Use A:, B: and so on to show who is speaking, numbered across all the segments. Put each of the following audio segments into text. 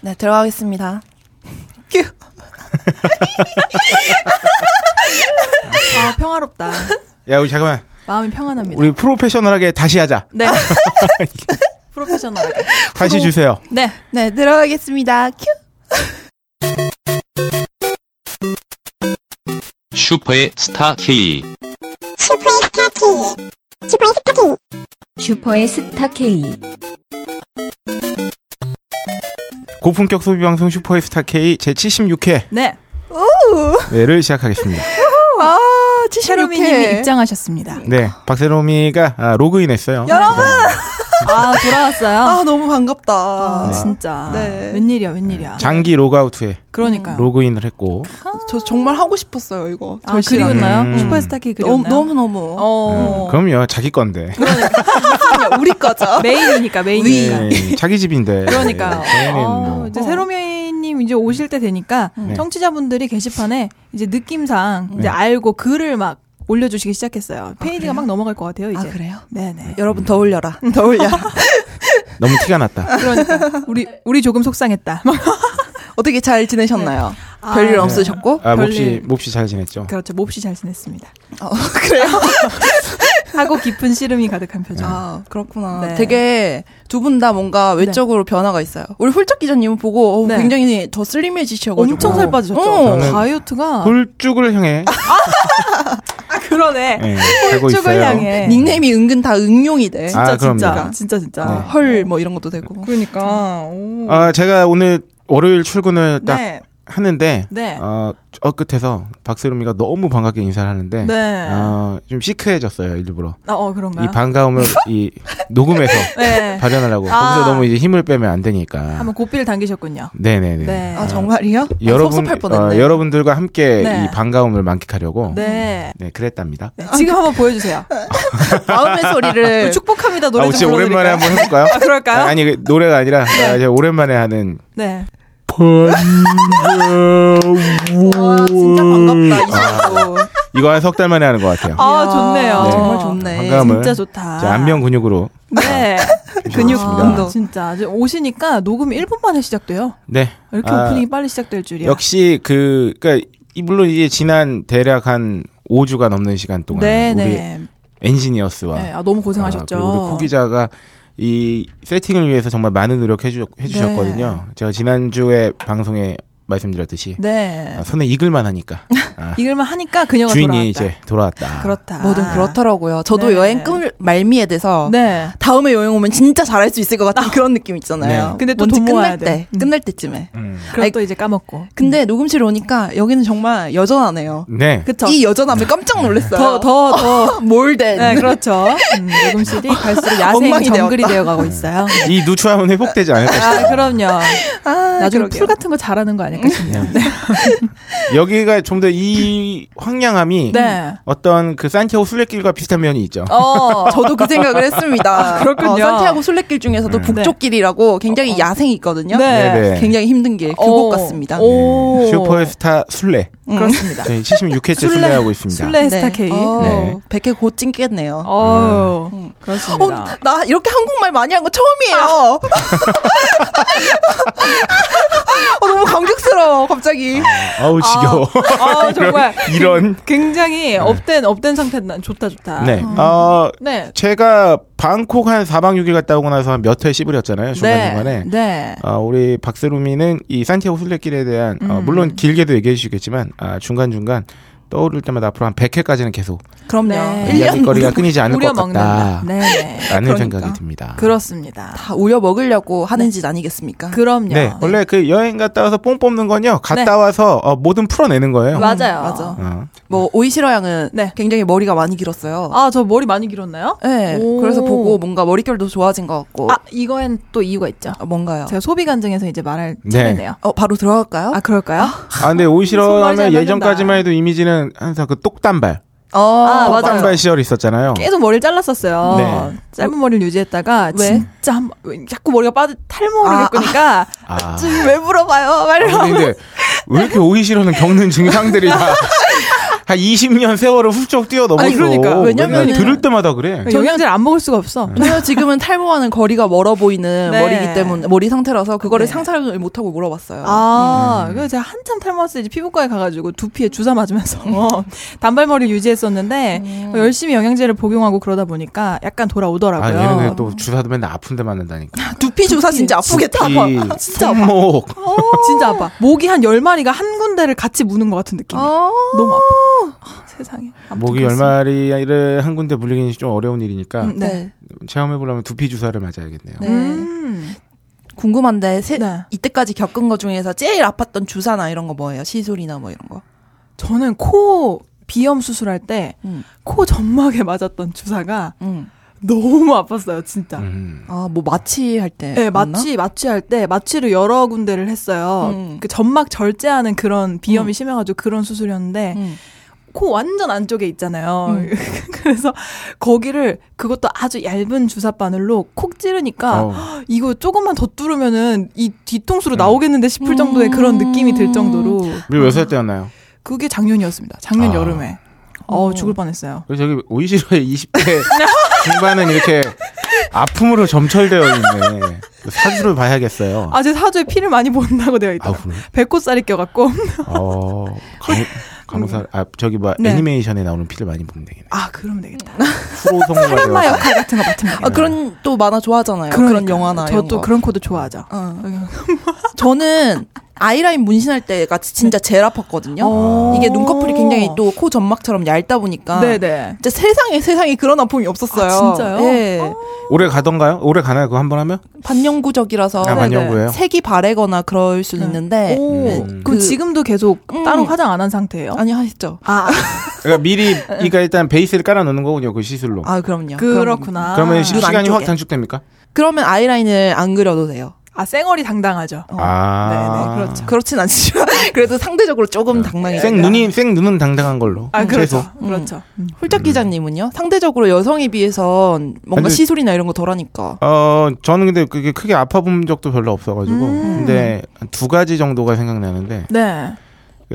A: 네, 들어가겠습니다. 큐.
B: 아, 평화롭다.
C: 야 우리 잠깐만
B: 마음이 평안합니다.
C: 우리 프로페셔널하게 다시 하자.
B: 네. 프로페셔널하게.
C: 다시 주세요.
B: 네.
A: 네, 들어가겠습니다. 큐.
D: 슈퍼의 스타 K.
E: 슈퍼의 스타 K.
C: 고품격 소비 방송 슈퍼스타 K 제 76회를
B: 네.
C: 시작하겠습니다.
A: 와,
B: 체로미님이 입장하셨습니다.
C: 네, 박세롬이가 아, 로그인했어요.
A: 여러분!
B: 아, 돌아왔어요.
A: 아, 너무 반갑다.
B: 아,
C: 네.
B: 진짜.
A: 네.
B: 웬일이야, 웬일이야.
C: 장기 로그아웃 후에
B: 그러니까요.
C: 로그인을 했고
A: 저 정말 하고 싶었어요, 이거.
B: 아,
A: 절실하게.
B: 그리웠나요?
C: 음.
B: 슈퍼스타 K 그리웠나요?
A: 너무, 너무너무.
B: 어. 그러니까.
C: 음, 그럼요 자기 건데
A: 아, 우리 거죠.
B: 메인이니까, 메인이니까.
C: 네, 자기 집인데
B: 그러니까요.
C: 당연히
B: 어,
C: 뭐.
B: 이제 새로미님 이제 오실 때 되니까
C: 네.
B: 청취자분들이 게시판에 이제 느낌상 이제
C: 네. 아,
B: 알고 글을 막 올려주시기 시작했어요. 페이지가 막 넘어갈 것 같아요. 이제.
A: 아, 그래요?
B: 네네.
A: 여러분 더 올려라. 더 올려라.
C: 너무 티가 났다.
B: 그러니까 우리 우리 조금 속상했다. 막
A: 어떻게 잘 지내셨나요?
B: 아.
A: 별일 없으셨고?
C: 아, 몹시
B: 별일.
C: 몹시 잘 지냈죠.
B: 그렇죠. 몹시 잘 지냈습니다.
A: 어, 그래요?
B: 하고 깊은 시름이 가득한 표정.
A: 아, 네. 그렇구나.
B: 네.
A: 되게 두 분 다 뭔가 외적으로 변화가 있어요. 우리 훌쩍 기자님 보고 어우,
B: 네.
A: 굉장히 더 슬림해지셔가지고.
B: 엄청 살 빠지셨죠.
A: 어.
C: 저는
B: 다이어트가
C: 굴죽을 향해
B: 아, 그러네.
C: 네, 가고
B: 쪽을
C: 있어요.
B: 향해.
A: 닉네임이 은근 다 응용이 돼.
B: 진짜
C: 아,
B: 진짜
C: 그럼요.
B: 진짜 진짜.
C: 네.
A: 아, 헐, 뭐 이런 것도 되고.
B: 그러니까. 오.
C: 아, 제가 오늘 월요일 출근을 아, 딱
B: 네.
C: 하는데
B: 네.
C: 어, 저 끝에서 박세롬이가 너무 반갑게 인사를 하는데
B: 네.
C: 어, 좀 시크해졌어요 일부러
B: 아, 어 그런가요?
C: 이 반가움을 이 녹음해서
B: 네.
C: 발현하려고
B: 아.
C: 거기서 너무 이제 힘을 빼면 안 되니까
B: 한번 고삐를 당기셨군요.
C: 네네네
B: 네.
A: 아, 정말이요? 아,
C: 여러분
A: 섭섭할 뻔했네.
C: 어, 여러분들과 함께
B: 네.
C: 이 반가움을 만끽하려고 네,
B: 네.
C: 그랬답니다
B: 네, 지금 한번 보여주세요.
A: 아,
B: 어,
A: 마음의 소리를.
B: 축복합니다
C: 아
B: 노래
C: 혹시
B: 좀 불러드릴까요?
C: 오랜만에 한번 해볼까요?
B: 아, 그럴까요?
C: 아니 그 노래가 아니라 아, 이제 오랜만에 하는
B: 네. 아,
A: 와, 진짜 반갑다. 이
C: 아,
A: 친구.
C: 이거 한 석 달 만에 하는 것 같아요
B: 아
A: 이야,
B: 좋네요.
C: 네.
A: 정말 좋네.
C: 반가움을
B: 진짜 좋다.
C: 이제 안면 근육으로
B: 네.
A: 아, 근육 운동.
B: 진짜 이제 오시니까 녹음이 1분 만에 시작돼요.
C: 네
B: 이렇게
C: 아,
B: 오프닝이 빨리 시작될 줄이야.
C: 역시 그 그러니까 이- 물론 이제 지난 대략 한 5주가 넘는 시간 동안
B: 네,
C: 우리
B: 네.
C: 엔지니어스와
B: 네. 아, 너무 고생하셨죠.
C: 아, 그리고 우리 고 기자가 이 세팅을 위해서 정말 많은 노력 해주셨거든요. 제가 지난주에 방송에 말씀드렸듯이
B: 네.
C: 아, 손에 익을만 하니까 아,
B: 이글만 하니까 그녀가
C: 주인이
B: 돌아왔다.
C: 이제 돌아왔다.
B: 그렇다.
A: 뭐든 그렇더라고요. 저도
B: 네.
A: 여행 꿈 말미에 대해서
B: 네.
A: 다음에 여행 오면 진짜 잘할 수 있을 것 같은 그런 느낌 있잖아요.
C: 네.
B: 근데 또
A: 뭔지
B: 돈 모아야
A: 끝날
B: 돼.
A: 때,
B: 음.
A: 끝날 때쯤에.
C: 음.
B: 그럼
A: 아이,
B: 또 이제 까먹고.
A: 근데 녹음실 오니까 여기는 정말 여전하네요.
C: 네.
B: 그쵸.
A: 이 여전함에 깜짝 놀랐어요.
B: 더, 더, 더.
A: 몰된.
B: 네, 그렇죠. 음, 녹음실이 갈수록 야생
A: 엉망이
B: 정글이
A: 되었다.
B: 되어 가고 있어요.
C: 이 누추함은 회복되지 않을 것이다.
B: 아, 그럼요.
A: 아,
B: 나중에
A: 그러게요.
B: 풀 같은 거 잘하는 거 아닐까 싶네요.
C: 여기가 좀 더이 황량함이
B: 네.
C: 어떤 그 산티아고 순례길과 비슷한 면이 있죠.
B: 어,
A: 저도 그 생각을 했습니다.
B: 아, 그렇군요. 어,
A: 어, 산티아고 순례길 중에서도 북쪽길이라고 굉장히 야생이 있거든요.
B: 네.
C: 네네.
A: 굉장히 힘든 길,
B: 어,
A: 그곳 같습니다.
B: 오.
C: 예. 슈퍼스타 순례.
A: 음,
B: 그렇습니다.
C: 저희 76회째
B: 순례.
C: 순례하고 있습니다.
B: 술래 스타 K.
A: 어,
C: 네.
A: 백회 곧 찡겠네요.
C: 음.
A: 어.
B: 어, 그렇습니다.
A: 나 이렇게 한국말 많이 한 거 처음이에요. 어, 너무 감격스러워, 갑자기.
C: 아우 지겨워.
B: 아, 정말.
C: 이런.
B: 굉장히 업된, 업된 상태, 난 좋다, 좋다.
C: 네. 어,
B: 네.
C: 제가 방콕 한 4박 6일 갔다 오고 나서 한 몇 회 씹으렸잖아요. 중간중간에.
B: 네. 네.
C: 아, 우리 박세롬이는 이 산티아고 순례길에 대한 어, 물론 길게도 얘기해 주시겠지만 아, 중간중간 떠오를 때마다 앞으로 한 100회까지는 계속
A: 그럼요.
B: 네.
A: 일 년
C: 이야기거리가 끊이지 않을
B: 우려
C: 것
B: 먹는다.
C: 같다.
B: 네. 네.
C: 라는
A: 그러니까.
C: 생각이 듭니다.
B: 그렇습니다.
A: 다 우려 먹으려고 하는 짓 아니겠습니까?
B: 그럼요.
C: 네, 원래 그 여행 갔다 와서 뽕 뽑는 건요. 갔다
B: 네.
C: 와서 어, 뭐든 풀어내는 거예요.
B: 맞아요.
A: 맞아.
C: 어.
A: 뭐, 오이시러 양은
B: 네.
A: 굉장히 머리가 많이 길었어요.
B: 아, 저 머리 많이 길었나요?
A: 네.
B: 오.
A: 그래서 보고 뭔가 머릿결도 좋아진 것 같고.
B: 아, 이거엔 또 이유가 있죠.
A: 어, 뭔가요?
B: 제가 소비 간증에서 이제 말할
C: 네.
B: 차례네요.
A: 어, 바로 들어갈까요?
B: 아, 그럴까요?
C: 아, 근데
B: 손 말이 잘
C: 오이시러면
B: 맞는다.
C: 예전까지만 해도 이미지는 항상 그 똑단발,
A: 어,
B: 아, 맞아요.
C: 똑단발 시절 있었잖아요.
B: 계속 머리를 잘랐었어요.
C: 네.
B: 짧은 머리를 유지했다가
A: 왜?
B: 진짜 한, 번- 왜 자꾸 머리가 빠져 탈모를
A: 아,
B: 겪으니까
C: 아.
B: 지금 왜 물어봐요? 막 이러고
C: 근데 왜 이렇게 오이시러는 겪는 증상들이 다 한 20년 세월을 훌쩍 뛰어넘어서
B: 아니, 그러니까.
C: 맨날
A: 왜냐면은-
C: 들을 때마다 그래.
B: 그러니까 영양제를 안 먹을 수가
C: 네.
B: 없어.
A: 전혀 지금은 탈모와는 거리가 멀어 보이는
B: 네.
A: 머리이기 때문에 머리 상태라서 그거를
B: 네.
A: 상상을 못하고 물어봤어요.
B: 아, 그래서 제가 한참 탈모했을 때 피부과에 가가지고 두피에 주사 맞으면서 단발머리를 유지했었는데 열심히 영양제를 복용하고 그러다 보니까 약간
C: 아,
B: 돌아오더라고요.
C: 얘네는 또 주사도 맨날 아픈데 맞는다니까.
A: 두피 주사 진짜 아프겠다.
C: 이
B: 진짜 아파.
C: 손목.
B: 진짜 아파. 목이 한 열마리가한 군데를 같이 무는 것 같은 느낌. 이
A: 아,
B: 너무 아파. 아, 세상에. 아무튼
C: 목이 열
B: 그렇습니다.
C: 마리를 한 군데 물리기는 좀 어려운 일이니까
B: 음, 네.
A: 네. 체험해
C: 체험해 보려면 두피 주사를 맞아야겠네요.
A: 네.
B: 음.
A: 궁금한데 세-
B: 네.
A: 이때까지 겪은 것 중에서 제일 아팠던 주사나 이런 거 뭐예요? 시술이나 뭐 이런 거.
B: 저는 코 비염 수술할 때 코
A: 음.
B: 점막에 맞았던 주사가
A: 음.
B: 너무 아팠어요, 진짜.
C: 음.
A: 아, 뭐 마취 할 때.
B: 네,
A: 맞나?
B: 마취 마취할 때 마취를 여러 군데를 했어요.
A: 음.
B: 그 점막 절제하는 그런 비염이 심해가지고 그런 수술이었는데
A: 음.
B: 코 완전 안쪽에 있잖아요.
A: 음.
B: 그래서 거기를 그것도 아주 얇은 주사 바늘로 콕 찌르니까
C: 어우.
B: 이거 조금만 더 뚫으면은 이 뒤통수로 나오겠는데 싶을
A: 음.
B: 정도의 그런 느낌이 들 정도로
C: 우리 몇 살 때였나요?
B: 그게 작년이었습니다. 작년
C: 아.
B: 여름에. 어
A: 오.
B: 죽을 뻔했어요.
C: 우리 저기 오이시로의 20대 중반은 이렇게 아픔으로 점철되어 있네. 사주를 봐야겠어요.
B: 아 제 사주에 피를 많이 본다고 되어 있다.
C: 아우,
B: 요
C: 그래?
B: 배꼽살이 껴갖고
C: 어, 강, 강사, 아, 저기 뭐
B: 네.
C: 애니메이션에 나오는 피를 많이 보면 되겠네.
B: 아 그러면 되겠다.
C: 프로성우가
B: 설마
C: 되어서.
B: 역할 같은 거 맡으면 되겠다.
A: 아, 그런 또 만화 좋아하잖아요. 그런 영화나 이런
B: 네, 저도
A: 거.
B: 그런 코드 좋아하죠.
A: 어. 저는 아이라인 문신할 때가 진짜 제일 아팠거든요.
B: 어.
A: 이게 눈꺼풀이 굉장히 또 코 점막처럼 얇다 보니까
B: 네네.
A: 진짜 세상에 세상에 그런 아픔이 없었어요.
B: 아, 진짜요?
A: 예.
C: 오래 가던가요? 오래 가나요? 그거 한 번 하면?
A: 반영구적이라서
C: 아, 만년구예요?
A: 색이 바래거나 그럴 수는
B: 네.
A: 있는데
B: 오.
C: 음.
B: 그럼
A: 그-
B: 지금도 계속
A: 음.
B: 따로 화장 안 한 상태예요?
A: 아니 하시죠.
B: 아,
C: 그러니까 미리, 그러니까 일단 베이스를 깔아놓는 거군요, 그 시술로.
A: 아 그럼요.
B: 네. 그렇구나.
C: 그러면 시,
A: 눈
C: 시간이 확
A: 안쪽에.
C: 단축됩니까?
A: 그럼, 그러면 아이라인을 안 그려도 돼요.
B: 아 생얼이 당당하죠.
A: 어.
C: 아.
B: 네네, 그렇죠.
A: 그렇진 않지만 그래도 상대적으로 조금 당당해요.
C: 네. 생 눈이, 생 눈은 당당한 걸로.
B: 아 그렇죠.
C: 최소.
B: 그렇죠. 음.
A: 그러니까 홀짝 기자님은요? 상대적으로 여성에 비해선 뭔가
C: 근데-
A: 시술이나 이런 거 덜하니까.
C: 어, 저는 근데 그게 크게 아파 본 적도 별로 없어가지고.
B: 음.
C: 근데 한두 가지 정도가 생각나는데.
B: 네.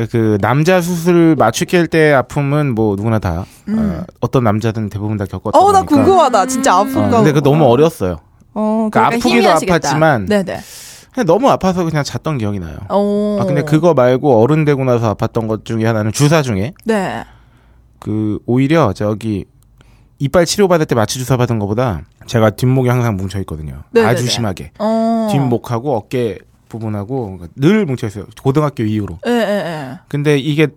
C: 그 남자 수술 마취깰 때 아픔은 뭐 누구나 다
B: 음.
C: 어, 떤 남자든 대부분 다 겪었던
A: 어, 나
C: 거니까.
A: 궁금하다. 진짜
B: 음.
A: 아픈가.
C: 어, 근데 그 너무 어렸어요.
A: 어,
C: 그러니까 아프기도
B: 희미하시겠다.
C: 아팠지만
B: 네네. 어.
C: 그냥 너무 아파서 그냥 잤던 기억이 나요.
B: 오.
C: 아, 근데 그거 말고 어른 되고 나서 아팠던 것 중에 하나는 주사 중에
B: 네.
C: 그 오히려 저기 이빨 치료 받을 때 마취 주사 받은 것보다 제가 뒷목이 항상 뭉쳐 있거든요.
B: 네네네.
C: 아주 심하게
B: 어.
C: 뒷목하고 어깨 부분하고 그러니까 늘 뭉쳐 있어요. 고등학교 이후로.
B: 예, 예, 예.
C: 근데 이게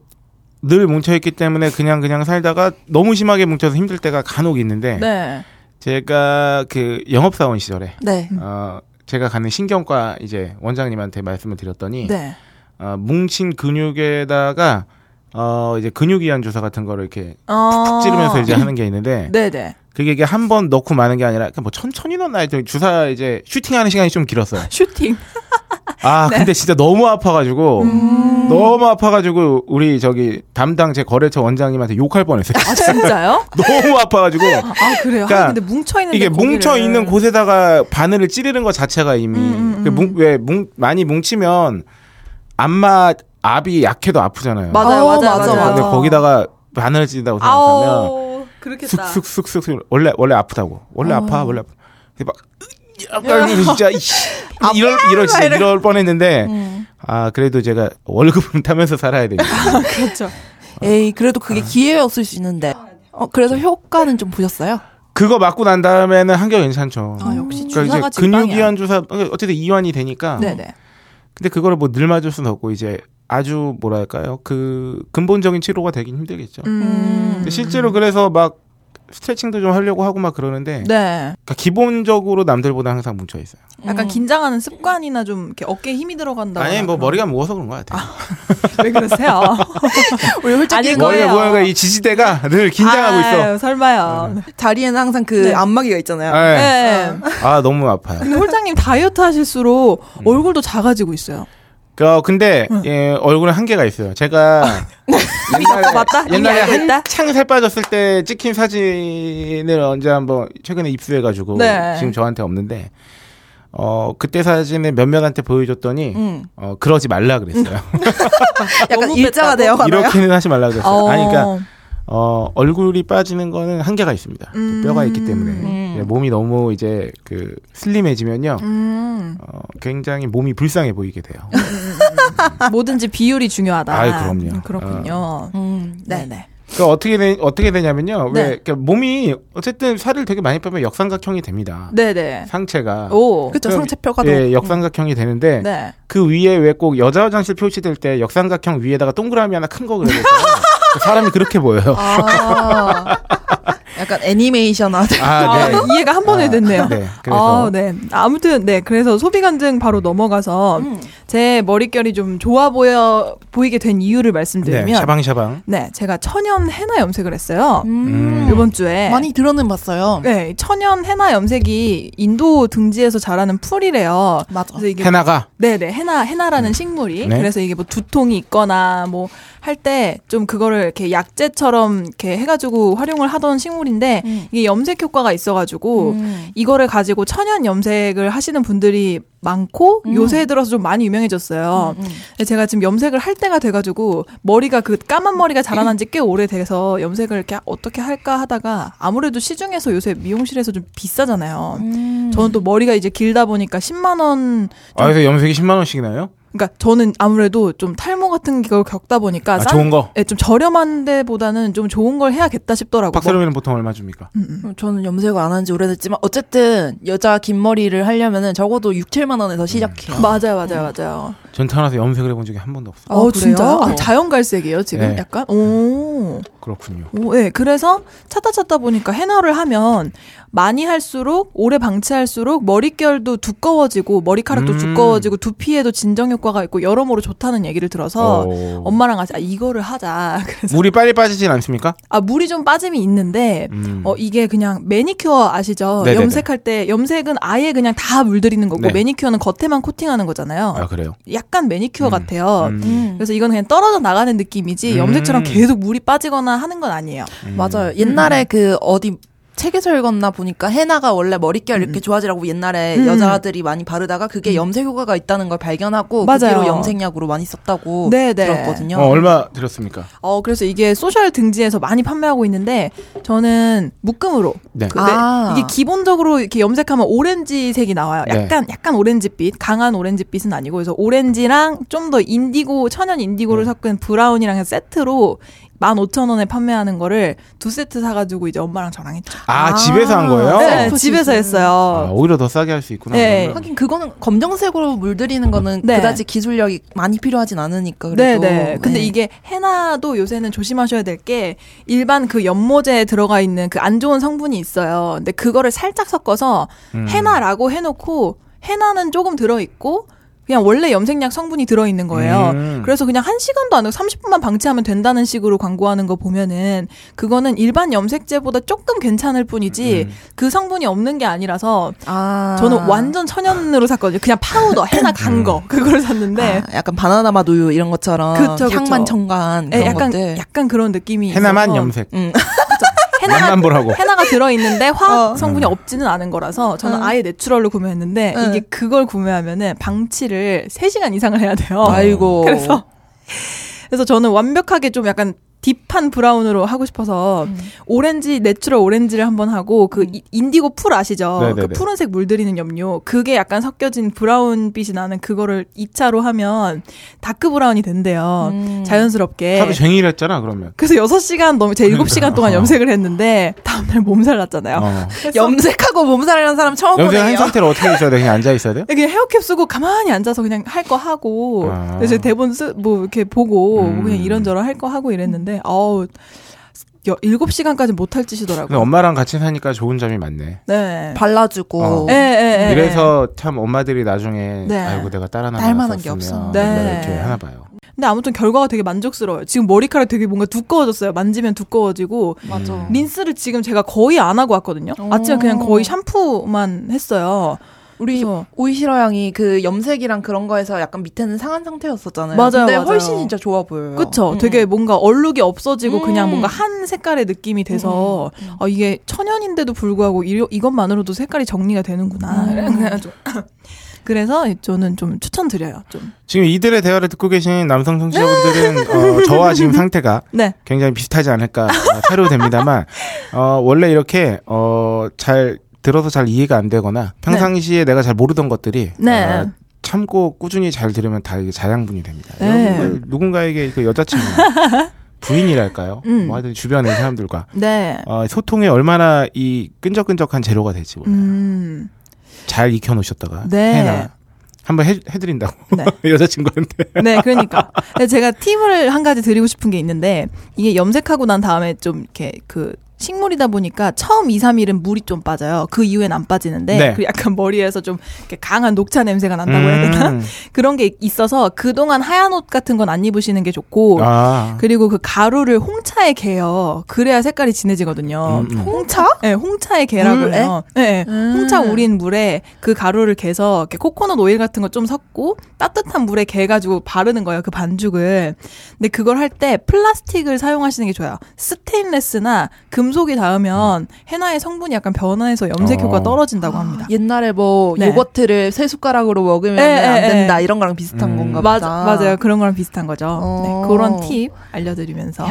C: 늘 뭉쳐있기 때문에 그냥 그냥 살다가 너무 심하게 뭉쳐서 힘들 때가 간혹 있는데
B: 네.
C: 제가 그 영업사원 시절에
A: 네.
C: 어 제가 가는 신경과 이제 원장님한테 말씀을 드렸더니
B: 네.
C: 어, 뭉친 근육에다가 어 이제 근육 이완 주사 같은 거를 이렇게
B: 어.
C: 푹 찌르면서 이제 하는 게 있는데
B: 네네.
C: 그게 이게 한 번 넣고 마는 게 아니라 그냥 뭐 천천히 넣나 해서 주사 이제 슈팅하는 시간이 좀 길었어요.
B: 슈팅.
C: 아 근데 진짜 너무 아파가지고
B: 네. 음.
C: 너무 아파가지고 우리 저기 담당 제 거래처 원장님한테 욕할 뻔했어요.
B: 아 진짜요?
C: 너무 아파가지고
B: 아 그래요.
C: 그러니까
B: 아, 근데 뭉쳐 있는
C: 이게 뭉쳐 있는 곳에다가 바늘을 찌르는 것 자체가 이미
B: 음, 음, 음.
C: 그 뭉- 왜 뭉, 많이 뭉치면 안마 압이 약해도 아프잖아요.
B: 맞아요,
A: 어,
B: 맞아요,
A: 맞아,
C: 근데
B: 맞아요.
C: 근데 거기다가 바늘을 찌른다고 생각하면
B: 아우 그렇겠다. 어.
C: 쑥쑥쑥쑥 원래 원래 아프다고 원래 아파 원래 아파 근데 막 약간 진짜 이씨, 이럴 이럴 진짜 이럴 뻔했는데
B: 음.
C: 아 그래도 제가 월급은 타면서 살아야 되니까
B: 그렇죠.
A: 에이, 그래도
C: 아.
A: 그게 기회였을 수 있는데. 어, 그래서 효과는 좀 보셨어요?
C: 그거 맞고 난 다음에는 한결 괜찮죠.
B: 아, 역시 주사가
C: 그러니까 이제
B: 직방이야.
C: 근육 이완 주사 어쨌든 이완이 되니까.
B: 네네.
C: 근데 그거를 뭐 늘 맞을 수는 없고 이제 아주 뭐랄까요 그 근본적인 치료가 되긴 힘들겠죠.
B: 음.
C: 근데 실제로 그래서 막 스트레칭도 좀 하려고 하고 막 그러는데
B: 네.
C: 그러니까 기본적으로 남들보다 항상 뭉쳐 있어요.
B: 약간
A: 음.
B: 긴장하는 습관이나 좀 이렇게 어깨에 힘이 들어간다.
C: 아니 뭐 머리가 무거워서 그런 것 같아요.
B: 왜 그러세요?
A: 우리 홀짝
B: 아닐
A: 기자-
C: 머리가
B: 거예요.
C: 무거워가 이 지지대가 늘 긴장하고 있어. 음.
B: 아유, 설마요.
A: 다리에는 항상 그
B: 네.
A: 안마기가 있잖아요.
C: 네.
B: 네.
C: 아 너무 아파요.
B: 근데 홀장님 다이어트 하실수록
C: 음.
B: 얼굴도 작아지고 있어요.
C: 그 근데 예, 얼굴에 한계가 있어요. 제가 옛날에,
B: 맞다?
C: 옛날에
B: 이미 알겠다?
C: 한창 살 빠졌을 때 찍힌 사진을 언제 한번 최근에 입수해가지고
B: 네.
C: 지금 저한테 없는데 어 그때 사진을 몇몇한테 보여줬더니
A: 음.
C: 어 그러지 말라 그랬어요.
A: 약간
B: 너무
A: 일자가
B: 뺐다고?
A: 되어가나요?
C: 이렇게는 하지 말라 그랬어요. 아니 그러니까
B: 어.
C: 어 얼굴이 빠지는 거는 한계가 있습니다.
B: 음.
C: 뼈가 있기 때문에
A: 음.
C: 예, 몸이 너무 이제 그 슬림해지면요.
B: 음.
C: 어, 굉장히 몸이 불쌍해 보이게 돼요.
B: 뭐든지 비율이 중요하다.
C: 아이, 그럼요. 어.
B: 그렇군요.
A: 음,
B: 네네.
A: 네네.
C: 그러니까 어떻게 되, 어떻게 되냐면요. 왜
B: 네.
C: 그러니까 몸이 어쨌든 살을 되게 많이 빼면 역삼각형이 됩니다.
B: 네네.
C: 상체가
B: 오.
A: 그쵸,
C: 그럼,
A: 상체뼈가 더.
C: 예, 역삼각형이 되는데
B: 네.
C: 그 위에 왜 꼭 여자 화장실 표시될 때 역삼각형 위에다가 동그라미 하나 큰 거 그려요. 그 사람이 그렇게 보여요.
A: 아, 약간 애니메이션 하듯.
C: 아, 네.
B: 아, 이해가 한 번에
C: 아,
B: 됐네요.
C: 네. 그래서
B: 아, 네. 아무튼 네. 그래서 소비 간증 바로
C: 아.
B: 넘어가서
A: 음.
B: 제 머릿결이 좀 좋아 보여 보이게 된 이유를
C: 네,
B: 말씀드리면
C: 샤방샤방.
B: 네, 제가 천연 해나 염색을 했어요.
A: 음.
B: 이번 주에
A: 많이 들어는 봤어요.
B: 네, 천연 해나 염색이 인도 등지에서 자라는 풀이래요.
A: 맞아.
B: 그래서 이게
C: 헤나가
B: 네네 해나 해나라는 식물이
C: 네.
B: 그래서 이게 뭐 두통이 있거나 뭐 할 때 좀 그거를 이렇게 약재처럼 이렇게 해가지고 활용을 하던 식물인데
A: 음.
B: 이게 염색 효과가 있어가지고
A: 음.
B: 이거를 가지고 천연 염색을 하시는 분들이 많고
A: 음.
B: 요새 들어서 좀 많이 유명해졌어요.
A: 음, 음.
B: 근데 제가 지금 염색을 할 때가 돼가지고 머리가 그 까만 머리가 자라난 지 꽤 오래돼서 염색을 이렇게 어떻게 할까 하다가 아무래도 시중에서 요새 미용실에서 좀 비싸잖아요.
A: 음.
B: 저는 또 머리가 이제 길다 보니까 10만 원
C: 아, 그래서 염색이 10만 원씩 나요?
B: 그러니까 저는 아무래도 좀 탈모 같은 걸 겪다 보니까
C: 아,
B: 싼-
C: 좋은 거.
B: 예, 좀 저렴한 데보다는 좀 좋은 걸 해야겠다 싶더라고요.
C: 박사님은 보통 얼마 줍니까?
B: 뭐- 음, 음.
A: 저는 염색을 안 한 지 오래됐지만 어쨌든 여자 긴 머리를 하려면은 적어도 6, 7만 원에서 시작해요.
B: 음. 맞아요, 맞아요, 맞아요.
C: 전 태어나서 염색을 해본 적이 한 번도 없어.
A: 어,
B: 진짜요?
A: 그래요?
B: 아, 자연 갈색이에요, 지금
C: 네.
B: 약간? 오.
C: 그렇군요.
B: 오, 예. 그래서 찾다 찾다 보니까 해나를 하면 많이 할수록 오래 방치할수록 머릿결도 두꺼워지고 머리카락도
C: 음.
B: 두꺼워지고 두피에도 진정 효과가 있고 여러모로 좋다는 얘기를 들어서
C: 오.
B: 엄마랑 같이 아, 이거를 하자. 그래서
C: 물이 빨리 빠지진 않습니까?
B: 아, 물이 좀 빠짐이 있는데
C: 음.
B: 어, 이게 그냥 매니큐어 아시죠?
C: 네네네.
B: 염색할 때 염색은 아예 그냥 다 물들이는 거고
C: 네.
B: 매니큐어는 겉에만 코팅하는 거잖아요.
C: 아, 그래요.
B: 약간 매니큐어
C: 음. 같아요.
B: 같아요.
C: 음.
A: 음.
B: 그래서 이건 그냥 떨어져 나가는 느낌이지
C: 음.
B: 염색처럼 계속 물이 빠지거나 하는 건 아니에요.
A: 맞아요. 옛날에
B: 음.
A: 그 어디 책에서 읽었나 보니까 해나가 원래 머릿결
C: 음.
A: 이렇게 좋아지라고 옛날에
B: 음.
A: 여자들이 많이 바르다가 그게 염색 효과가 있다는 걸 발견하고 그
B: 맞아요.
A: 뒤로 염색약으로 많이 썼다고
B: 네, 네.
A: 들었거든요.
C: 어, 얼마 들었습니까?
B: 어, 그래서 이게 소셜 등지에서 많이 판매하고 있는데 저는 묶음으로
C: 네.
B: 그- 네,
A: 아.
B: 이게 기본적으로 이렇게 염색하면 오렌지색이 나와요.
C: 네.
B: 약간 약간 오렌지빛, 강한 오렌지빛은 아니고 그래서 오렌지랑 좀 더 인디고 천연 인디고를
C: 네.
B: 섞은 브라운이랑 세트로 15,000원에 판매하는 거를 두 세트 사가지고 이제 엄마랑 저랑 했죠.
C: 아,
A: 아.
C: 집에서 한 거예요?
B: 네,
A: 어.
B: 집에서
C: 아,
B: 했어요.
C: 오히려 더 싸게 할 수 있구나.
B: 네.
C: 그러면.
A: 하긴 그거는 검정색으로 물들이는 거는
B: 네.
A: 그다지 기술력이 많이 필요하진 않으니까
B: 네,
A: 그래도
B: 네. 근데
A: 네.
B: 이게 해나도 요새는 조심하셔야 될 게 일반 그 연모제에 들어가 있는 그 안 좋은 성분이 있어요. 근데 그거를 살짝 섞어서
C: 음.
B: 해나라고 해놓고 해나는 조금 들어있고 그냥 원래 염색약 성분이 들어있는 거예요.
C: 음.
B: 그래서 그냥 한 시간도 안 하고 30분만 방치하면 된다는 식으로 광고하는 거 보면은 그거는 일반 염색제보다 조금 괜찮을 뿐이지
C: 음.
B: 그 성분이 없는 게 아니라서
A: 아.
B: 저는 완전 천연으로 샀거든요. 그냥 파우더 해나 간 거
C: 음.
B: 그거를 샀는데
A: 아, 약간 바나나 마두유 이런 것처럼
B: 그쵸, 그쵸.
A: 향만 첨가한
B: 예,
A: 그런
B: 약간
A: 것들.
B: 약간 그런 느낌이
C: 해나만
B: 있어서
C: 염색.
A: 음.
C: 만만 보라고.
B: 해나가 들어있는데 화학
A: 어.
B: 성분이 없지는 않은 거라서 저는
A: 음.
B: 아예 내추럴로 구매했는데
A: 음.
B: 이게 그걸 구매하면은 방치를 3시간 이상을 해야 돼요.
A: 음. 아이고.
B: 그래서 그래서 저는 완벽하게 좀 약간 딥한 브라운으로 하고 싶어서
A: 음.
B: 오렌지 내추럴 오렌지를 한번 하고 그 이- 인디고 풀 아시죠?
C: 네네네.
B: 그 푸른색 물들이는 염료 그게 약간 섞여진 브라운 빛이 나는 그거를 2차로 하면 다크 브라운이 된대요.
A: 음.
B: 자연스럽게.
C: 하루 종일 했잖아, 그러면.
B: 그래서 6시간 넘, 제
C: 그러니까,
B: 7시간 동안
C: 어.
B: 염색을 했는데, 다음날 몸살 났잖아요.
C: 어.
A: 염색하고 몸살이라는 사람 처음
C: 염색한
A: 보네요.
C: 상태로 어떻게 있어야 돼? 그냥 앉아 있어야 돼요?
B: 예, 그냥 헤어캡 쓰고 가만히 앉아서 그냥 할 거 하고,
C: 아.
B: 그래서 대본 쓰, 뭐 이렇게 보고,
C: 음.
B: 그냥 이런저런 할 거 하고 이랬는데, 어우, 7시간까지 못 할 짓이더라고요.
C: 근데 엄마랑 같이 사니까 좋은 점이 많네.
B: 네.
A: 발라주고.
C: 어.
B: 예, 예, 예.
C: 이래서 참 엄마들이 나중에
B: 네.
C: 아이고 내가 딸 하나
A: 딸 만한 게
C: 낳았었으면
A: 없어.
B: 네.
C: 이렇게 하나 봐요.
B: 근데 아무튼 결과가 되게 만족스러워요. 지금 머리카락 되게 뭔가 두꺼워졌어요. 만지면 두꺼워지고,
A: 맞아.
C: 음.
B: 린스를 지금 제가 거의 안 하고 왔거든요.
A: 오.
B: 아침에 그냥 거의 샴푸만 했어요.
A: 어. 우리
B: 그래서-
A: 오이시러 양이 그 염색이랑 그런 거에서 약간 밑에는 상한 상태였었잖아요.
B: 맞아요,
A: 근데
B: 맞아요.
A: 훨씬 진짜 좋아 보여요.
B: 그쵸.
A: 음.
B: 되게 뭔가 얼룩이 없어지고 그냥
A: 음.
B: 뭔가 한 색깔의 느낌이 돼서 어, 이게 천연인데도 불구하고 이, 이것만으로도 색깔이 정리가 되는구나.
A: 음.
B: 그래가지고. 그래서 저는 좀 추천드려요. 좀.
C: 지금 이들의 대화를 듣고 계신 남성 청취자분들은 어, 저와 지금 상태가
B: 네.
C: 굉장히 비슷하지 않을까 어, 차려됩니다만 어, 원래 이렇게 어, 잘 들어서 잘 이해가 안 되거나 평상시에 내가 잘 모르던 것들이
B: 네.
C: 어, 참고 꾸준히 잘 들으면 다 이게 자양분이 됩니다.
B: 네.
C: 여러분들 누군가에게 그 여자친구 부인이랄까요?
B: 음.
C: 뭐 하여튼 주변의 사람들과
B: 네.
C: 어, 소통에 얼마나 이 끈적끈적한 재료가 될지 몰라요.
B: 음.
C: 잘 익혀 놓으셨다가
B: 네.
C: 해나 한번 해, 해드린다고 여자친구한테
B: 네, 그러니까. 근데 제가 팁을 한 가지 드리고 싶은 게 있는데 이게 염색하고 난 다음에 좀 이렇게 그 식물이다 보니까 처음 2, 3일은 물이 좀 빠져요. 그 이후엔 안 빠지는데
C: 네.
B: 그 약간 머리에서 좀 이렇게 강한 녹차 냄새가 난다고 해야 되나?
C: 음.
B: 그런 게 있어서 그동안 하얀 옷 같은 건 안 입으시는 게 좋고
C: 아.
B: 그리고 그 가루를 홍차에 개요. 그래야 색깔이 진해지거든요.
C: 음, 음.
B: 홍차? 네, 홍차에 개라고
A: 물에?
B: 해요. 네, 네.
A: 음.
B: 홍차 우린 물에 그 가루를 개서 이렇게 코코넛 오일 같은 거 좀 섞고 따뜻한 물에 개가지고 바르는 거예요. 그 반죽을. 근데 그걸 할 때 플라스틱을 사용하시는 게 좋아요. 스테인레스나 금속이 닿으면 헤나의 성분이 약간 변화해서 염색 효과
C: 음. 어.
B: 떨어진다고 합니다.
A: 옛날에 뭐
B: 네.
A: 요거트를 세 숟가락으로 먹으면
B: 예,
A: 안
B: 예,
A: 된다
B: 예.
A: 이런 거랑 비슷한
C: 음.
A: 건가
B: 맞아,
A: 보다.
B: 맞아요. 그런 거랑 비슷한 거죠.
A: 어.
B: 네, 그런 팁 알려드리면서. 네.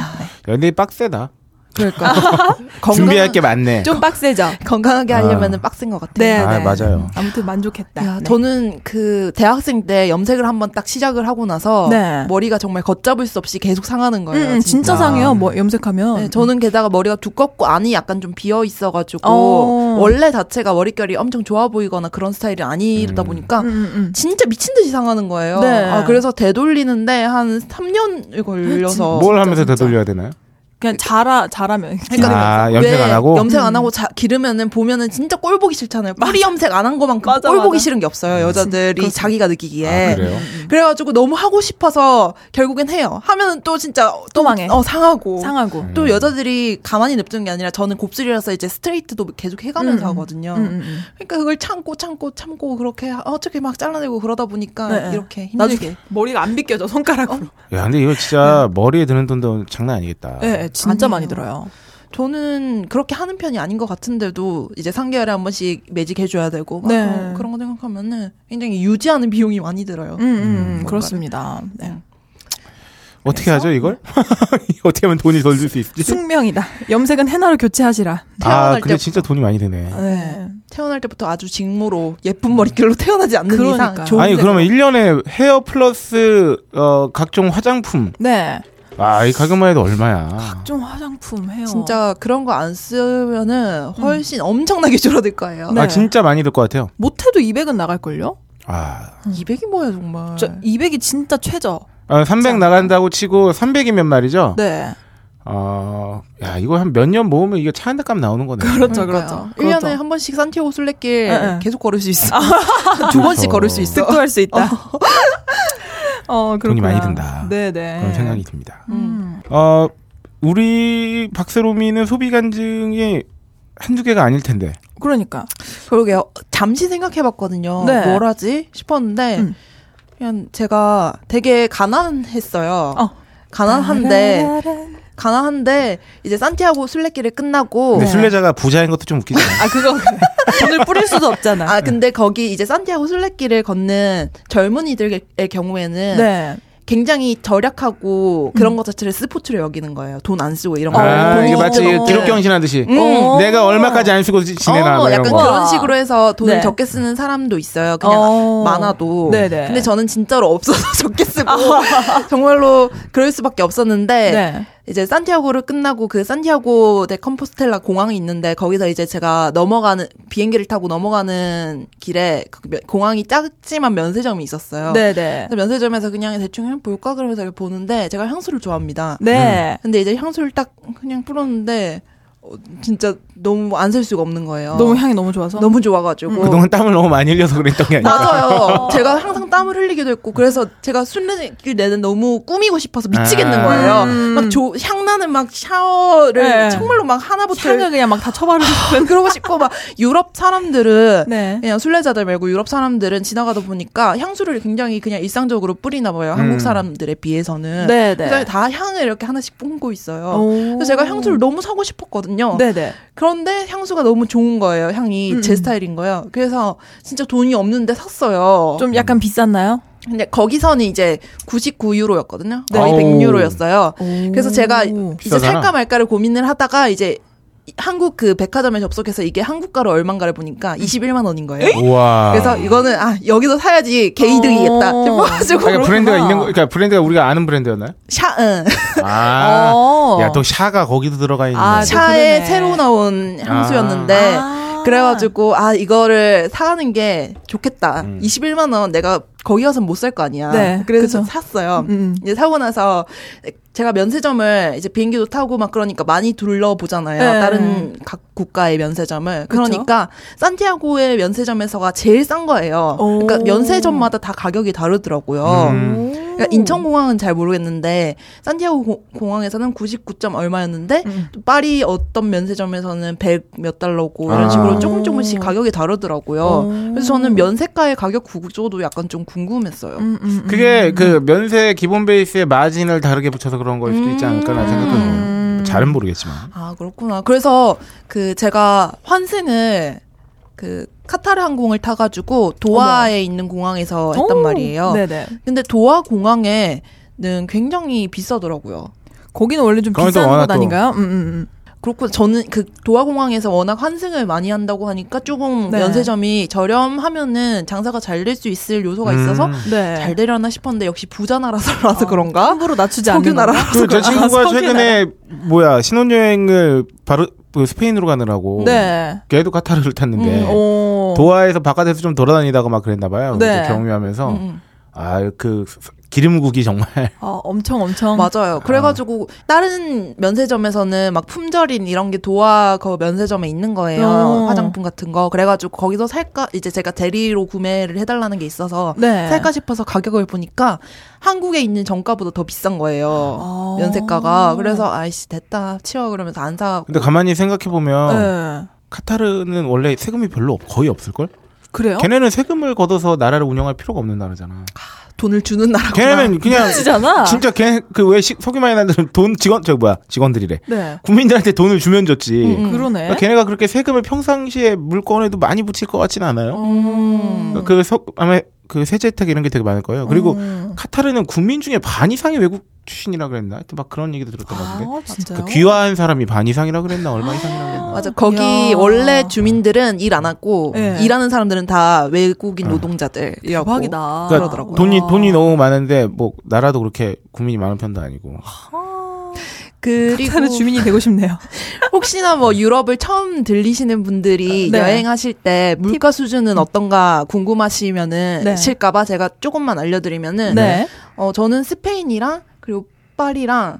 C: 연예인 빡세다.
A: 그러니까
C: 준비할 게 많네.
B: 좀 빡세죠?
A: 건강하게 하려면은
C: 아.
A: 빡센 것 같아요.
B: 네,
C: 아,
B: 네.
C: 맞아요.
B: 아무튼 만족했다.
A: 야,
B: 네.
A: 저는 그 대학생 때 염색을 한번 딱 시작을 하고 나서
B: 네.
A: 머리가 정말 걷잡을 수 없이 계속 상하는 거예요.
B: 음, 음, 진짜
C: 진짜.
B: 상해요. 뭐 염색하면.
A: 네, 저는 게다가 머리가 두껍고 안이 약간 좀 비어 있어가지고
B: 어.
A: 원래 자체가 머릿결이 엄청 좋아 보이거나 그런 스타일이 아니다
C: 음.
A: 보니까
B: 음, 음, 음.
A: 진짜 미친 듯이 상하는 거예요.
B: 네.
A: 아, 그래서 되돌리는데 한 3년을 걸려서
C: 뭘 하면서 되돌려야 되나요?
B: 그냥 자라
A: 음,
B: 자라면.
C: 아,
A: 왜
C: 염색 안 하고?
A: 네, 염색
B: 음.
A: 안 하고 자, 기르면은 보면은 진짜 꼴 보기 싫잖아요. 뿌리 염색 안 한 것만큼
B: 맞아,
A: 꼴 보기
B: 맞아.
A: 싫은 게 없어요. 여자들이
B: 그렇습니다.
A: 자기가 느끼기에.
C: 음. 아, 그래요?
A: 그래가지고 너무 하고 싶어서 결국엔 해요. 하면은 또 진짜
B: 또 망해.
A: 어 상하고.
B: 상하고.
C: 음.
A: 또 여자들이 가만히 냅두는 게 아니라 저는 곱슬이라서 이제 스트레이트도 계속 해가면서
B: 음.
A: 하거든요.
B: 음, 음, 음.
A: 그러니까 그걸 참고 참고 참고 그렇게 하- 어떻게 막 잘라내고 그러다 보니까
B: 네, 네.
A: 이렇게 힘들게.
B: 나중에 머리가 안 빗겨져 손가락으로.
C: 야, 근데 이거
A: 네.
C: 진짜 머리에 드는 돈도 장난 아니겠다.
B: 예, 예, 진짜
A: 어? 음. 아니에요.
B: 많이 들어요.
A: 저는 그렇게 하는 편이 아닌 것 같은데도 이제 3개월에 한 번씩 매직해줘야 되고 막
B: 네.
A: 그런, 그런 거 생각하면은 굉장히 유지하는 비용이 많이 들어요.
B: 음, 음,
C: 음.
B: 그렇습니다. 네.
C: 어떻게 하죠, 이걸? 어떻게 하면 돈이 덜 들 수 있지?
B: 숙명이다. 염색은 해나로 교체하시라.
C: 아,
A: 태어날
C: 근데
A: 때부터. 아,
C: 진짜 돈이 많이 드네.
B: 네.
A: 태어날 때부터 아주 직모로 예쁜 머릿결로 태어나지 않는
B: 그러니까요.
A: 이상 좋은
C: 아니,
A: 데가-
C: 그러면 1년에 헤어 플러스, 어, 각종 화장품.
B: 네.
C: 아, 이 가격만 해도 얼마야.
B: 좀 화장품 해요.
A: 진짜 그런 거 안 쓰면은 훨씬 엄청나게 줄어들 거예요.
B: 네.
C: 아, 진짜 많이 들 것 같아요.
B: 못해도 200은 나갈 걸요?
C: 아,
A: 200이 뭐야 정말.
B: 저 200이 진짜 최저.
C: 아, 300 나간다고 치고 300이면 말이죠.
B: 네.
C: 어, 야, 이거 한 몇 년 모으면 이게 차 한 대 값 나오는 거네. 어.
B: 그렇죠, 그렇죠.
A: 1년에
B: 그렇죠.
A: 한 번씩 산티아고 순례길
B: 네, 네.
A: 계속 걸을 수 있어. 두 번씩
C: 그렇죠.
A: 걸을 수 있어.
B: 득도할 수 있다. 어,
C: 돈이
B: 그렇구나.
C: 많이 든다.
B: 네, 네.
C: 그런 생각이 듭니다.
B: 음.
C: 어, 우리 박세롬이는 소비 간증이 한두 개가 아닐 텐데.
B: 그러니까.
A: 그러게요. 어, 잠시 생각해봤거든요.
B: 네.
A: 뭘 하지 싶었는데
B: 음.
A: 그냥 제가 되게 가난했어요. 아.
B: 어.
A: 가난한데 가난한데 이제 산티아고 순례길을 끝나고
C: 근데 순례자가 부자인 것도 좀 웃기지 않아요?
B: 아 그거 돈을 뿌릴 수도 없잖아.
A: 아 근데 거기 이제 산티아고 순례길을 걷는 젊은이들의 경우에는
B: 네.
A: 굉장히 절약하고 그런 것 자체를 스포츠로 여기는 거예요. 돈 안 쓰고 이런 거.
C: 아,
B: 어,
C: 이게
B: 어,
C: 마치
B: 어.
C: 기록경신하듯이.
B: 어.
C: 음. 내가 얼마까지 안 쓰고 지내나 뭐
A: 어,
C: 이런
A: 약간
C: 거.
A: 그런 식으로 해서 돈을
B: 네.
A: 적게 쓰는 사람도 있어요. 그냥
B: 어.
A: 많아도.
B: 네네.
A: 근데 저는 진짜로 없어서 적게 쓰고 아. 정말로 그럴 수밖에 없었는데
B: 네.
A: 이제 산티아고를 끝나고 그 산티아고 데 컴포스텔라 공항이 있는데 거기서 이제 제가 넘어가는 비행기를 타고 넘어가는 길에 그 면- 공항이 작지만 면세점이 있었어요.
B: 네네.
A: 그래서 면세점에서 그냥 대충 그냥 볼까 그러면서 이렇게 보는데 제가 향수를 좋아합니다.
B: 네.
A: 근데 이제 향수를 딱 그냥 뿌렸는데 어, 진짜 너무 안 쓸 수가 없는
C: 음.
A: 거예요.
B: 너무 향이 너무 좋아서.
A: 너무 좋아가지고.
C: 그동안 땀을 너무 많이 흘려서 그랬던 어. 게 아니라
A: 맞아요. 제가 항상 땀을 흘리기도 했고 그래서 제가 순례길 내내 너무 꾸미고 싶어서 미치겠는
C: 아.
A: 거예요.
B: 음.
A: 막 조, 향나는 막 샤워를
B: 네.
A: 정말로 막 하나부터
B: 향을 그냥 막 다 쳐바르고 싶은.
A: 그러고 싶고 막 유럽 사람들은
B: 네.
A: 그냥 순례자들 말고 유럽 사람들은 지나가다 보니까 향수를 굉장히 그냥 일상적으로 뿌리나 봐요.
C: 음.
A: 한국 사람들에 비해서는.
B: 네,
A: 그래서
B: 네.
A: 다 향을 이렇게 하나씩 뿜고 있어요. 그래서 제가 향수를 너무 사고 싶었거든요.
B: 네네.
A: 그런데 향수가 너무 좋은 거예요. 향이
B: 음,
A: 제
B: 음.
A: 스타일인 거예요. 그래서 진짜 돈이 없는데 샀어요.
C: 음.
B: 좀 약간 비쌌나요?
A: 근데 거기서는 이제 99유로였거든요.
C: 네.
A: 거의
C: 아우.
A: 100유로였어요. 그래서 제가
B: 오.
A: 이제
C: 비싸잖아.
A: 살까 말까를 고민을 하다가 이제 이- 한국 그 백화점에 접속해서 이게 한국가로 얼만가를 보니까 21만 원인 거예요.
C: 우와.
A: 그래서 이거는 아 여기서 사야지 개이득이겠다.
B: 어.
A: 싶어가지고
C: 그러니까 브랜드가
B: 그렇구나.
C: 있는 거, 그러니까 브랜드가 우리가 아는 브랜드였나요?
A: 샤, 응.
C: 아,
B: 어.
C: 야, 또 샤가 거기도 들어가 있네.
B: 아, 샤.
A: 샤에
B: 그러네.
A: 새로 나온 향수였는데
B: 아.
A: 그래가지고 아 이거를 사는 게 좋겠다.
C: 음.
A: 21만 원 내가 거기 가서 못 살 거 아니야.
B: 네,
A: 그래서
B: 그죠.
A: 샀어요.
B: 음.
A: 이제 사고 나서 제가 면세점을 이제 비행기도 타고 막 그러니까 많이 둘러보잖아요.
B: 네.
A: 다른 각 국가의 면세점을.
B: 그쵸?
A: 그러니까 산티아고의 면세점에서가 제일 싼 거예요.
B: 오.
A: 그러니까 면세점마다 다 가격이 다르더라고요.
C: 음.
A: 그러니까 인천공항은 잘 모르겠는데 산티아고 고- 공항에서는 99. 점 얼마였는데
B: 음.
A: 또 파리 어떤 면세점에서는 100 몇 달러고 이런
C: 아.
A: 식으로 조금 조금씩 가격이 다르더라고요.
B: 오.
A: 그래서 저는 면세가의 가격 구조도 약간 좀 궁금했어요.
B: 음, 음, 음.
C: 그게 그 면세 기본 베이스에 마진을 다르게 붙여서 그런 거일 수도 있지 않을까라는 생각도
B: 음.
C: 들어요. 잘은 모르겠지만.
A: 아 그렇구나. 그래서 그 제가 환승을 그 카타르 항공을 타가지고 도하에 있는 공항에서 했단
B: 오.
A: 말이에요.
B: 네네.
A: 근데 도하 공항에는 굉장히 비싸더라고요.
B: 거기는 원래 좀
C: 거기도
B: 비싼
C: 워낙
B: 곳
C: 또-
B: 아닌가요? 음, 음,
A: 그렇고 저는 그 도하 공항에서 워낙 환승을 많이 한다고 하니까 조금
B: 네.
A: 면세점이 저렴하면은 장사가 잘 될 수 있을 요소가 있어서
C: 음.
B: 음. 네.
A: 잘 되려나 싶었는데 역시 부자 나라서라서 그런가?
B: 함부로 낮추지
A: 석유
B: 않는
A: 나라.
B: 건가?
C: 그 제 친구가
B: 아,
C: 최근에 뭐야 신혼여행을 바로 그 스페인으로 가느라고
B: 네. 어.
C: 걔도 카타르를 탔는데
A: 음,
B: 오.
C: 도하에서 바깥에서 좀 돌아다니다가 막 그랬나 봐요.
B: 네.
C: 그래서 경유하면서
A: 음, 음.
C: 아 그 기름국이 정말
B: 아, 엄청 엄청.
A: 맞아요. 그래가지고 다른 면세점에서는 막 품절인 이런 게 도화 그 면세점에 있는 거예요.
B: 어.
A: 화장품 같은 거. 그래가지고 거기서 살까 이제 제가 대리로 구매를 해달라는 게 있어서
B: 네.
A: 살까 싶어서 가격을 보니까 한국에 있는 정가보다 더 비싼 거예요.
B: 아.
A: 면세가가. 그래서 아이씨 됐다 치워 그러면서 안 사고.
C: 근데 가만히 생각해 보면
B: 네.
C: 카타르는 원래 세금이 별로 없- 거의 없을 걸?
B: 그래요?
C: 걔네는 세금을 걷어서 나라를 운영할 필요가 없는 나라잖아.
A: 돈을 주는 나라구나.
C: 걔네는 그냥
B: 지잖아.
C: 진짜 걔그왜 석유 많이 나는 돈 직원 저기 뭐야 직원들이래
B: 네.
C: 국민들한테 돈을 주면 줬지.
A: 음, 음.
B: 그러네.
C: 그러니까 걔네가 그렇게 세금을 평상시에 물건에도 많이 붙일 것 같진 않아요.
B: 음.
C: 그 석, 아마 그 세제 혜택 이런 게 되게 많을 거예요. 그리고
B: 음.
C: 카타르는 국민 중에 반 이상이 외국 출신이라 그랬나? 하여튼 막 그런 얘기도 들었던 것 같은데.
B: 아, 진짜요?
C: 그 귀화한 사람이 반 이상이라 그랬나? 얼마 이상이라 그랬나?
A: 맞아. 거기
B: 이야.
A: 원래 주민들은 일 안 하고
B: 네.
A: 일하는 사람들은 다 외국인
C: 어.
A: 노동자들이라고.
B: 대박이다.
C: 그러니까
A: 그러더라고요.
C: 돈이 돈이 너무 많은데 뭐 나라도 그렇게 국민이 많은 편도 아니고.
B: 카타르
A: 그리고
B: 주민이 되고 싶네요.
A: 혹시나 뭐 유럽을 처음 들리시는 분들이
B: 네.
A: 여행하실 때 물가 수준은 어떤가 궁금하시면은
B: 네.
A: 실까봐 제가 조금만 알려드리면은
B: 네.
A: 어 저는 스페인이랑 그리고 파리랑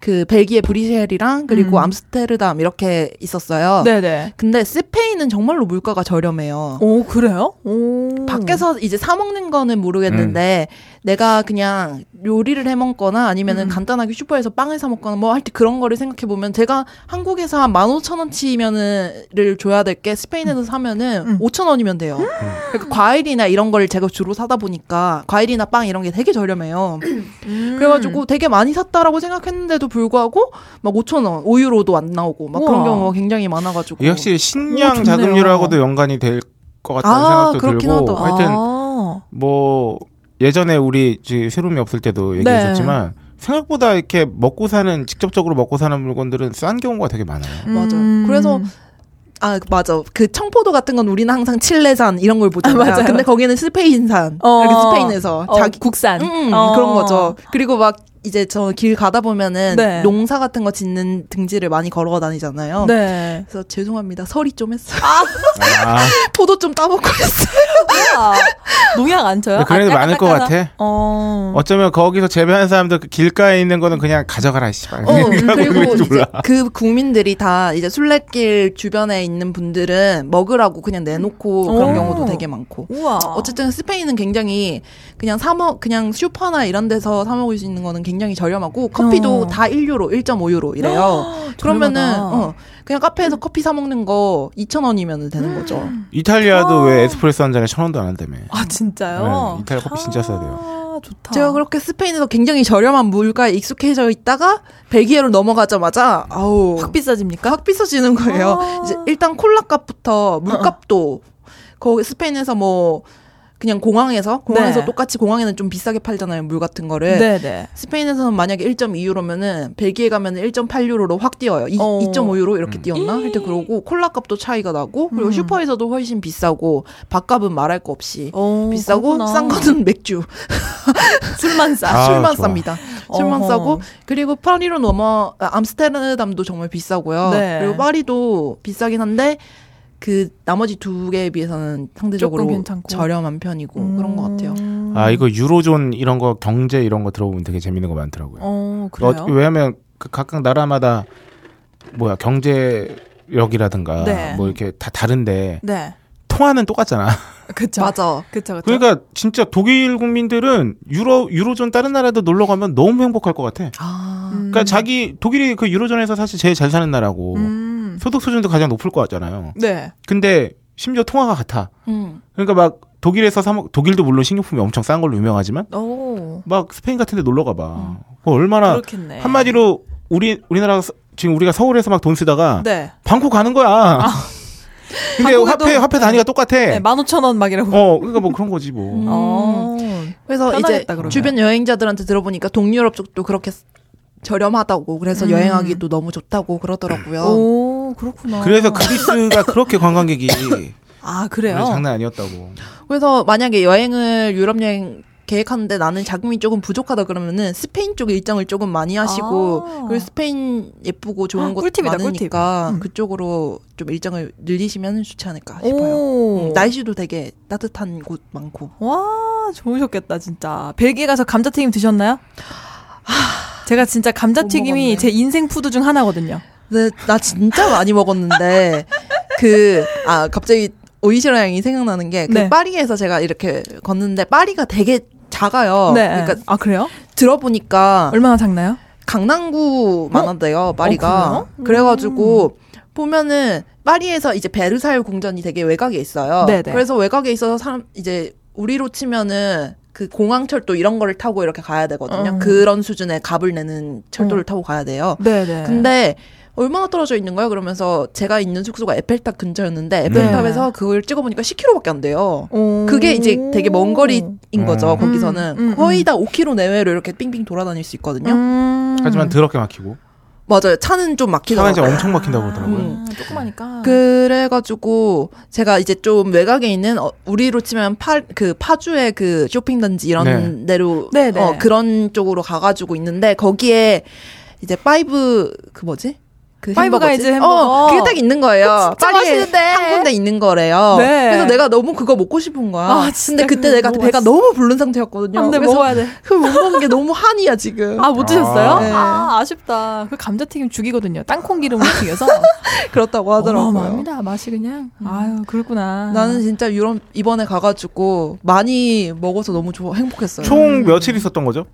A: 그 벨기에 브리셀이랑 그리고
B: 음.
A: 암스테르담 이렇게 있었어요.
B: 네, 네.
A: 근데 스페인은 정말로 물가가 저렴해요.
B: 오, 그래요? 오.
A: 어. 밖에서 이제 사 먹는 거는 모르겠는데 내가 그냥 요리를 해 먹거나 아니면은
B: 음.
A: 간단하게 슈퍼에서 빵을 사 먹거나 뭐 할 때 그런 거를 생각해 보면 제가 한국에서 한 15,000원치면은를 줘야 될 게 스페인에서 사면은
B: 음.
A: 5,000원이면 돼요. 그러니까 과일이나 이런 걸 제가 주로 사다 보니까 과일이나 빵 이런 게 되게 저렴해요.
B: 음.
A: 그래가지고 되게 많이 샀다라고 생각했는데도 불구하고 막 5,000원, 5유로도 안 나오고 막 그런
B: 우와.
A: 경우가 굉장히 많아 가지고
C: 이게 확실히
B: 오,
C: 식량
B: 좋네요.
C: 자급률하고도 연관이 될 것 같다는
A: 아,
C: 생각도
A: 그렇긴
C: 들고.
A: 하다.
C: 어, 하여튼
B: 아.
A: 어,
C: 뭐 예전에 우리 지- 새롬이 없을 때도
B: 네.
C: 얘기했었지만 생각보다 이렇게 먹고 사는 직접적으로 먹고 사는 물건들은 싼 경우가 되게 많아요.
B: 음.
A: 맞아요. 그래서 아 맞아 그 청포도 같은 건 우리는 항상 칠레산 이런 걸 보잖아요.
B: 아, 맞아요.
A: 근데 거기는 스페인산
B: 어.
A: 이렇게 스페인에서
B: 어,
A: 자기
B: 국산
A: 음,
B: 어.
A: 그런 거죠. 그리고 막 이제 저 길 가다 보면은
B: 네.
A: 농사 같은 거 짓는 등지를 많이 걸어 다니잖아요.
B: 네.
A: 그래서 죄송합니다. 설이 좀 했어요.
C: 아,
A: 포도 좀 따먹고 했어요.
B: 농약 안 쳐요?
C: 네, 그런 애들
B: 아,
C: 많을 것
B: 깔깔깔깔.
C: 같아.
B: 어.
C: 어쩌면 거기서 재배하는 사람들 그 길가에 있는 거는 그냥 가져가라 씨발.
A: 어, 그리고
C: 그런지
A: 이제
C: 몰라.
A: 그 국민들이 다 이제 순례길 주변에 있는 분들은 먹으라고 그냥 내놓고
B: 오.
A: 그런 경우도 되게 많고.
B: 우와.
A: 어쨌든 스페인은 굉장히 그냥 사먹 그냥 슈퍼나 이런 데서 사 먹을 수 있는 거는 굉장히 저렴하고 커피도
B: 어.
A: 다 1유로, 1.5유로 이래요. 그러면은 어, 그냥 카페에서
B: 음.
A: 커피 사 먹는 거 2,000원이면 되는 거죠.
C: 이탈리아도
B: 어.
C: 왜 에스프레소 한 잔에 천 원도 안 한다며.
B: 아 진짜요?
C: 네, 이탈리아 커피 진짜 써야 돼요.
B: 아, 좋다.
A: 제가 그렇게 스페인에서 굉장히 저렴한 물가에 익숙해져 있다가 벨기에로 넘어가자마자 아우
B: 확 비싸집니까?
A: 확 비싸지는 거예요.
B: 아.
A: 이제 일단 콜라값부터 물값도 거기 스페인에서 뭐 그냥 공항에서 공항에서
B: 네.
A: 똑같이 공항에는 좀 비싸게 팔잖아요 물 같은 거를
B: 네, 네.
A: 스페인에서는 만약에 1.2유로면은 벨기에 가면은 1.8유로로 확 뛰어요. 이,
B: 어.
A: 2.5유로 이렇게 뛰었나? 하여튼 그러고 콜라값도 차이가 나고 그리고
B: 음.
A: 슈퍼에서도 훨씬 비싸고 밥값은 말할 거 없이
B: 어,
A: 비싸고
B: 그렇구나.
A: 싼 거는 맥주
B: 술만 싸.
C: 아,
A: 술만
C: 좋아.
A: 쌉니다. 술만
B: 어허.
A: 싸고 그리고 파리로 넘어 아, 암스테르담도 정말 비싸고요.
B: 네.
A: 그리고 파리도 비싸긴 한데 그 나머지 두 개에 비해서는
B: 조금
A: 상대적으로
B: 괜찮고.
A: 저렴한 편이고 그런 것 같아요.
B: 음.
C: 아 이거 유로존 이런 거 경제 이런 거 들어보면 되게 재밌는 거 많더라고요.
B: 어, 그래요?
C: 어, 왜냐면 그 각각 나라마다 뭐야 경제력이라든가
B: 네.
C: 뭐 이렇게 다 다른데
B: 네.
C: 통화는 똑같잖아.
B: 그쵸.
A: 맞아.
B: 그쵸, 그쵸.
C: 그러니까 진짜 독일 국민들은 유로 유로존 다른 나라도 놀러 가면 너무 행복할 것 같아.
A: 아,
B: 음.
C: 그러니까 자기 뭐. 독일이 그 유로존에서 사실 제일 잘 사는 나라고
B: 음.
C: 소득 수준도 가장 높을 것 같잖아요.
B: 네.
C: 근데 심지어 통화가 같아.
A: 음.
C: 그러니까 막 독일에서 사 먹, 독일도 물론 식료품이 엄청 싼 걸로 유명하지만
B: 오.
C: 막 스페인 같은 데 놀러 가봐. 그거 얼마나
B: 음. 그렇겠네.
C: 한마디로 우리 우리나라 서- 지금 우리가 서울에서 막 돈 쓰다가
B: 네. 아.
C: 방콕 가는 거야. 근데
B: 방콕에도-
C: 화폐 화폐 단위가 똑같아.
B: 네, 15,000원 막 이라고.
C: 어, 그러니까 뭐 그런 거지 뭐.
A: 음.
B: 어.
A: 그래서 이제
B: 편하겠다, 그러면.
A: 주변 여행자들한테 들어보니까 동유럽 쪽도 그렇게 저렴하다고 그래서
B: 음.
A: 여행하기도 너무 좋다고 그러더라고요.
B: 오, 그렇구나.
C: 그래서 그리스가 그렇게 관광객이
B: 아, 그래요?
C: 원래 장난 아니었다고.
A: 그래서 만약에 여행을 유럽 여행 계획하는데 나는 자금이 조금 부족하다 그러면은 스페인 쪽 일정을 조금 많이 하시고
B: 아.
A: 그리고 스페인 예쁘고 좋은
B: 아,
A: 곳
B: 꿀팁이다,
A: 많으니까
B: 꿀팁. 음.
A: 그쪽으로 좀 일정을 늘리시면 좋지 않을까 싶어요.
B: 오.
A: 음, 날씨도 되게 따뜻한 곳 많고
B: 와, 좋으셨겠다, 진짜. 벨기에 가서 감자튀김 드셨나요? 제가 진짜
A: 못 먹었네.
B: 감자튀김이 제 인생 푸드 중 하나거든요.
A: 근데 나 진짜 많이 먹었는데 그 아 갑자기 오이시라 양이 생각나는 게 그
B: 네.
A: 파리에서 제가 이렇게 걷는데 파리가 되게 작아요. 그러니까
B: 아, 그래요?
A: 들어보니까
B: 얼마나 작나요?
A: 강남구만 한데요, 파리가.
B: 어, 그래요? 음.
A: 그래가지고, 보면은, 파리에서 이제 베르사유 궁전이 되게 외곽에 있어요.
B: 네네.
A: 그래서 외곽에 있어서 사람, 이제, 우리로 치면은, 그 공항철도 이런 거를 타고 이렇게 가야 되거든요.
B: 어.
A: 그런 수준의 값을 내는 철도를 타고 가야 돼요.
B: 네네.
A: 근데, 얼마나 떨어져 있는 거야? 그러면서 제가 있는 숙소가 에펠탑
C: 네.
A: 근처였는데 에펠탑에서 그걸 찍어보니까 10km밖에 안 돼요. 그게 이제 되게 먼 거리인 거죠.
C: 음.
A: 거기서는
B: 음, 음,
A: 거의 다 5km 내외로 이렇게 빙빙 돌아다닐 수 있거든요.
B: 음.
C: 하지만 더럽게 막히고
A: 맞아요. 차는 좀
C: 차가 이제
A: 막히더라고요.
C: 엄청 막힌다고 그러더라고요.
A: 음.
B: 아, 조그마니까.
A: 그래가지고 제가 이제 좀 외곽에 있는 어, 우리로 치면 파 그 파주의 그 쇼핑단지 이런
C: 네.
A: 데로
B: 네, 네.
A: 어, 그런 쪽으로 가가지고 있는데 거기에 이제 파이브 그 뭐지 그
B: 파이브
A: 햄버거지?
B: 가이즈 햄버거.
A: 어, 그게 딱 있는 거예요.
B: 진짜
A: 파리에
B: 맛있는데.
A: 한 군데 있는 거래요.
B: 네.
A: 그래서 내가 너무 그거 먹고 싶은 거야.
B: 아, 진짜
A: 근데 그때
B: 그거
A: 내가
B: 너무
A: 배가
B: 맛있어.
A: 너무 부른 상태였거든요.
B: 안돼
A: 그래서
B: 먹어야 돼.
A: 그걸 못 먹은 게 너무 한이야 지금.
B: 아 못 드셨어요?
C: 아.
B: 아,
A: 네.
B: 아쉽다. 그 감자튀김 죽이거든요. 땅콩 기름을 튀겨서
A: 그렇다고 하더라고요.
B: 어마어마합니다. 맛이 그냥 아유 그렇구나.
A: 나는 진짜 유럽 이번에 가가지고 많이 먹어서 너무 좋아 행복했어요.
C: 총 며칠 있었던 거죠?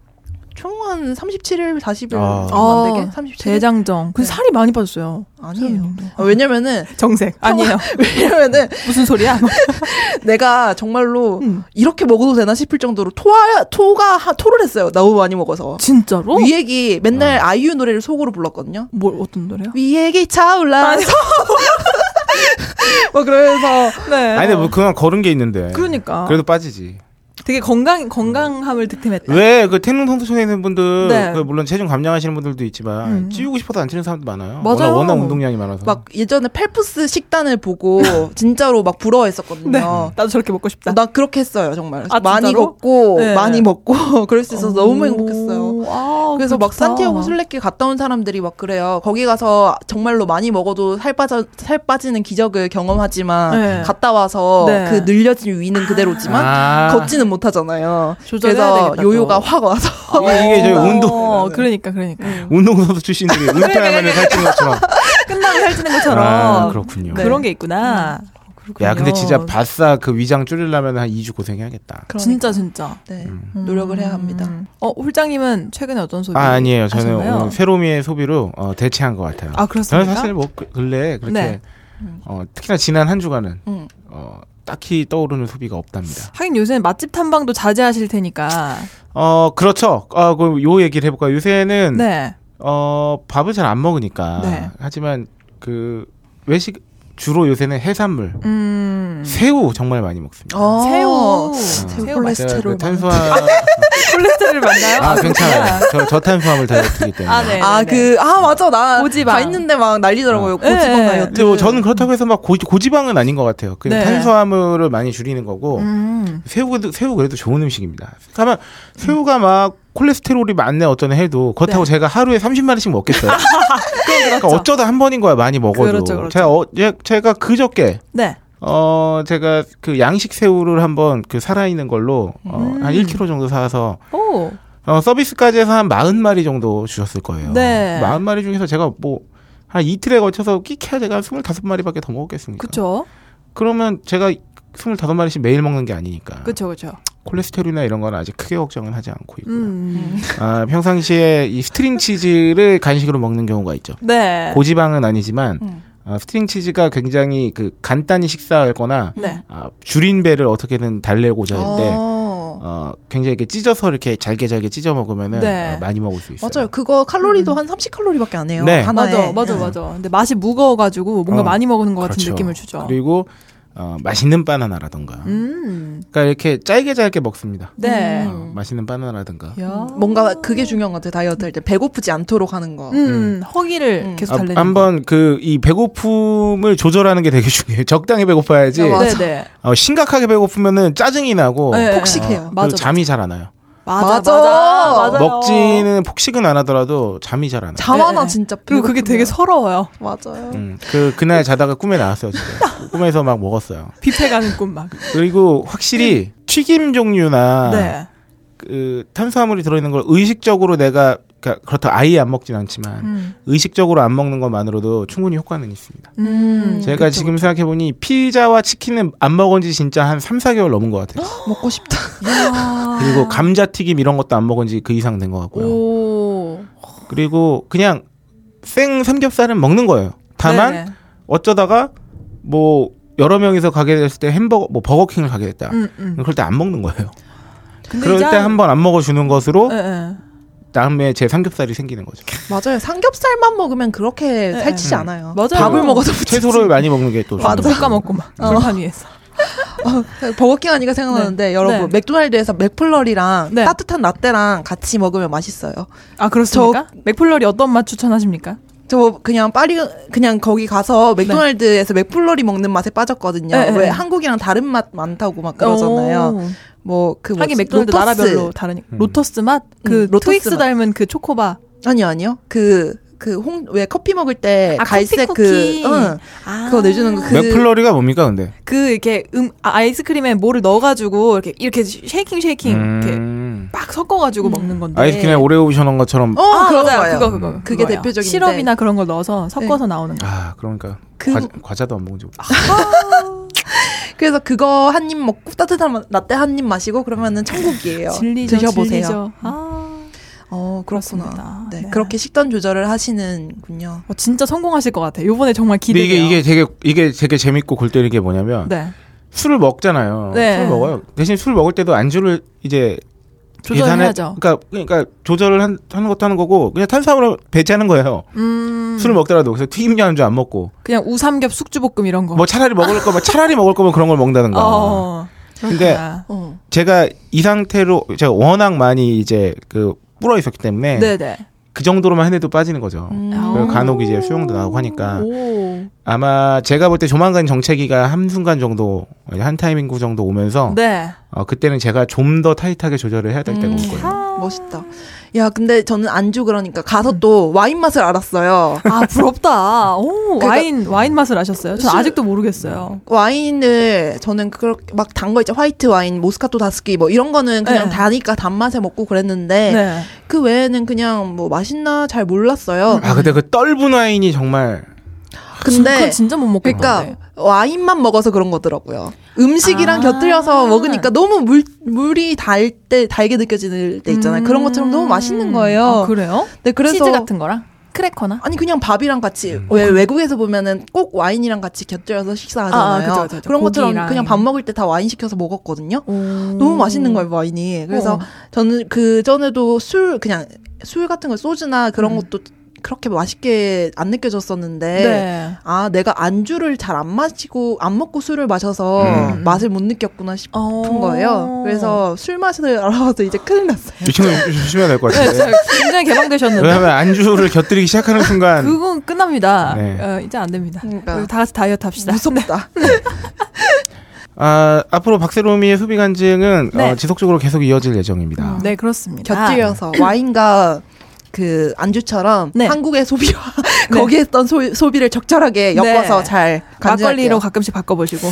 A: 총은 37일, 40일
C: 아.
A: 안 되게
B: 아,
A: 37일
B: 대장정. 네. 근데 살이 많이 빠졌어요.
A: 아니에요. 아, 왜냐면은
B: 정색 아니에요. 어,
A: 왜냐면은
B: 무슨 소리야?
A: 내가 정말로
B: 음.
A: 이렇게 먹어도 되나 싶을 정도로 토하 토가 하- 토를 했어요. 너무 많이 먹어서
B: 진짜로?
A: 위액이 맨날 아이유 노래를 속으로 불렀거든요.
B: 뭘 어떤 노래요?
A: 위액이
B: 아,
A: 차올라서 막 그러면서
B: 뭐 네.
C: 아니 근데 뭐 그냥 걸은 게 있는데.
B: 그러니까
C: 그래도 빠지지.
B: 되게 건강 건강함을 득템했다.
C: 왜 그 태릉 성수촌에 있는 분들
B: 네.
C: 그 물론 체중 감량하시는 분들도 있지만
B: 음.
C: 찌우고 싶어도 안 찌는 사람도 많아요.
B: 맞아요.
C: 워낙, 워낙 운동량이 많아서.
A: 막 예전에 펠프스 식단을 보고 진짜로 막 부러워했었거든요.
B: 네. 나도 저렇게 먹고 싶다.
A: 나 그렇게 했어요 정말
B: 아,
A: 많이
B: 진짜로?
A: 먹고
B: 네.
A: 많이 먹고 그럴 수 있어서 너무
B: 오.
A: 행복했어요
B: 아,
A: 그래서 막
B: 그렇다.
A: 산티아고 순례길 갔다 온 사람들이 막 그래요. 거기 가서 정말로 많이 먹어도 살 빠져 살 빠지는 기적을 경험하지만
B: 네.
A: 갔다 와서
B: 네.
A: 그 늘려진 위는 그대로지만
C: 아.
A: 걷지는 못하잖아요.
B: 조절해야
A: 그래서
B: 되겠다, 또.
A: 요요가 확 와서
C: 이게, 이게 저희
B: 어,
C: 운동
B: 그러니까 그러니까
C: 운동선수 출신들이 은퇴하면 살찌는 것처럼.
B: 끝나고 살찌는 것처럼 그러니까.
C: 아,
B: 그런
C: 그렇군요.
A: 네.
B: 게 있구나. 음, 어, 그렇군요.
C: 야, 근데 진짜 바싸 그 위장 줄이려면 한 2주 고생해야겠다.
B: 진짜 진짜
A: 그러니까. 네, 노력을 해야 합니다.
B: 음. 어 홀장님은 최근에 어떤 소비?
C: 아, 아니에요. 저는
B: 하셨나요?
C: 오늘 세로미의 소비로 어, 대체한 것 같아요.
B: 아 그렇습니까?
C: 저는 사실 뭐 그- 근래 그렇게
B: 네.
C: 어, 특히나 지난 한 주간은
A: 음.
C: 어, 딱히 떠오르는 소비가 없답니다.
B: 하긴 요새는 맛집 탐방도 자제하실 테니까.
C: 어 그렇죠. 아 그럼 요 얘기를 해볼까. 요 요새는
B: 네.
C: 어 밥을 잘 안 먹으니까
B: 네.
C: 하지만 그 외식 주로 요새는 해산물,
B: 음.
C: 새우 정말 많이 먹습니다.
A: 어.
B: 아. 새우.
A: 새우
B: 새우
A: 콜레스-
B: 맛.
C: 제가 그
A: 콜레스테롤
C: 탄수화
B: 콜레스테롤 맞나요?
C: 아 괜찮아요. 저 저탄수화물 다이어트이기 때문에.
B: 아, 네.
A: 아 그 아 맞아 나
B: 고지방.
A: 가 있는데 막 난리더라고요.
C: 어.
A: 고지방
B: 네.
A: 다이어트.
C: 근데 뭐 저는 그렇다고 해서 막 고, 고지방은 아닌 것 같아요. 그냥
B: 네.
C: 탄수화물을 많이 줄이는 거고
B: 음.
C: 새우도 새우 그래도 좋은 음식입니다. 그러면 새우가 막 콜레스테롤이 많네 어떤 해도 그렇다고 제가 하루에 30마리씩 먹겠어요. 그러니까 어쩌다 한 번인 거야 많이 먹어도.
B: 그렇죠, 그렇죠.
C: 제가 어, 예, 제가 그저께
B: 네.
C: 어 제가 그 양식 새우를 한번 그 살아 있는 걸로 어,
B: 음.
C: 한 1kg 정도 사서
B: 오.
C: 어, 서비스까지 해서 한 40마리 정도 주셨을 거예요.
B: 네.
C: 40마리 중에서 제가 뭐 한 이틀에 걸쳐서 끼켜야 제가 25마리밖에 더 먹었겠습니까?
B: 그쵸.
C: 그러면 제가 25마리씩 매일 먹는 게 아니니까
B: 그쵸, 그쵸.
C: 콜레스테롤이나 이런 건 아직 크게 걱정은 하지 않고 있고요.
B: 음.
C: 아, 평상시에 이 스트링 치즈를 간식으로 먹는 경우가 있죠.
B: 네.
C: 고지방은 아니지만
A: 음.
C: 아, 스트링 치즈가 굉장히 그 간단히 식사하거나
B: 네.
C: 아, 줄인 배를 어떻게든 달래고자 할 때
A: 어.
C: 어, 굉장히 이렇게 찢어서 이렇게 잘게 잘게 찢어 먹으면은
B: 네.
C: 어, 많이 먹을 수 있어요.
A: 맞아요. 그거 칼로리도 한 30칼로리밖에 안 해요.
C: 네.
A: 하나에.
B: 음.
A: 음.
B: 맞아, 맞아, 맞아. 근데 맛이 무거워가지고 뭔가
C: 어,
B: 많이 먹는 것 같은
C: 그렇죠.
B: 느낌을 주죠.
C: 그리고 어, 맛있는 바나나라던가.
B: 음.
C: 그러니까 이렇게 짧게 짧게 먹습니다.
B: 네.
C: 어, 맛있는 바나나라든가.
B: 야.
A: 뭔가 그게 중요한 것 같아요. 다이어트 할 때 배고프지 않도록 하는 거.
B: 음, 허기를
A: 음.
B: 계속
C: 아,
B: 달래는.
C: 한번 그 이 배고픔을 조절하는 게 되게 중요해요. 적당히 배고파야지.
A: 네, 맞아. 어,
B: 네네.
C: 어, 심각하게 배고프면은 짜증이 나고
B: 네.
A: 폭식해요.
C: 그
B: 맞아,
C: 잠이 잘 안 와요.
B: 맞아,
A: 맞아.
B: 맞아. 맞아요.
C: 먹지는 폭식은 안 하더라도 잠이 잘 안 와요.
A: 잠 하나
B: 네.
A: 진짜
B: 그리고 그게 되게
A: 배고프면.
B: 서러워요.
A: 맞아요.
C: 음, 그 그날 자다가 꿈에 나왔어요. 진짜. 꿈에서 막 먹었어요.
B: 뷔페 가는 꿈 막.
C: 그리고 확실히 튀김 종류나
B: 네.
C: 그 탄수화물이 들어있는 걸 의식적으로 내가 그러니까 그렇다 아예 안 먹진 않지만
B: 음.
C: 의식적으로 안 먹는 것만으로도 충분히 효과는 있습니다.
B: 음.
C: 제가 지금 생각해 보니 피자와 치킨은 안 먹은 지 진짜 한 3, 4개월 넘은 것 같아요.
A: 먹고 싶다.
B: 야.
A: 아.
C: 그리고 감자튀김 이런 것도 안 먹은 지 그 이상 된 것 같고요.
B: 아. 오.
C: 그리고 그냥 생 삼겹살은 먹는 거예요. 다만
B: 네네.
C: 어쩌다가 뭐 여러 명이서 가게 됐을 때 햄버거 뭐 버거킹을 가게 됐다.
B: 음, 음.
C: 그럴 때 안 먹는 거예요.
B: 근데
C: 그럴
B: 이제
C: 때 한 번 안 먹어주는 것으로
B: 예, 예.
C: 다음에 제 삼겹살이 생기는 거죠.
A: 맞아요. 삼겹살만 먹으면 그렇게
B: 네.
A: 살찌지 않아요.
B: 맞아요.
A: 밥을
B: 어.
A: 먹어도
C: 음, 채소를 많이 먹는 게 또
B: 밥도
C: 좋은
B: 볶아 먹고 막 어. 불판 위에서.
A: 찌- 버거킹 하니까 생각나는데 여러분
B: 네.
A: 맥도날드에서 맥플러리랑
B: 네.
A: 따뜻한 라떼랑 같이 먹으면 맛있어요.
B: 아 그렇습니까? 맥플러리 어떤 맛 추천하십니까?
A: 저 그냥 파리 그냥 거기 가서 맥도날드에서 맥플러리 먹는 맛에 빠졌거든요.
B: 네, 네.
A: 왜 한국이랑 다른 맛 많다고 막 그러잖아요.
B: 오.
A: 뭐 그
B: 하긴 맥도날드 나라별로 다르니까
C: 음.
B: 로터스 맛, 그
A: 음, 로터스
B: 트윅스
A: 맛.
B: 닮은 그 초코바,
A: 아니요 아니요 그 그 홍 왜 커피 먹을 때
B: 아,
A: 갈색
B: 커피
A: 그
B: 쿠키.
A: 응.
B: 아.
A: 그거 내주는 거 그-
C: 맥플러리가 뭡니까 근데?
B: 그 이렇게 음 아, 아이스크림에 뭐를 넣어가지고 이렇게 이렇게 쉐이킹 쉐이킹 이렇게
C: 음.
B: 막 섞어가지고 먹는 건데
C: 아이스크림에 오레오 셔놓은 것처럼
A: 어
B: 아,
A: 그거
B: 맞아요.
A: 봐요.
C: 음,
B: 그거 그거
A: 그게
B: 그거예요.
A: 대표적인데. 네.
B: 시럽이나 그런 걸 넣어서 섞어서 나오는 거.
C: 아 그러니까
A: 그-
C: 과자, 도안 먹은 지
B: 아,
C: 오래.
A: 그래서 그거 한 입 먹고 따뜻한 마- 라떼 한 입 마시고 그러면은 천국이에요.
B: 진리죠,
A: 드셔보세요.
B: 진리죠. 아,
A: 어 그렇구나.
B: 그렇습니다.
A: 네,
B: 네.
A: 그렇게 식단 조절을 하시는군요.
B: 어, 진짜 성공하실 것 같아요. 요번에 정말
C: 근데
B: 기대돼요.
C: 이게 이게 되게 이게 되게 재밌고 골 때리는 게 뭐냐면
B: 네.
C: 술을 먹잖아요.
B: 네.
C: 술을 먹어요. 대신 술 먹을 때도 안주를 이제 계산해-
B: 조절해야죠.
C: 그러니까 그러니까 조절을 한, 하는 것도 하는 거고 그냥 탄수화물 배제하는 거예요.
B: 음,
C: 술을 먹더라도 그래서 튀김류 안주 안 먹고
B: 그냥 우삼겹 숙주볶음 이런 거.
C: 뭐 차라리 먹을 거면 차라리 먹을 거면 그런 걸 먹는다는 거.
B: 어.
C: 근데
B: 그렇구나.
A: 어.
C: 제가 이 상태로 제가 워낙 많이 이제 그 불어 있었기 때문에
B: 네네.
C: 그 정도로만 해도 빠지는 거죠.
A: 음.
C: 그러니까 그리고 간혹 이제 수영도 나오고 하니까
B: 오.
C: 아마 제가 볼 때 조만간 정체기가 한 순간 정도 한 타이밍구 정도 오면서
B: 네.
C: 어, 그때는 제가 좀 더 타이트하게 조절을 해야 될 때가
B: 음.
C: 올 거예요.
A: 멋있다. 야, 근데 저는 안주 그러니까 가서 또 와인 맛을 알았어요.
B: 아 부럽다. 오
A: 그러니까-
B: 와인 와인 맛을 아셨어요? 전
A: 술-
B: 아직도 모르겠어요.
A: 와인을 저는 그렇게 막 단 거 있죠. 화이트 와인, 모스카토 다스키 뭐 이런 거는 그냥
B: 네.
A: 다니까 단맛에 먹고 그랬는데
B: 네.
A: 그 외에는 그냥 뭐 맛있나 잘 몰랐어요.
C: 아 근데 그 떫은 와인이 정말
A: 근데
B: 그건 진짜 못 먹겠네.
A: 그러니까 와인만 먹어서 그런 거더라고요. 음식이랑
B: 아.
A: 곁들여서 먹으니까 너무 물 물이 달 때 달게 느껴지는 때 있잖아요. 그런 것처럼 너무 맛있는 거예요.
B: 음. 아, 그래요?
A: 네, 그래서
B: 치즈 같은 거랑 음. 크래커나.
A: 아니 그냥 밥이랑 같이 왜 외국에서 보면은 꼭 와인이랑 같이 곁들여서
B: 아, 아,
A: 식사하잖아요.
B: 그죠, 그죠, 그죠.
A: 그런 것처럼
B: 고기랑.
A: 그냥 밥 먹을 때 다 와인 시켜서 먹었거든요.
B: 너무
A: 너무 맛있는 거예요 와인이. 그래서
B: 어.
A: 저는 그 전에도 술 그냥 술 같은 거 소주나 그런
B: 음.
A: 것도 그렇게 맛있게 안 느껴졌었는데
B: 네.
A: 아 내가 안주를 잘 안 마시고 안 먹고 술을 마셔서
C: 음.
A: 맛을 못 느꼈구나 싶은
B: 어.
A: 거예요. 그래서 술 맛을 알아서 이제 큰일 났어요.
C: 유심히
B: 네.
C: 조심해야 될 것 같은데.
B: 굉장히 개방되셨는데.
C: 왜냐하면 안주를 곁들이기 시작하는 순간
B: 그건 끝납니다.
C: 네.
B: 어, 이제 안 됩니다.
A: 그러니까.
B: 우리 다 같이 다이어트 합시다.
A: 무섭다.
C: 아, 앞으로 박세롬이의 소비 간증은
B: 네.
C: 어, 지속적으로 계속 이어질 예정입니다.
B: 네, 그렇습니다.
A: 곁들여서 아. 와인과 그 안주처럼
B: 네.
A: 한국의 소비와 거기에 했던 소, 비를 적절하게 엮어서
B: 네.
A: 잘
B: 막걸리로
A: 간주할게요.
B: 가끔씩 바꿔보시고.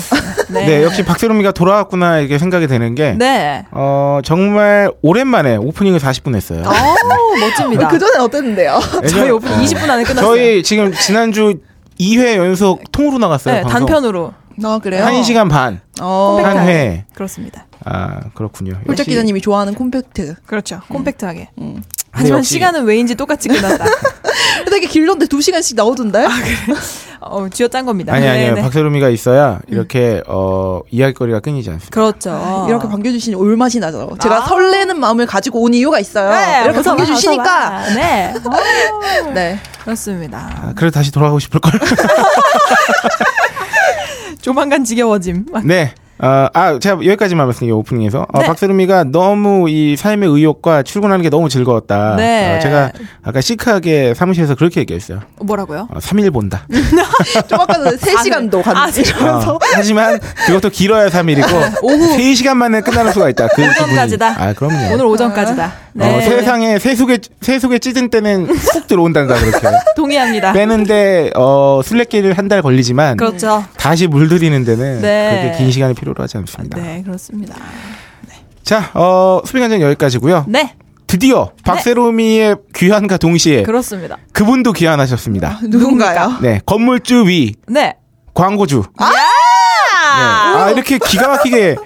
C: 네.
B: 네.
C: 역시 박세롬이가 돌아왔구나 이렇게 생각이 되는 게
B: 네.
C: 어, 정말 오랜만에 오프닝을 40분 했어요.
B: 어우, 멋집니다.
A: 그 전에 어땠는데요?
B: 아, 저희
C: 네. 왜냐면-
B: 오픈 20분 안에 끝났어요.
C: 저희 지금 지난주 2회 연속 통으로 나갔어요.
B: 네,
C: 방송.
B: 단편으로.
A: 아 그래요?
C: 한 시간 반,
A: 어,
B: 컴팩트.
C: 한 회.
B: 그렇습니다.
C: 아, 그렇군요.
A: 홀짝
C: 역시-
A: 기자님이 좋아하는 콤팩트.
B: 그렇죠. 콤팩트하게.
A: 음.
C: 근데
B: 하지만
C: 역시-
B: 시간은 왜인지 똑같이 끝났다.
A: 되게 길던데 두 시간씩
B: 아,
A: 나오던데?
B: 어, 쥐어짠 겁니다.
C: 아니 아니요.
B: 네, 네.
C: 박세롬이가 있어요. 이렇게 어, 이야기거리가 끊이지 않습니다.
B: 그렇죠.
A: 어. 이렇게 반겨주시니 올맛이 나죠. 제가
B: 아.
A: 설레는 마음을 가지고 온 이유가 있어요.
B: 네,
A: 이렇게
B: 웃어봐,
A: 반겨주시니까.
B: 웃어봐. 네. 어,
A: 네.
B: 그렇습니다.
C: 아, 그래 다시 돌아가고 싶을 걸.
B: 조만간 지겨워짐.
C: 네. 어, 아, 제가 여기까지만 말씀드릴게요, 오프닝에서. 어,
B: 네.
C: 박세롬이가 너무 이 삶의 의욕과 출근하는 게 너무 즐거웠다.
B: 네.
C: 어, 제가 아까 시크하게 사무실에서 그렇게 얘기했어요.
B: 뭐라고요?
C: 어, 3일 본다.
A: 좀 아까 전에 세시간도
B: 아,
A: 간
B: 아, 진짜?
A: 이러면서.
C: 어, 하지만 그것도 길어야 3일이고,
B: 오후.
C: 3시간만에 끝나는 수가 있다. 그
B: 오전까지다.
C: 기분이. 아, 그럼요.
B: 네. 오늘 오전까지다. 네.
C: 어, 세상에 새속에, 새속에 찌든 때는 훅 들어온단다, 그렇게.
B: 동의합니다.
C: 빼는데, 어, 순례길을 한 달 걸리지만,
B: 그렇죠.
C: 다시 물들이는 데는
B: 네.
C: 그렇게 긴 시간이 필요로 하지 않습니다.
B: 네, 그렇습니다.
C: 자, 어, 수빈관장 여기까지고요
B: 네,
C: 드디어 박세롬이의 귀환과 동시에
B: 그렇습니다.
C: 그분도 귀환하셨습니다.
B: 아,
A: 누군가요?
C: 네, 건물주 위
B: 네.
C: 광고주. 아, 아 이렇게 기가 막히게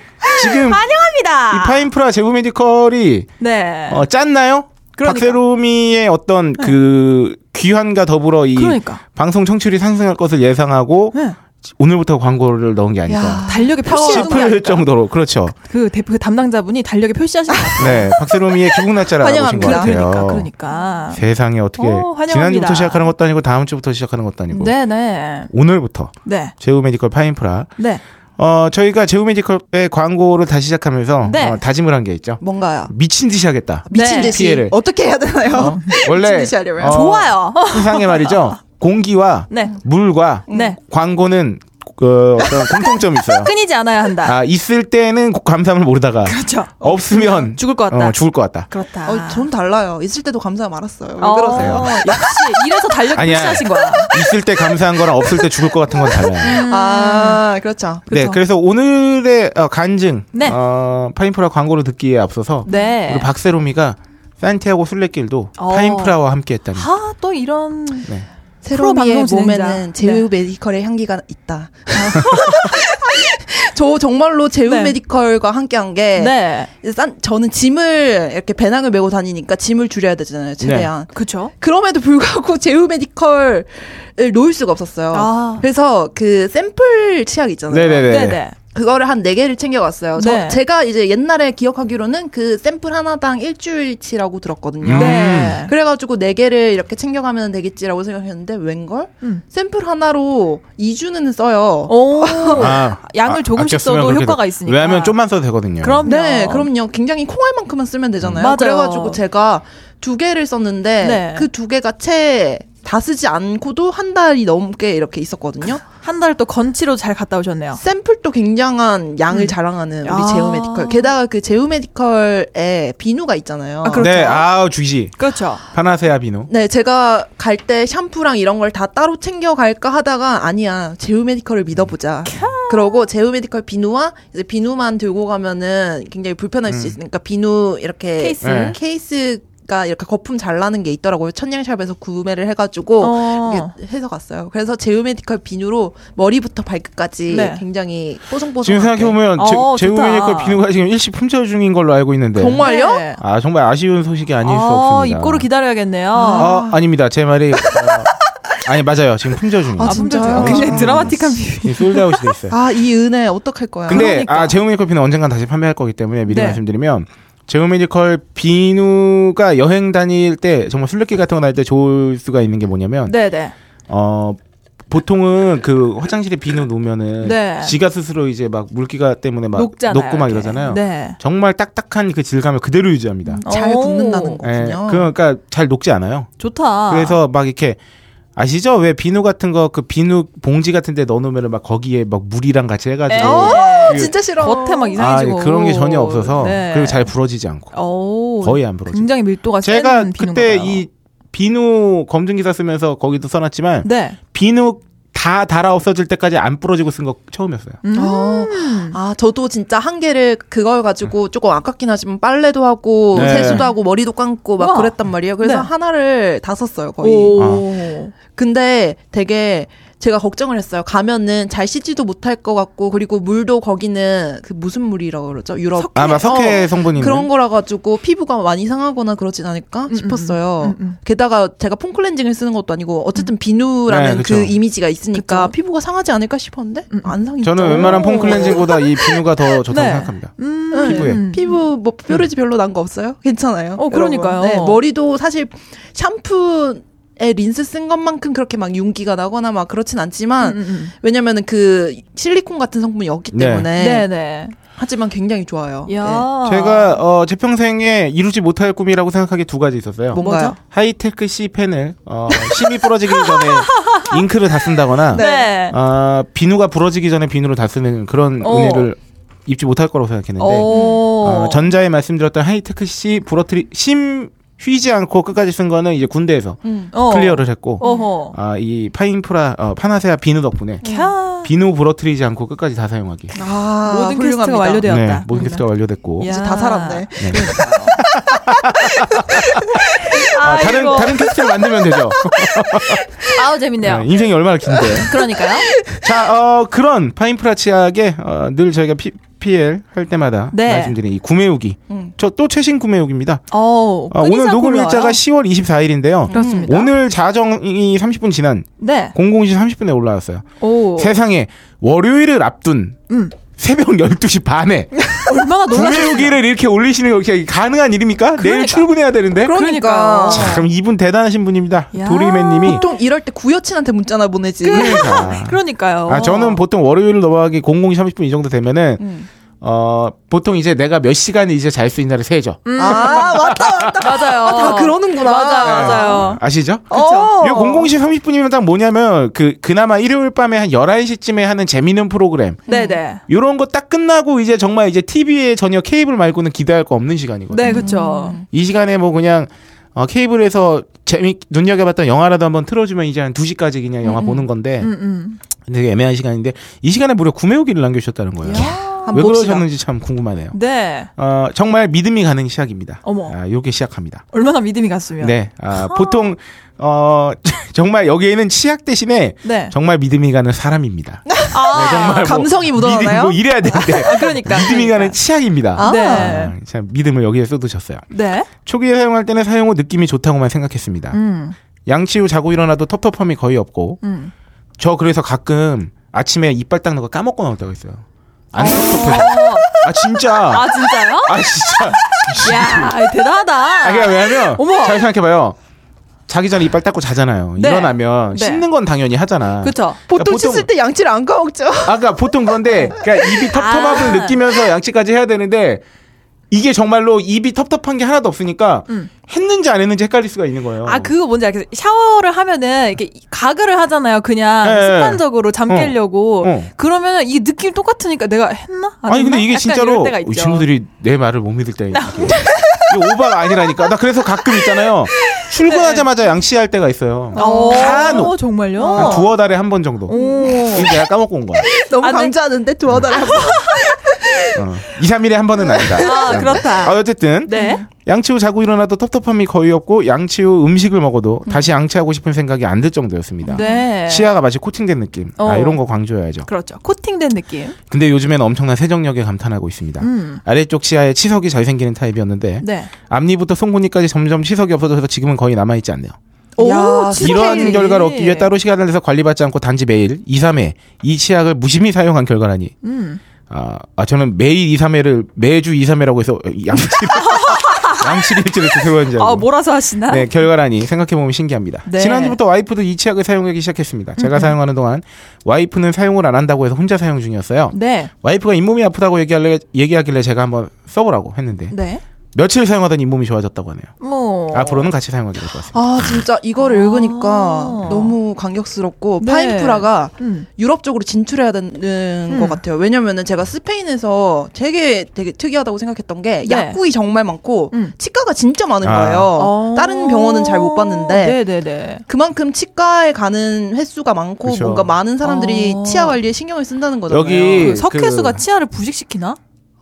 C: 지금
B: 환영합니다.
C: 이 파인프라 제부 메디컬이
B: 네.
C: 어, 짰나요?
B: 그러니까. 네.
C: 박세롬이의 어떤 그 귀환과 더불어 이
B: 그러니까.
C: 방송 청취율이 상승할 것을 예상하고
B: 네.
C: 오늘부터 광고를 넣은 게 아닐까
A: 야.
B: 달력에 표시해둔 게
C: 싶을
B: 아닐까.
C: 정도로 그렇죠.
B: 그 대표 그 담당자분이 달력에 표시하신 것 같아요.
C: 네, 박세롬이의 기북날짜라고 오신 것
A: 환영합니다.
B: 그러니까,
C: 같아요.
B: 그러니까.
C: 세상에 어떻게
B: 오, 환영합니다.
C: 지난주부터 시작하는 것도 아니고 다음 주부터 시작하는 것도 아니고
B: 네, 네,
C: 오늘부터
B: 네,
C: 제우 메디컬 파인프라
B: 네.
C: 어 저희가 제우 메디컬의 광고를 다시 시작하면서
B: 네.
C: 어, 다짐을 한 게 있죠
A: 뭔가요?
C: 미친 듯이 하겠다
A: 미친
B: 네.
A: 듯이.
C: 피해를.
A: 어떻게 해야 되나요?
C: 어? 원래
A: 듯이 하려고요.
C: 어,
B: 좋아요.
C: 세상에 말이죠 공기와
B: 네,
C: 물과
B: 네.
C: 광고는 그 어떤 공통점이 있어요
B: 끊이지 않아야 한다.
C: 아 있을 때는 감사함을 모르다가
B: 그러니까. 그렇죠.
C: 없으면
B: 죽을 것 같다.
C: 어, 죽을 것 같다
B: 그렇다.
A: 어, 전 달라요. 있을 때도 감사 말았어요. 왜
B: 어,
A: 그러세요?
B: 역시 이래서 달력
C: 아니야.
B: 표시하신 거야.
C: 있을 때 감사한 거랑 없을 때 죽을 것 같은 건 달라요
B: 음.
A: 아, 그렇죠.
C: 네,
B: 그쵸.
C: 그래서 오늘의 어, 간증,
B: 네.
C: 어, 파인프라 광고를 듣기에 앞서서
B: 네.
C: 우리 박세롬이가 산티아고 순례길도
B: 어.
C: 파인프라와 함께했다는. 네.
B: 아, 또 이런 프로
A: 새로미의
B: 방송 진행자. 네.
A: 몸에는 제우 메디컬의 향기가 있다. 저 정말로 제우
B: 네.
A: 메디컬과 함께한 게
B: 네.
A: 이제 싼- 저는 짐을 이렇게 배낭을 메고 다니니까 짐을 줄여야 되잖아요, 최대한.
B: 그렇죠.
A: 그럼에도 불구하고 제우 메디컬을 놓을 수가 없었어요.
B: 아.
A: 그래서 그 샘플 치약 있잖아요.
C: 네네네.
B: 네, 네.
A: 그거를 한 네개를 챙겨갔어요. 저-
B: 네.
A: 제가 이제 옛날에 기억하기로는 그 샘플 하나당 일주일치라고 들었거든요.
C: 음.
B: 네.
A: 그래가지고 네 개를 이렇게 챙겨가면 되겠지라고 생각했는데 웬걸?
B: 음.
A: 샘플 하나로 2주는 써요.
B: 오.
C: 아,
B: 어, 양을
C: 아,
B: 조금씩
C: 아꼈으면
B: 써도
C: 그렇게
B: 효과가
C: 돼.
B: 있으니까.
C: 왜냐하면 좀만 써도 되거든요.
B: 그럼요.
A: 네, 그럼요. 굉장히 콩알 만큼만 쓰면 되잖아요.
B: 맞아요.
A: 그래가지고 제가 두 개를 썼는데
B: 네.
A: 그 두 개가 채 다 쓰지 않고도 한 달이 넘게 이렇게 있었거든요.
B: 한 달 또 건치로 잘 갔다 오셨네요.
A: 샘플도 굉장한 양을 자랑하는 우리
B: 아.
A: 제우 메디컬. 게다가 그 제우 메디컬에 비누가 있잖아요.
B: 아, 그렇죠.
C: 네, 아 주시.
B: 그렇죠.
C: 파나세아 비누.
A: 네, 제가 갈 때 샴푸랑 이런 걸 다 따로 챙겨 갈까 하다가 아니야 제우 메디컬을 믿어보자. 그러고 제우 메디컬 비누와 이제 비누만 들고 가면은 굉장히 불편할 수 있으니까 비누 이렇게
B: 케이스.
C: 음. 네.
A: 케이스가 이렇게 거품 잘 나는 게 있더라고요. 천냥샵에서 구매를 해가지고
B: 어.
A: 이렇게 해서 갔어요. 그래서 제우 메디컬 비누로 머리부터 발끝까지
B: 네.
A: 굉장히 뽀송뽀송.
C: 지금 생각해보면
B: 어,
C: 제우메니컬
B: 좋다.
C: 비누가 지금 일시 품절 중인 걸로 알고 있는데.
A: 정말요?
B: 네.
C: 아 정말 아쉬운 소식이 아닐 수
B: 어,
C: 없습니다.
B: 입고를 기다려야겠네요.
C: 아, 아닙니다. 제 말이 어, 아니 맞아요. 지금 품절 중이에요.
A: 아, 진짜요?
B: 품절 중이에요. 굉장히 드라마틱한 비밀.
C: 지금 솔드아웃이 돼 있어요.
A: 아, 이 은혜 어떡할 거야.
C: 근데
B: 그러니까.
C: 아 제우 메디컬 비누 언젠간 다시 판매할 거기 때문에 미리
B: 네.
C: 말씀드리면 제우 메디컬 비누가 여행 다닐 때 정말 술래길 같은 거 다닐 때 좋을 수가 있는 게 뭐냐면
B: 네네.
C: 어 보통은 그 화장실에 비누 놓으면은
B: 네.
C: 지가 스스로 이제 막 물기가 때문에 막
B: 녹잖아요.
C: 고막
B: 이렇게.
C: 이러잖아요.
B: 네. 음,
C: 정말 딱딱한 그 질감을 그대로 유지합니다.
A: 잘
B: 오.
A: 붙는다는
C: 예,
A: 거군요.
C: 그러니까 잘 녹지 않아요.
B: 좋다.
C: 그래서 막 이렇게 아시죠? 왜 비누 같은 거 그 비누 봉지 같은 데 넣어놓으면 막 거기에 막 물이랑 같이 해가지고
B: 어,
C: 그-
A: 진짜 싫어.
B: 겉에 막
C: 아
B: 이상해지고
C: 그런 게 전혀 없어서
B: 네.
C: 그리고 잘 부러지지 않고
B: 오,
C: 거의 안 부러져.
B: 굉장히 밀도가
C: 제가
B: 센 비누인가
C: 그때
B: 봐요.
C: 이 비누 검증 기사 쓰면서 거기도 써놨지만
B: 네.
C: 비누 다 달아 없어질 때까지 안 부러지고 쓴 거 처음이었어요.
B: 음.
A: 어, 아, 저도 진짜 한 개를 그걸 가지고 조금 아깝긴 하지만 빨래도 하고
C: 음. 네.
A: 세수도 하고 머리도 감고 막
B: 우와.
A: 그랬단 말이에요. 그래서
B: 네.
A: 하나를 다 썼어요,
C: 아.
A: 거의.
B: 오.
A: 근데 되게 제가 걱정을 했어요. 가면은 잘 씻지도 못할 것 같고 그리고 물도 거기는 그 무슨 물이라고 그러죠? 유럽 어.
B: 석회.
C: 아마 석회
B: 어,
C: 성분이 있는
A: 그런 거라 가지고 피부가 많이 상하거나 그러진 않을까 싶었어요.
B: 음, 음.
A: 게다가 제가 폼클렌징을 쓰는 것도 아니고 어쨌든 비누라는
C: 네,
A: 그
C: 그쵸.
A: 이미지가 있으니까
B: 그쵸.
A: 피부가 상하지 않을까 싶었는데
B: 음, 음.
A: 안 상했죠.
C: 저는 웬만한 폼 클렌징보다 이 비누가 더 좋다고
B: 네.
C: 생각합니다.
B: 음.
C: 피부에.
B: 음.
A: 피부 뭐 뾰루지 별로 난 거 없어요? 괜찮아요.
B: 어,
A: 여러분.
B: 그러니까요.
A: 네, 머리도 사실 샴푸에 린스 쓴 것만큼 그렇게 막 윤기가 나거나 막 그렇진 않지만
B: 음, 음.
A: 왜냐면은 그 실리콘 같은 성분이 없기
C: 네. 어,
A: 때문에
B: 네네.
A: 하지만 굉장히 좋아요. 네.
B: 야.
C: 제가 어, 제 평생에 이루지 못할 꿈이라고 생각하기 두 가지
A: 네.
C: 있었어요.
A: 뭔가요?
B: 뭐죠?
C: 하이테크 C 펜을 어, 심이 부러지기 전에 잉크를 다 쓴다거나
B: 네.
C: 아, 비누가 부러지기 전에 비누를 다 쓰는 그런
B: 어.
C: 은혜를 입지 못할 거라고 생각했는데
B: 오.
C: 어, 전자에 말씀드렸던 하이테크 C 부러뜨리 심 휘지 않고 끝까지 쓴 거는 이제 군대에서
B: 어.
C: 클리어를 했고
B: 어허.
C: 아, 이 파인프라 어, 파나세아 비누 덕분에
B: 캬.
C: 비누 부러뜨리지 않고 끝까지 다 사용하기 네,
A: 아,
B: 모든 퀘스트가
A: 훌륭합니다.
B: 완료돼요. 되었다.
C: 모든 게스트가 완료됐고
B: 야.
A: 이제 다 살았네.
C: 네. 아, 다른
B: 아이고.
C: 다른 캐스트를 만들면 되죠.
B: 아우 재밌네요.
C: 네, 인생이 얼마나 긴데.
B: 그러니까요.
C: 자, 어, 그런 파인프라 치약에 어, 늘 저희가 P, PL 할 때마다
B: 네. 음.
C: 말씀드린 이 구매후기. 저 또 최신 구매후기입니다.
B: 어. 음.
C: 아, 오늘 녹음 일자가 10월 24일인데요.
B: 그렇습니다.
C: 오늘 자정이 30분 지난
B: 네.
C: 00시 30분에 올라왔어요.
B: 오.
C: 세상에 월요일을 앞둔
B: 음.
C: 새벽 12시 반에
B: 얼마나 놀라셨어요.
C: 구매후기를 이렇게 올리시는 게 가능한 일입니까? 내일
B: 그러니까.
C: 출근해야 되는데.
B: 그러니까요.
C: 참 이분 대단하신 분입니다.
B: 야.
C: 도리맨님이.
A: 보통 이럴 때 구여친한테 문자나 보내지.
C: 그러니까.
B: 그러니까요.
C: 아, 저는 보통 월요일 넘어가기 00시 30분 이 정도 되면은,
A: 음.
C: 어, 보통 이제 내가 몇 시간 이제 잘 수 있나를 세죠.
A: 아 맞다 맞다.
B: 음. 맞아요.
A: 다 그러는구나.
B: 어. 맞아요, 맞아요. 어.
C: 아시죠?
B: 그쵸?
C: 네. 이 00시 30분이면 딱 뭐냐면, 그, 그나마 일요일 밤에 한 11시쯤에 하는 재미있는 프로그램.
B: 네네.
C: 요런 거 딱 끝나고 이제 정말 이제 TV에 전혀 케이블 말고는 기대할 거 없는 시간이거든요.
B: 네, 그쵸.
C: 이 시간에 뭐 그냥, 어, 케이블에서 재미, 눈여겨봤던 영화라도 한번 틀어주면 이제 한 2시까지 그냥 영화 보는 건데,
B: 음, 음.
C: 되게 애매한 시간인데, 이 시간에 무려 구매 후기를 남겨주셨다는 거예요. 왜
A: 한번 봅시다.
C: 그러셨는지 참 궁금하네요.
B: 네.
C: 어, 정말 믿음이 가는 시작입니다.
B: 어머.
C: 아, 요게 시작합니다.
B: 얼마나 믿음이 갔으면.
C: 네. 아, 보통, 어, 정말 여기에는 치약 대신에
B: 네.
C: 정말 믿음이 가는 사람입니다. 네,
B: 아,
C: 정말 뭐
A: 감성이
C: 믿음,
A: 묻어나나요?
C: 뭐 이래야 되는데.
B: 아, 그러니까.
C: 믿음이 가는 치약입니다.
A: 아.
B: 네.
C: 아, 참, 믿음을 여기에 쏟으셨어요.
B: 네.
C: 초기에 사용할 때는 사용 후 느낌이 좋다고만 생각했습니다.
B: 음.
C: 양치 후 자고 일어나도 텁텁함이 거의 없고,
B: 음.
C: 저 그래서 가끔 아침에 이빨 닦는 거 까먹고 나올 때가 있어요. 안 텁텁해서. 아, 진짜.
B: 아, 진짜요?
C: 아, 진짜.
B: 야, 아이, 대단하다.
C: 아, 그러니까 왜냐면
B: 어머.
C: 잘 생각해봐요. 자기 전에 이빨 닦고 자잖아요.
B: 네.
C: 일어나면
B: 네.
C: 씻는 건 당연히 하잖아. 그러니까
B: 그쵸.
A: 보통,
C: 보통-
A: 씻을 때 양치를 안 까먹죠.
C: 아까 보통 그런데 그러니까 입이 텁텁함을
B: 아.
C: 느끼면서 양치까지 해야 되는데 이게 정말로 입이 텁텁한 게 하나도 없으니까
B: 음.
C: 했는지 안 했는지 헷갈릴 수가 있는 거예요.
B: 아 그거 뭔지 알겠어요. 샤워를 하면은 이렇게 가글을 하잖아요. 그냥
C: 예, 예.
B: 습관적으로 잠
C: 어.
B: 깨려고.
C: 어.
B: 그러면 이 느낌 이 똑같으니까 내가 했나? 안
C: 아니
B: 했나?
C: 근데 이게
B: 약간
C: 진짜로
B: 이럴 때가
C: 이
B: 있죠.
C: 친구들이 내 말을 못 믿을 때가 있어요. 이게 오바가 아니라니까. 나 그래서 가끔 있잖아요. 출근하자마자 양치할 때가 있어요.
B: 어,
C: 간혹.
B: 정말요?
C: 한 두어 달에 한 번 정도. 이거 내가 까먹고 온 거야.
A: 너무
B: 아, 네.
A: 강조하는데 두어 달에 한 번.
C: 어. 2, 3일에 한 번은 아니다.
B: 아, 그렇다.
C: 아, 어쨌든
B: 네.
C: 양치 후 자고 일어나도 텁텁함이 거의 없고 양치 후 음식을 먹어도 다시 양치하고 싶은 생각이 안 들 정도였습니다.
B: 네.
C: 치아가 마치 코팅된 느낌. 아
B: 어.
C: 이런 거 강조해야죠.
B: 그렇죠. 코팅된 느낌.
C: 근데 요즘에는 엄청난 세정력에 감탄하고 있습니다.
B: 음.
C: 아래쪽 치아에 치석이 잘 생기는 타입이었는데
B: 네.
C: 앞니부터 송곳니까지 점점 치석이 없어져서 지금은 거의 남아있지 않네요.
A: 진짜.
B: 야, 치석이.
C: 이러한 결과를 얻기 위해 따로 시간을 내서 관리받지 않고 단지 매일 2, 3회 이 치약을 무심히 사용한 결과라니.
B: 음.
C: 아, 아, 저는 매일 2, 3회를 매주 2, 3회라고 해서 양치를 양치일지를 세워야 줄
B: 아,
C: 알고.
B: 몰아서 하시나?
C: 네, 결과라니 생각해보면 신기합니다.
B: 네.
C: 지난주부터 와이프도 이 치약을 사용하기 시작했습니다. 제가 사용하는 동안 와이프는 사용을 안 한다고 해서 혼자 사용 중이었어요.
B: 네.
C: 와이프가 잇몸이 아프다고 얘기할래, 얘기하길래 제가 한번 써보라고 했는데
B: 네.
C: 며칠 사용하더니 잇몸이 좋아졌다고 하네요.
B: 뭐.
C: 앞으로는 같이 사용하게 될 것 같습니다.
A: 아 진짜 이거를
B: 아.
A: 읽으니까 너무 감격스럽고
B: 네.
A: 파인프라가
B: 음.
A: 유럽 쪽으로 진출해야 되는
B: 음.
A: 것 같아요. 왜냐면은 제가 스페인에서 되게 되게 특이하다고 생각했던 게
B: 네.
A: 약국이 정말 많고
B: 음.
A: 치과가 진짜 많은
C: 아.
A: 거예요. 어, 다른 병원은 잘 못 봤는데
B: 어. 네네네.
A: 그만큼 치과에 가는 횟수가 많고
C: 그쵸.
A: 뭔가 많은 사람들이
B: 어.
A: 치아 관리에 신경을 쓴다는 거잖아요.
C: 여기-
B: 그 석회수가
C: 그-
B: 치아를 부식시키나?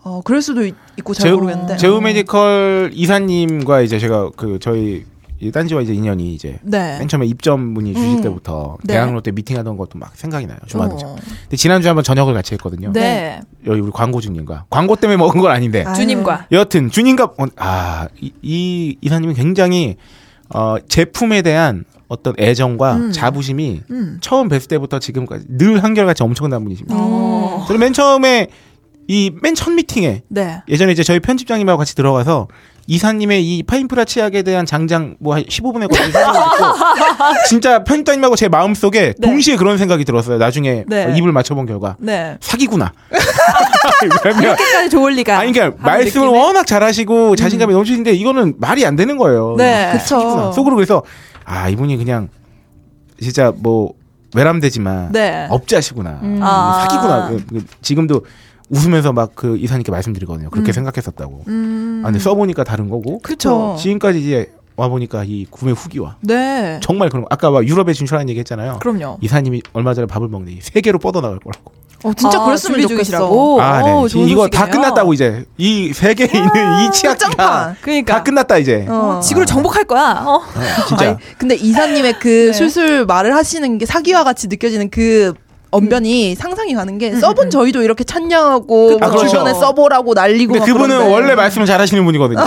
A: 어, 그럴 수도 있, 고 잘
C: 제우-
A: 모르겠는데 어.
C: 제우 메디컬 이사님과 이제 제가 그 저희 이 딴지와 이제 인연이 이제
B: 네.
C: 맨 처음에 입점문이 주실
A: 음.
C: 때부터
B: 네.
C: 대학로 때 미팅하던 것도 막 생각이 나요. 주말에.
B: 어.
C: 근데 지난주에 한번 저녁을 같이 했거든요.
B: 네.
C: 여기 우리 광고주님과 광고 때문에 먹은 건 아닌데.
A: 아유.
B: 주님과.
C: 여하튼 주님과 어, 아, 이, 이 이사님은 굉장히 어, 제품에 대한 어떤 애정과
B: 음.
C: 자부심이
B: 음.
C: 처음 뵀을 때부터 지금까지 늘 한결같이 엄청난 분이십니다.
A: 음.
B: 어.
C: 저는 맨 처음에 이 맨 첫 미팅에
B: 네.
C: 예전에 이제 저희 편집장님하고 같이 들어가서 이사님의 이 파인프라 치약에 대한 장장 뭐 한 15분에 걸친 사진을 있고 진짜 편집장님하고 제 마음 속에
B: 네.
C: 동시에 그런 생각이 들었어요. 나중에
B: 네.
C: 어, 입을 맞춰본 결과
B: 네.
C: 사기구나. 왜냐면
B: 이렇게까지 좋을 리가.
C: 아니 그러니까
B: 하는
C: 말씀을
B: 느낌에? 음.
C: 워낙 잘하시고 자신감이 넘치는데 이거는 말이 안 되는 거예요.
B: 네.
C: 사기구나.
A: 그쵸.
C: 속으로 그래서 아 이분이 그냥 진짜 뭐 외람되지만
B: 네.
C: 업자시구나.
A: 음.
B: 아.
C: 사기구나. 그- 그 지금도 웃으면서 막 그 이사님께 말씀드리거든요.
B: 음.
C: 그렇게 생각했었다고.
B: 음.
C: 아, 근데 써보니까 다른 거고.
A: 그쵸.
C: 지금까지 이제 와보니까 이 구매 후기와
B: 네.
C: 정말 그런 거. 아까 막 유럽에 진출하는 얘기 했잖아요.
B: 그럼요.
C: 이사님이 얼마 전에 밥을 먹는데 세 개로 뻗어나갈 거라고.
A: 어, 진짜
B: 아,
A: 그랬으면
B: 준비
A: 좋겠어.
B: 중이시라고?
C: 아,
B: 오,
C: 네.
B: 좋은
C: 이거 다
B: 소식이네요. 아,
C: 끝났다고 이제 이 세 개에 있는 이 치약가
A: 끝장판.
B: 그러니까.
C: 다 끝났다 이제.
A: 어.
B: 지구를 정복할 거야. 어.
C: 어, 진짜.
A: 아니, 근데 이사님의 그
B: 네.
A: 술술 말을 하시는 게 사기와 같이 느껴지는 그 언변이 상상이 가는 게 써본 저희도 이렇게 찬양하고
C: 아,
A: 뭐
C: 그렇죠.
A: 주변에 써보라고 날리고
C: 근데
A: 막
C: 그분은
A: 그런데
C: 원래 말씀을 잘하시는 분이거든요.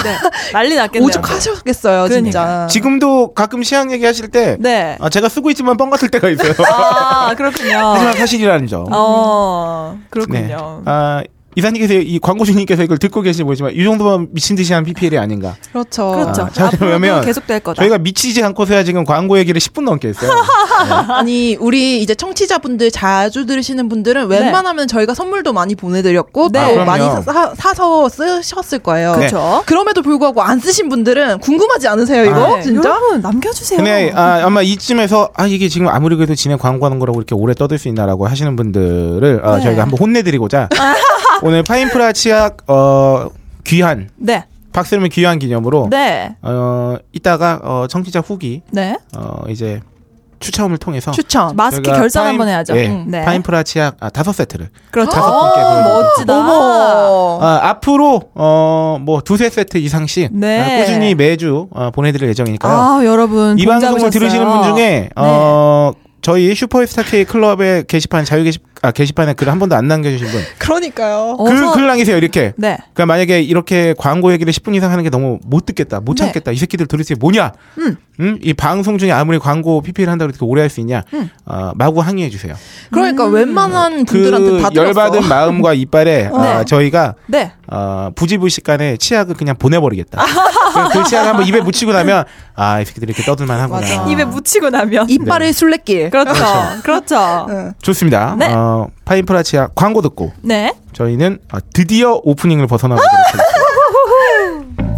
B: 난리 났겠네요.
A: 오죽하셨겠어요
B: 네, 그러니까.
A: 진짜
C: 지금도 가끔 시향 얘기하실 때
B: 네.
C: 아, 제가 쓰고 있지만 뻥 같을 때가 있어요.
B: 아, 그렇군요.
C: 하지만 사실이라는 점.
A: 음.
B: 어, 그렇군요.
C: 아, 이사님께서 이 광고주님께서 이걸 듣고 계신지 모르지만 이 정도면 미친 듯이 한 PPL이 아닌가.
A: 그렇죠
B: 그렇죠.
C: 아, 자,
B: 앞으로도
C: 그러면
B: 계속될 거다.
C: 저희가 미치지 않고서야 지금 광고 얘기를 10분 넘게 했어요. 네.
A: 아니 우리 이제 청취자분들 자주 들으시는 분들은
B: 네.
A: 웬만하면 저희가 선물도 많이 보내드렸고 또
B: 네. 아, 그럼요.
A: 많이 사, 서 쓰셨을 거예요
C: 네.
B: 그렇죠.
A: 그럼에도 불구하고 안 쓰신 분들은 궁금하지 않으세요
C: 아,
A: 이거
B: 네.
A: 어, 진짜
B: 여러분 남겨주세요.
C: 근데 아, 아마 이쯤에서 아 이게 지금 아무리 그래도 진행 광고하는 거라고 이렇게 오래 떠들 수 있나라고 하시는 분들을 어,
B: 네.
C: 저희가 한번 혼내드리고자 오늘 파인프라 치약 어, 귀한
B: 네,
C: 박스름의 귀한 기념으로
B: 네,
C: 어, 이따가 어, 청취자 후기
B: 네.
C: 어, 이제 추첨을 통해서
A: 추천
B: 아, 마스크
C: 저희가
B: 결산
C: 파인-
B: 한번 해야죠.
C: 예,
B: 음, 네.
C: 파인프라 치약 아, 다섯 세트를
B: 그렇죠.
C: 다섯 분께
B: 어,
C: 보내드리고.
B: 멋지다.
A: 어머
C: 아, 앞으로 어, 뭐 두세 세트 이상씩
B: 네.
C: 아, 꾸준히 매주 어, 보내드릴 예정이니까요.
B: 아, 여러분
C: 이
B: 돈
C: 방송을
B: 잡으셨어요. 네.
C: 들으시는 분
A: 네.
C: 중에 어 저희 슈퍼스타 K 클럽의 게시판 자유 게시 아 게시판에 글 한 번도 안 남겨주신 분
A: 그러니까요
B: 어서-
C: 그, 글 남기세요 이렇게
B: 네,
C: 그러니까 만약에 이렇게 광고 얘기를 10분 이상 하는 게 너무 못 듣겠다
A: 네.
C: 못 참겠다 이 새끼들 도대체 뭐냐
B: 음.
C: 음? 이 방송 중에 아무리 광고 PP를 한다고 이렇게 오래 할 수 있냐 어, 마구 항의해 주세요
A: 음. 그러니까 웬만한 분들한테
C: 그
A: 다 들었어 아, 어.
C: 열받은 마음과 이빨에 아,
B: 네.
C: 저희가
B: 네.
C: 어, 부지불식간에 치약을 그냥 보내버리겠다 그래서 그 치약을 한번 입에 묻히고 나면 아 이 새끼들이 이렇게 떠들만 하구나
A: 맞아.
B: 입에 묻히고 나면
A: 이빨의 술래길
B: 그렇죠, 그렇죠.
A: 응.
C: 좋습니다.
B: 네.
C: 어, 파인프라 치약 광고 듣고
B: 네,
C: 저희는 아, 드디어 오프닝을 벗어나보도록 하겠습니다.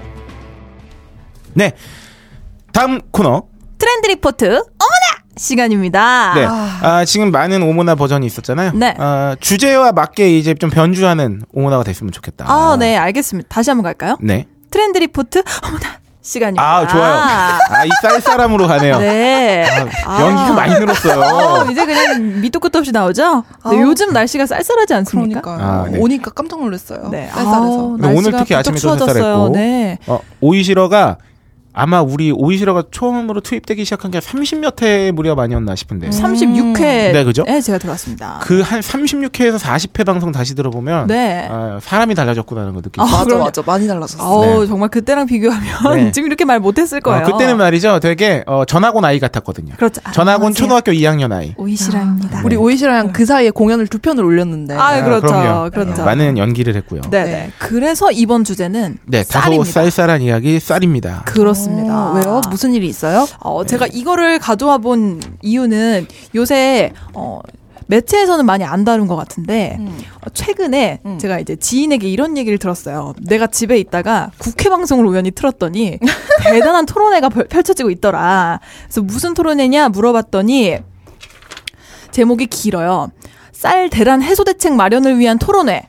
C: 네. 다음 코너.
B: 트렌드 리포트 어머나 시간입니다.
C: 네. 아, 지금 많은 오모나 버전이 있었잖아요.
B: 네.
C: 아, 주제와 맞게 이제 좀 변주하는 오모나가 됐으면 좋겠다.
B: 아, 네, 알겠습니다. 다시 한번 갈까요?
C: 네.
B: 트렌드 리포트 어머나 시간입니다.
C: 아, 좋아요. 아, 이 쌀쌀함으로 가네요.
B: 네.
C: 아, 연기가 많이
B: 어,
C: 늘었어요.
B: 이제 그냥 밑도 끝도 없이 나오죠? 네,
A: 아우.
B: 요즘 날씨가 쌀쌀하지 않습니까?
A: 그러니까
C: 아, 네.
A: 오니까 깜짝 놀랐어요.
B: 네.
A: 쌀쌀해서.
B: 아우,
C: 근데 오늘
B: 날씨가
C: 특히
B: 부쩍
C: 아침에 좀
B: 추워졌어요.
C: 쌀쌀했고.
B: 네.
C: 어, 오이시러가 아마 우리 오이시러가 처음으로 투입되기 시작한 게 30몇 회 무렵 아니었나 싶은데.
B: 36회.
C: 네, 그죠?
B: 네, 제가 들어왔습니다.
C: 그 한 36회에서 40회 방송 다시 들어보면
B: 네.
C: 아, 사람이 달라졌구나는 거 어, 느끼고.
B: 아,
A: 맞아
B: 그럼요.
A: 맞아 많이 달라졌어. 요
B: 아우,
C: 네.
B: 정말 그때랑 비교하면
C: 네.
B: 지금 이렇게 말 못했을 거예요.
C: 어, 그때는 말이죠. 되게 어, 전학온 아이 같았거든요.
B: 그렇죠. 아,
C: 전학온
B: 안녕하세요.
C: 초등학교 2학년 아이. 네.
B: 오이시라입니다.
A: 우리 오이시랑 그 사이에 공연을 두 편을 올렸는데.
B: 아, 그렇죠.
C: 그럼요. 네,
B: 그렇죠.
C: 많은 연기를 했고요.
B: 네,
A: 네.
B: 네. 그래서 이번 주제는
C: 네, 다소
B: 쌀입니다.
C: 쌀쌀한 이야기 쌀입니다.
B: 그렇습니다.
C: 아.
A: 어, 왜요? 무슨 일이 있어요?
B: 어, 제가 이거를 가져와 본 이유는 요새 어, 매체에서는 많이 안 다룬 것 같은데 어, 최근에 제가 이제 지인에게 이런 얘기를 들었어요. 내가 집에 있다가 국회 방송을 우연히 틀었더니 대단한 토론회가 벌- 펼쳐지고 있더라. 그래서 무슨 토론회냐 물어봤더니 제목이 길어요. 쌀 대란 해소 대책 마련을 위한 토론회.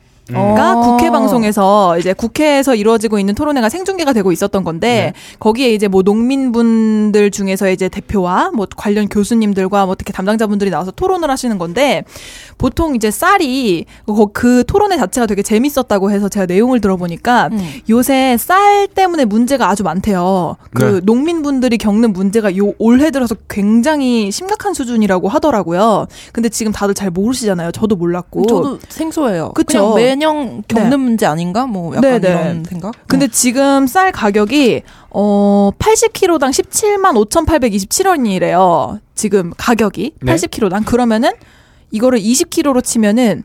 A: 어.
B: 가 국회 방송에서 이제 국회에서 이루어지고 있는 토론회가 생중계가 되고 있었던 건데
A: 네.
B: 거기에 이제 뭐 농민분들 중에서 이제 대표와 뭐 관련 교수님들과 뭐 어떻게 담당자분들이 나와서 토론을 하시는 건데 보통 이제 쌀이 그, 그 토론회 자체가 되게 재밌었다고 해서 제가 내용을 들어보니까
A: 음.
B: 요새 쌀 때문에 문제가 아주 많대요. 그
C: 네.
B: 농민분들이 겪는 문제가 요 올해 들어서 굉장히 심각한 수준이라고 하더라고요. 근데 지금 다들 잘 모르시잖아요. 저도 몰랐고.
A: 저도 생소해요.
B: 그쵸.
A: 그냥 매년 겪는
B: 네.
A: 문제 아닌가? 뭐 약간
B: 네, 네.
A: 이런 생각?
B: 근데 지금 쌀 가격이 어 80kg당 175,827원이래요. 5,827원이래요. 지금 가격이
C: 네.
B: 80kg당 그러면은 이거를 20kg로 치면은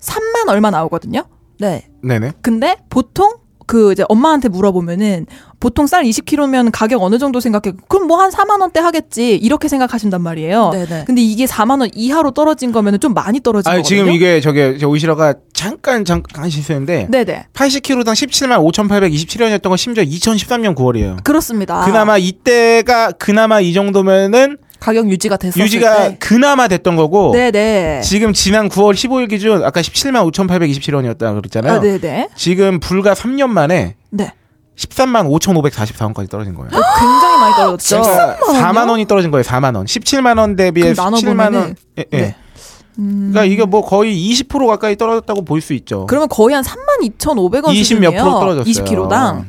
B: 3만 얼마 나오거든요.
A: 네.
C: 네네.
B: 근데 보통 그 이제 엄마한테 물어보면은 보통 쌀 20kg면 가격 어느 정도 생각해? 그럼 뭐 한 4만 원대 하겠지. 이렇게 생각하신단 말이에요.
A: 네네.
B: 근데 이게 4만 원 이하로 떨어진 거면은 좀 많이 떨어진
C: 아
B: 거거든요.
C: 지금 이게 저게 저 오이시러가 잠깐 잠깐 실수했는데
B: 네네.
C: 80kg당 17만 5,827원이었던 건 심지어 2013년 9월이에요.
B: 그렇습니다.
C: 그나마 이때가 그나마 이 정도면은
A: 가격 유지가 됐었을
C: 유지가
A: 때.
C: 그나마 됐던 거고
B: 네네.
C: 지금 지난 9월 15일 기준 아까 17만 5,827원이었다 그랬잖아요.
B: 아, 네네.
C: 지금 불과 3년 만에
B: 네.
C: 13만 5,544원까지 떨어진 거예요.
B: 굉장히 많이 떨어졌죠.
C: 그러니까 4만 원이 떨어진 거예요. 4만 원. 17만 원 대비해
B: 그럼
C: 17만
B: 나눠보면은- 네. 음.
C: 원. 예, 예. 그러니까 이게 뭐 거의 20% 가까이 떨어졌다고 볼 수 있죠.
B: 그러면 거의 한 32,500원
C: 20몇
B: 수준이에요.
C: 프로 떨어졌어요.
B: 20kg당.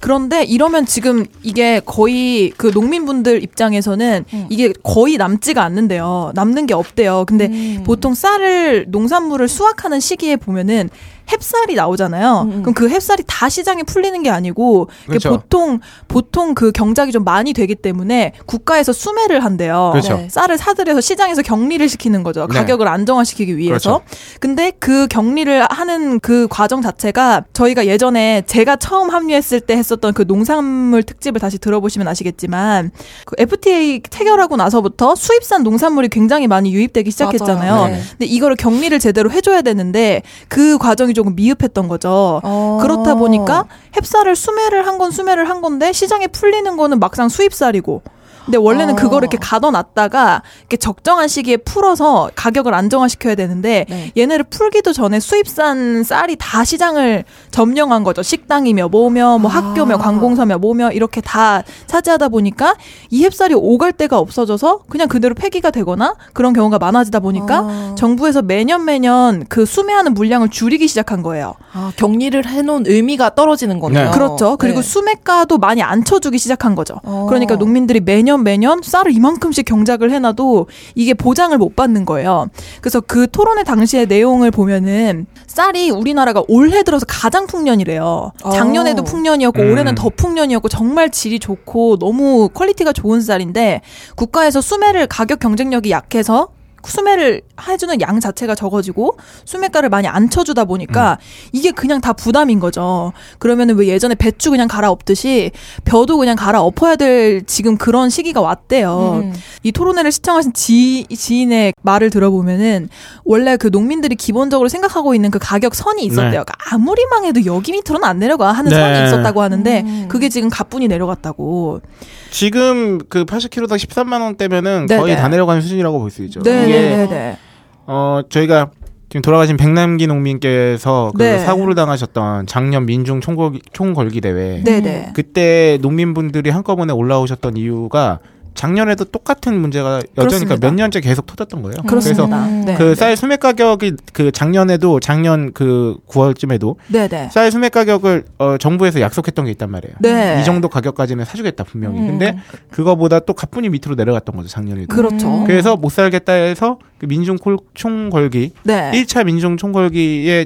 B: 그런데 이러면 지금 이게 거의 그 농민분들 입장에서는 이게 거의 남지가 않는데요. 남는 게 없대요. 근데 보통 쌀을 농산물을 수확하는 시기에 보면은 햅쌀이 나오잖아요. 그럼 그 햅쌀이 다 시장에 풀리는 게 아니고 이게
C: 그렇죠.
B: 보통 보통 그 경작이 좀 많이 되기 때문에 국가에서 수매를 한대요.
C: 그렇죠.
A: 네.
B: 쌀을 사들여서 시장에서 격리를 시키는 거죠.
C: 네.
B: 가격을 안정화시키기 위해서. 근데 그 격리를 하는 그 과정 자체가 저희가 예전에 제가 처음 합류했을 때 했었던 그 농산물 특집을 다시 들어보시면 아시겠지만 그 FTA 체결하고 나서부터 수입산 농산물이 굉장히 많이 유입되기 시작했잖아요.
A: 맞아요. 네.
B: 근데 이거를 격리를 제대로 해줘야 되는데 그 과정이 조금 미흡했던 거죠.
A: 어.
B: 그렇다 보니까 햅쌀을 수매를 한 건 수매를 한 건데 시장에 풀리는 거는 막상 수입쌀이고. 근데 원래는
A: 어.
B: 그거를 이렇게 가둬놨다가 이렇게 적정한 시기에 풀어서 가격을 안정화시켜야 되는데
A: 네.
B: 얘네를 풀기도 전에 수입산 쌀이 다 시장을 점령한 거죠. 식당이며 뭐며 뭐 학교며 관공서며 뭐며 이렇게 다 차지하다 보니까 이 햅쌀이 오갈 데가 없어져서 그냥 그대로 폐기가 되거나 그런 경우가 많아지다 보니까 정부에서 매년 매년 그 수매하는 물량을 줄이기 시작한 거예요.
A: 아, 격리를 해놓은 의미가 떨어지는 거네요.
C: 네.
B: 그렇죠. 그리고
A: 네.
B: 수매가도 많이 안 쳐주기 시작한 거죠.
A: 어.
B: 그러니까 농민들이 매년 매년 매년 쌀을 이만큼씩 경작을 해놔도 이게 보장을 못 받는 거예요. 그래서 그 토론회 당시의 내용을 보면은 쌀이 우리나라가 올해 들어서 가장 풍년이래요. 작년에도
A: 어.
B: 풍년이었고
C: 음.
B: 올해는 더 풍년이었고 정말 질이 좋고 너무 퀄리티가 좋은 쌀인데 국가에서 수매를 가격 경쟁력이 약해서 수매를 해주는 양 자체가 적어지고 수매가를 많이 안 쳐주다 보니까
C: 음.
B: 이게 그냥 다 부담인 거죠. 그러면은 왜 예전에 배추 그냥 갈아엎듯이 벼도 그냥 갈아엎어야 될 지금 그런 시기가 왔대요.
A: 음.
B: 이 토론회를 시청하신 지, 지인의 말을 들어보면은 원래 그 농민들이 기본적으로 생각하고 있는 그 가격 선이 있었대요.
C: 네.
B: 그러니까 아무리 망해도 여기 밑으로는 안 내려가 하는
C: 네. 음.
B: 선이 있었다고 하는데 그게 지금 가뿐히 내려갔다고.
C: 지금 그 80kg당 13만 원대면은
B: 네,
C: 거의
B: 네.
C: 다 내려가는 수준이라고 볼 수 있죠.
B: 네,
C: 이게
B: 네, 네, 네.
C: 어 저희가 지금 돌아가신 백남기 농민께서 그
B: 네.
C: 사고를 당하셨던 작년 민중 총궐, 총걸기 대회
B: 네, 네.
C: 그때 농민분들이 한꺼번에 올라오셨던 이유가 작년에도 똑같은 문제가 여전히
B: 그렇습니다.
C: 그러니까 몇 년째 계속 터졌던 거예요.
B: 그렇습니다. 네.
C: 음. 그래서 그 쌀 수매 가격이 그 작년에도 작년 그 9월쯤에도
B: 네, 네.
C: 쌀 수매 가격을 어, 정부에서 약속했던 게 있단 말이에요.
B: 네.
C: 이 정도 가격까지는 사주겠다 분명히.
B: 음.
C: 근데 그거보다 또 가뿐히 밑으로 내려갔던 거죠 작년에도.
B: 그렇죠.
C: 음. 그래서 못 살겠다 해서 그 민중 콜- 총궐기
B: 네.
C: 1차 민중 총궐기에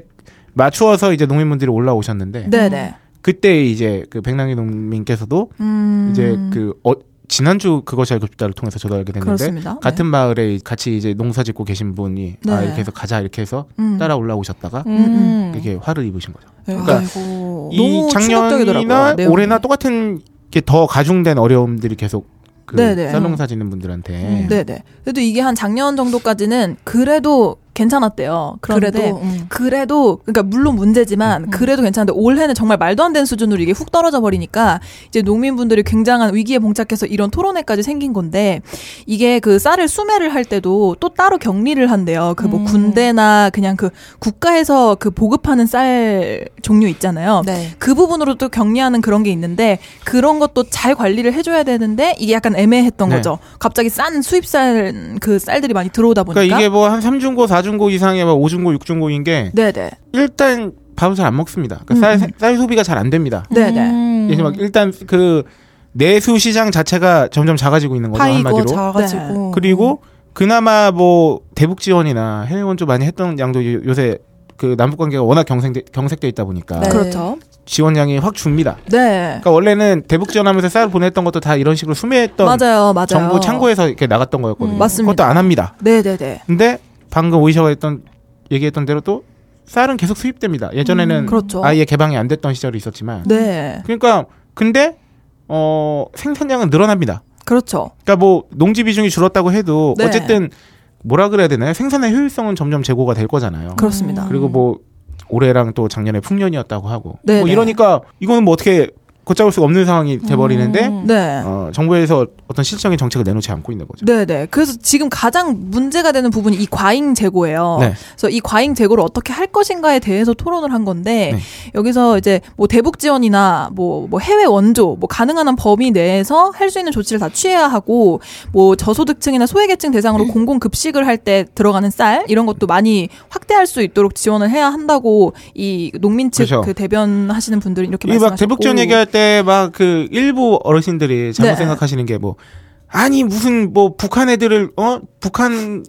C: 맞추어서 이제 농민분들이 올라오셨는데
B: 네, 네.
C: 그때 이제 그 백남기 농민께서도
B: 음.
C: 이제 그 어, 지난주 그것이 알고 싶다를 통해서 저도 알게 됐는데
B: 그렇습니다.
C: 같은 마을에 이- 같이 이제 농사 짓고 계신 분이 아
B: 네.
C: 이렇게 해서 가자 이렇게 해서
B: 음.
C: 따라 올라오셨다가
B: 음.
C: 이게 화를 입으신 거죠.
A: 네.
B: 그러니까
C: 이
B: 너무
C: 작년이나
B: 충격적이더라고요. 네. 내용이.
C: 올해나 똑같은 게 더 가중된 어려움들이 계속 그
B: 네네.
C: 쌀농사 짓는 분들한테
B: 네, 네. 그래도 이게 한 작년 정도까지는 그래도 괜찮았대요. 그런데 음.
A: 그래도
B: 그래도
A: 음.
B: 그러니까 물론 문제지만 그래도 괜찮은데 올해는 정말 말도 안 되는 수준으로 이게 훅 떨어져 버리니까 이제 농민분들이 굉장한 위기에 봉착해서 이런 토론회까지 생긴 건데 이게 그 쌀을 수매를 할 때도 또 따로 격리를 한대요. 그 뭐 군대나 그냥 그 국가에서 그 보급하는 쌀 종류 있잖아요.
A: 네.
B: 그 부분으로 또 격리하는 그런 게 있는데 그런 것도 잘 관리를 해줘야 되는데 이게 약간 애매했던
C: 네.
B: 거죠. 갑자기 싼 수입쌀 그 쌀들이 많이 들어오다 보니까.
C: 그러니까 이게 뭐 한 삼중고사중고 이상의 막 5중고, 6중고인 게
B: 네네
C: 일단 밥을 잘 안 먹습니다. 그러니까 쌀,
B: 음.
C: 쌀 소비가 잘 안 됩니다.
A: 음,
B: 네네
C: 이제 막 일단 그 내수 시장 자체가 점점 작아지고 있는 거죠,
A: 파이고
C: 한마디로.
A: 작아지고
C: 그리고 그나마 뭐 대북 지원이나 해외 원조 많이 했던 양도 요- 요새 그 남북 관계가 워낙 경색돼, 경색돼 있다 보니까
A: 네.
B: 그렇죠.
C: 지원량이 확 줍니다.
B: 네
C: 그러니까 원래는 대북 지원하면서 쌀 보냈던 것도 다 이런 식으로 수매했던
B: 맞아요 맞아요.
C: 정부 창고에서 이렇게 나갔던 거였거든요.
B: 음, 맞습니다.
C: 그것도 안 합니다.
B: 네네네
C: 근데 방금 오이셔가 했던 얘기했던 대로 또 쌀은 계속 수입됩니다. 예전에는
B: 음, 그렇죠.
C: 아예 개방이 안 됐던 시절이 있었지만
B: 네
C: 그러니까 근데 어 생산량은 늘어납니다.
B: 그렇죠.
C: 그러니까 뭐 농지 비중이 줄었다고 해도
B: 네.
C: 어쨌든 뭐라 그래야 되나요? 생산의 효율성은 점점 제고가 될 거잖아요.
B: 그렇습니다.
C: 리고뭐 올해랑 또 작년에 풍년이었다고 하고
B: 네,
C: 뭐
B: 네.
C: 이러니까 이거는 뭐 어떻게 걷잡을 수가 없는 상황이 돼버리는데
B: 네.
C: 어, 정부에서 어떤 실질적인 정책을 내놓지 않고 있는 거죠.
B: 네네. 그래서 지금 가장 문제가 되는 부분이 이 과잉 재고예요.
C: 네.
B: 그래서 이 과잉 재고를 어떻게 할 것인가에 대해서 토론을 한 건데
C: 네.
B: 여기서 이제 뭐 대북 지원이나 뭐, 뭐 해외 원조 뭐 가능한 한 범위 내에서 할 수 있는 조치를 다 취해야 하고 뭐 저소득층이나 소외계층 대상으로
C: 네.
B: 공공 급식을 할 때 들어가는 쌀 이런 것도 많이 확대할 수 있도록 지원을 해야 한다고 이 농민 측
C: 그렇죠.
B: 그 대변하시는 분들이 이렇게
C: 이 막
B: 말씀하셨고
C: 대북전 얘기할 때 막 그 일부 어르신들이 잘못
B: 네.
C: 생각하시는 게 뭐 아니 무슨 뭐 북한 애들을 어 북한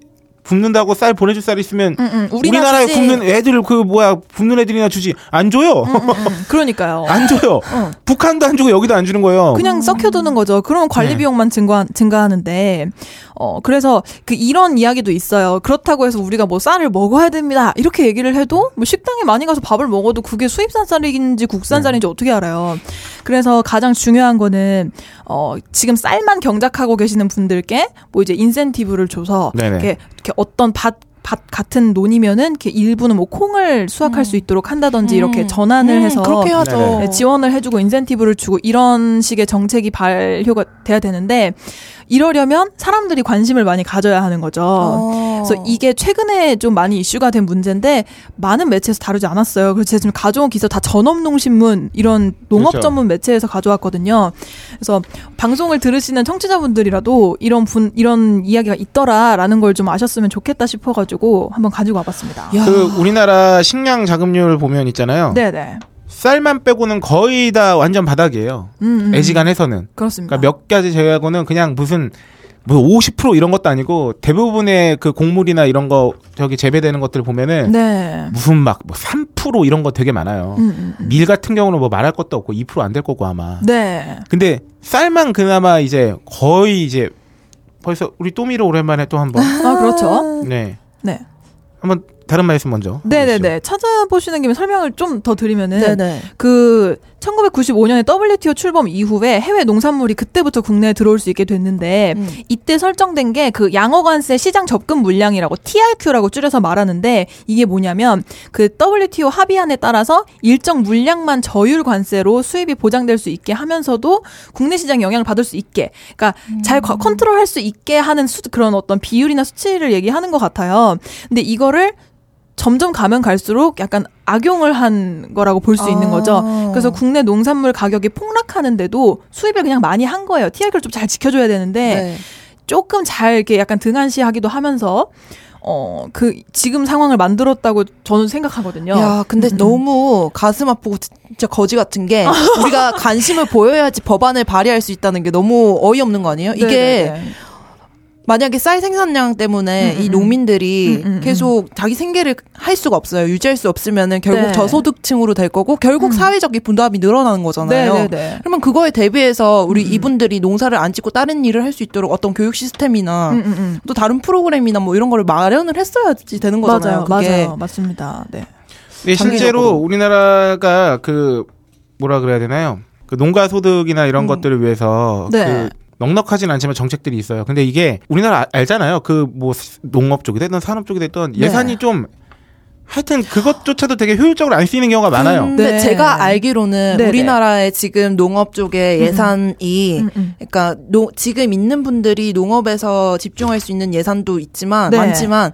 C: 굶는다고 쌀 보내줄 쌀 있으면
B: 음, 음. 우리나
C: 우리나라에
B: 주지.
C: 굶는 애들 그 뭐야 굶는 애들이나 주지 안 줘요
B: 음, 그러니까요.
C: 안 줘요
B: 응.
C: 북한도 안 주고 여기도 안 주는 거예요
B: 그냥 썩혀두는 거죠. 그러면 관리
C: 네.
B: 비용만 증가, 증가하는데, 어, 그래서 그 이런 이야기도 있어요. 그렇다고 해서 우리가 뭐 쌀을 먹어야 됩니다. 이렇게 얘기를 해도 뭐 식당에 많이 가서 밥을 먹어도 그게 수입산 쌀인지 국산 쌀인지
A: 네.
B: 어떻게 알아요. 그래서 가장 중요한 거는, 어, 지금 쌀만 경작하고 계시는 분들께 뭐 이제 인센티브를 줘서
C: 네네.
B: 이렇게, 이렇게 어떤 밭, 밭 같은 논이면은 이렇게 일부는 뭐 콩을 수확할 수 있도록 한다든지 이렇게 전환을
A: 음,
B: 해서
A: 그렇게 해야죠.
C: 네네.
B: 네, 지원을 해주고 인센티브를 주고 이런 식의 정책이 발효가 돼야 되는데 이러려면 사람들이 관심을 많이 가져야 하는 거죠.
A: 어.
B: 그래서 이게 최근에 좀 많이 이슈가 된 문제인데 많은 매체에서 다루지 않았어요. 그래서 제가 지금 가져온 기사 다 전업농신문 이런 농업
C: 그렇죠.
B: 전문 매체에서 가져왔거든요. 그래서 방송을 들으시는 청취자분들이라도 이런 분 이런 이야기가 있더라라는 걸 좀 아셨으면 좋겠다 싶어가지고 한번 가지고 와봤습니다.
A: 야.
C: 그 우리나라 식량 자급률 보면 있잖아요
B: 네네.
C: 쌀만 빼고는 거의 다 완전 바닥이에요.
B: 음, 음.
C: 애지간해서는.
B: 그렇습니다.
C: 그러니까 몇 가지 제외하고는 그냥 무슨 뭐 50% 이런 것도 아니고 대부분의 그 곡물이나 이런 거 저기 재배되는 것들 보면은
B: 네.
C: 무슨 막 뭐 3% 이런 거 되게 많아요.
B: 음, 음, 음.
C: 밀 같은 경우는 뭐 말할 것도 없고 2% 안 될 거고 아마.
B: 네.
C: 근데 쌀만 그나마 이제 거의 이제 벌써 우리 또미로 오랜만에 또 한번
B: 아 그렇죠.
C: 네
B: 네.
C: 한번 다른 말씀 먼저. 해주시죠.
B: 네네네. 찾아보시는 김에 설명을 좀 더 드리면은
A: 네네.
B: 그 1995년에 WTO 출범 이후에 해외 농산물이 그때부터 국내에 들어올 수 있게 됐는데
A: 음.
B: 이때 설정된 게 그 양어관세 시장 접근 물량이라고 TRQ라고 줄여서 말하는데 이게 뭐냐면 그 WTO 합의안에 따라서 일정 물량만 저율 관세로 수입이 보장될 수 있게 하면서도 국내 시장 영향을 받을 수 있게 그러니까 잘 거- 컨트롤할 수 있게 하는 수, 그런 어떤 비율이나 수치를 얘기하는 것 같아요. 근데 이거를 점점 가면 갈수록 약간 악용을 한 거라고 볼 수 있는 거죠.
A: 아.
B: 그래서 국내 농산물 가격이 폭락하는데도 수입을 그냥 많이 한 거예요. TRQ를 좀 잘 지켜줘야 되는데
A: 네.
B: 조금 잘 이렇게 약간 등한시하기도 하면서 어 그 지금 상황을 만들었다고 저는 생각하거든요.
A: 야, 근데
B: 음.
A: 너무 가슴 아프고 진짜 거지 같은 게
B: 어.
A: 우리가 관심을 보여야지 법안을 발의할 수 있다는 게 너무 어이없는 거 아니에요? 이게
B: 네네네.
A: 만약에 쌀 생산량 때문에
B: 음,
A: 이
B: 음.
A: 농민들이
B: 음, 음, 음.
A: 계속 자기 생계를 할 수가 없어요. 유지할 수 없으면은 결국
B: 네. 음.
A: 저소득층으로 될 거고 결국 사회적 인 분담이 늘어나는 거잖아요.
B: 네네네. 음,
A: 그러면 그거에 대비해서 우리 이분들이 농사를 안 짓고 다른 일을 할 수 있도록 어떤 교육 시스템이나
B: 음, 음, 음.
A: 또 다른 프로그램이나 뭐 이런 거를 마련을 했어야지 되는 거잖아요.
B: 맞아요,
A: 그게.
B: 맞아요, 맞습니다. 네.
C: 네, 실제로
A: 장기적으로.
C: 우리나라가 그 뭐라 그래야 되나요? 그 농가 소득이나 이런 것들을 위해서
B: 음. 네.
C: 그 넉넉하진 않지만 정책들이 있어요. 근데 이게 우리나라 아- 알잖아요. 그 뭐 농업 쪽이 됐든 산업 쪽이 됐든
B: 네.
C: 예산이 좀 하여튼 그것조차도 되게 효율적으로 안 쓰이는 경우가 많아요. 예,
A: 근데
B: 네.
A: 제가 알기로는
B: 네네.
A: 우리나라의 지금 농업 쪽의 예산이
B: 음, 음.
A: 그러니까 노- 지금 있는 분들이 농업에서 집중할 수 있는 예산도 있지만
B: 네.
A: 많지만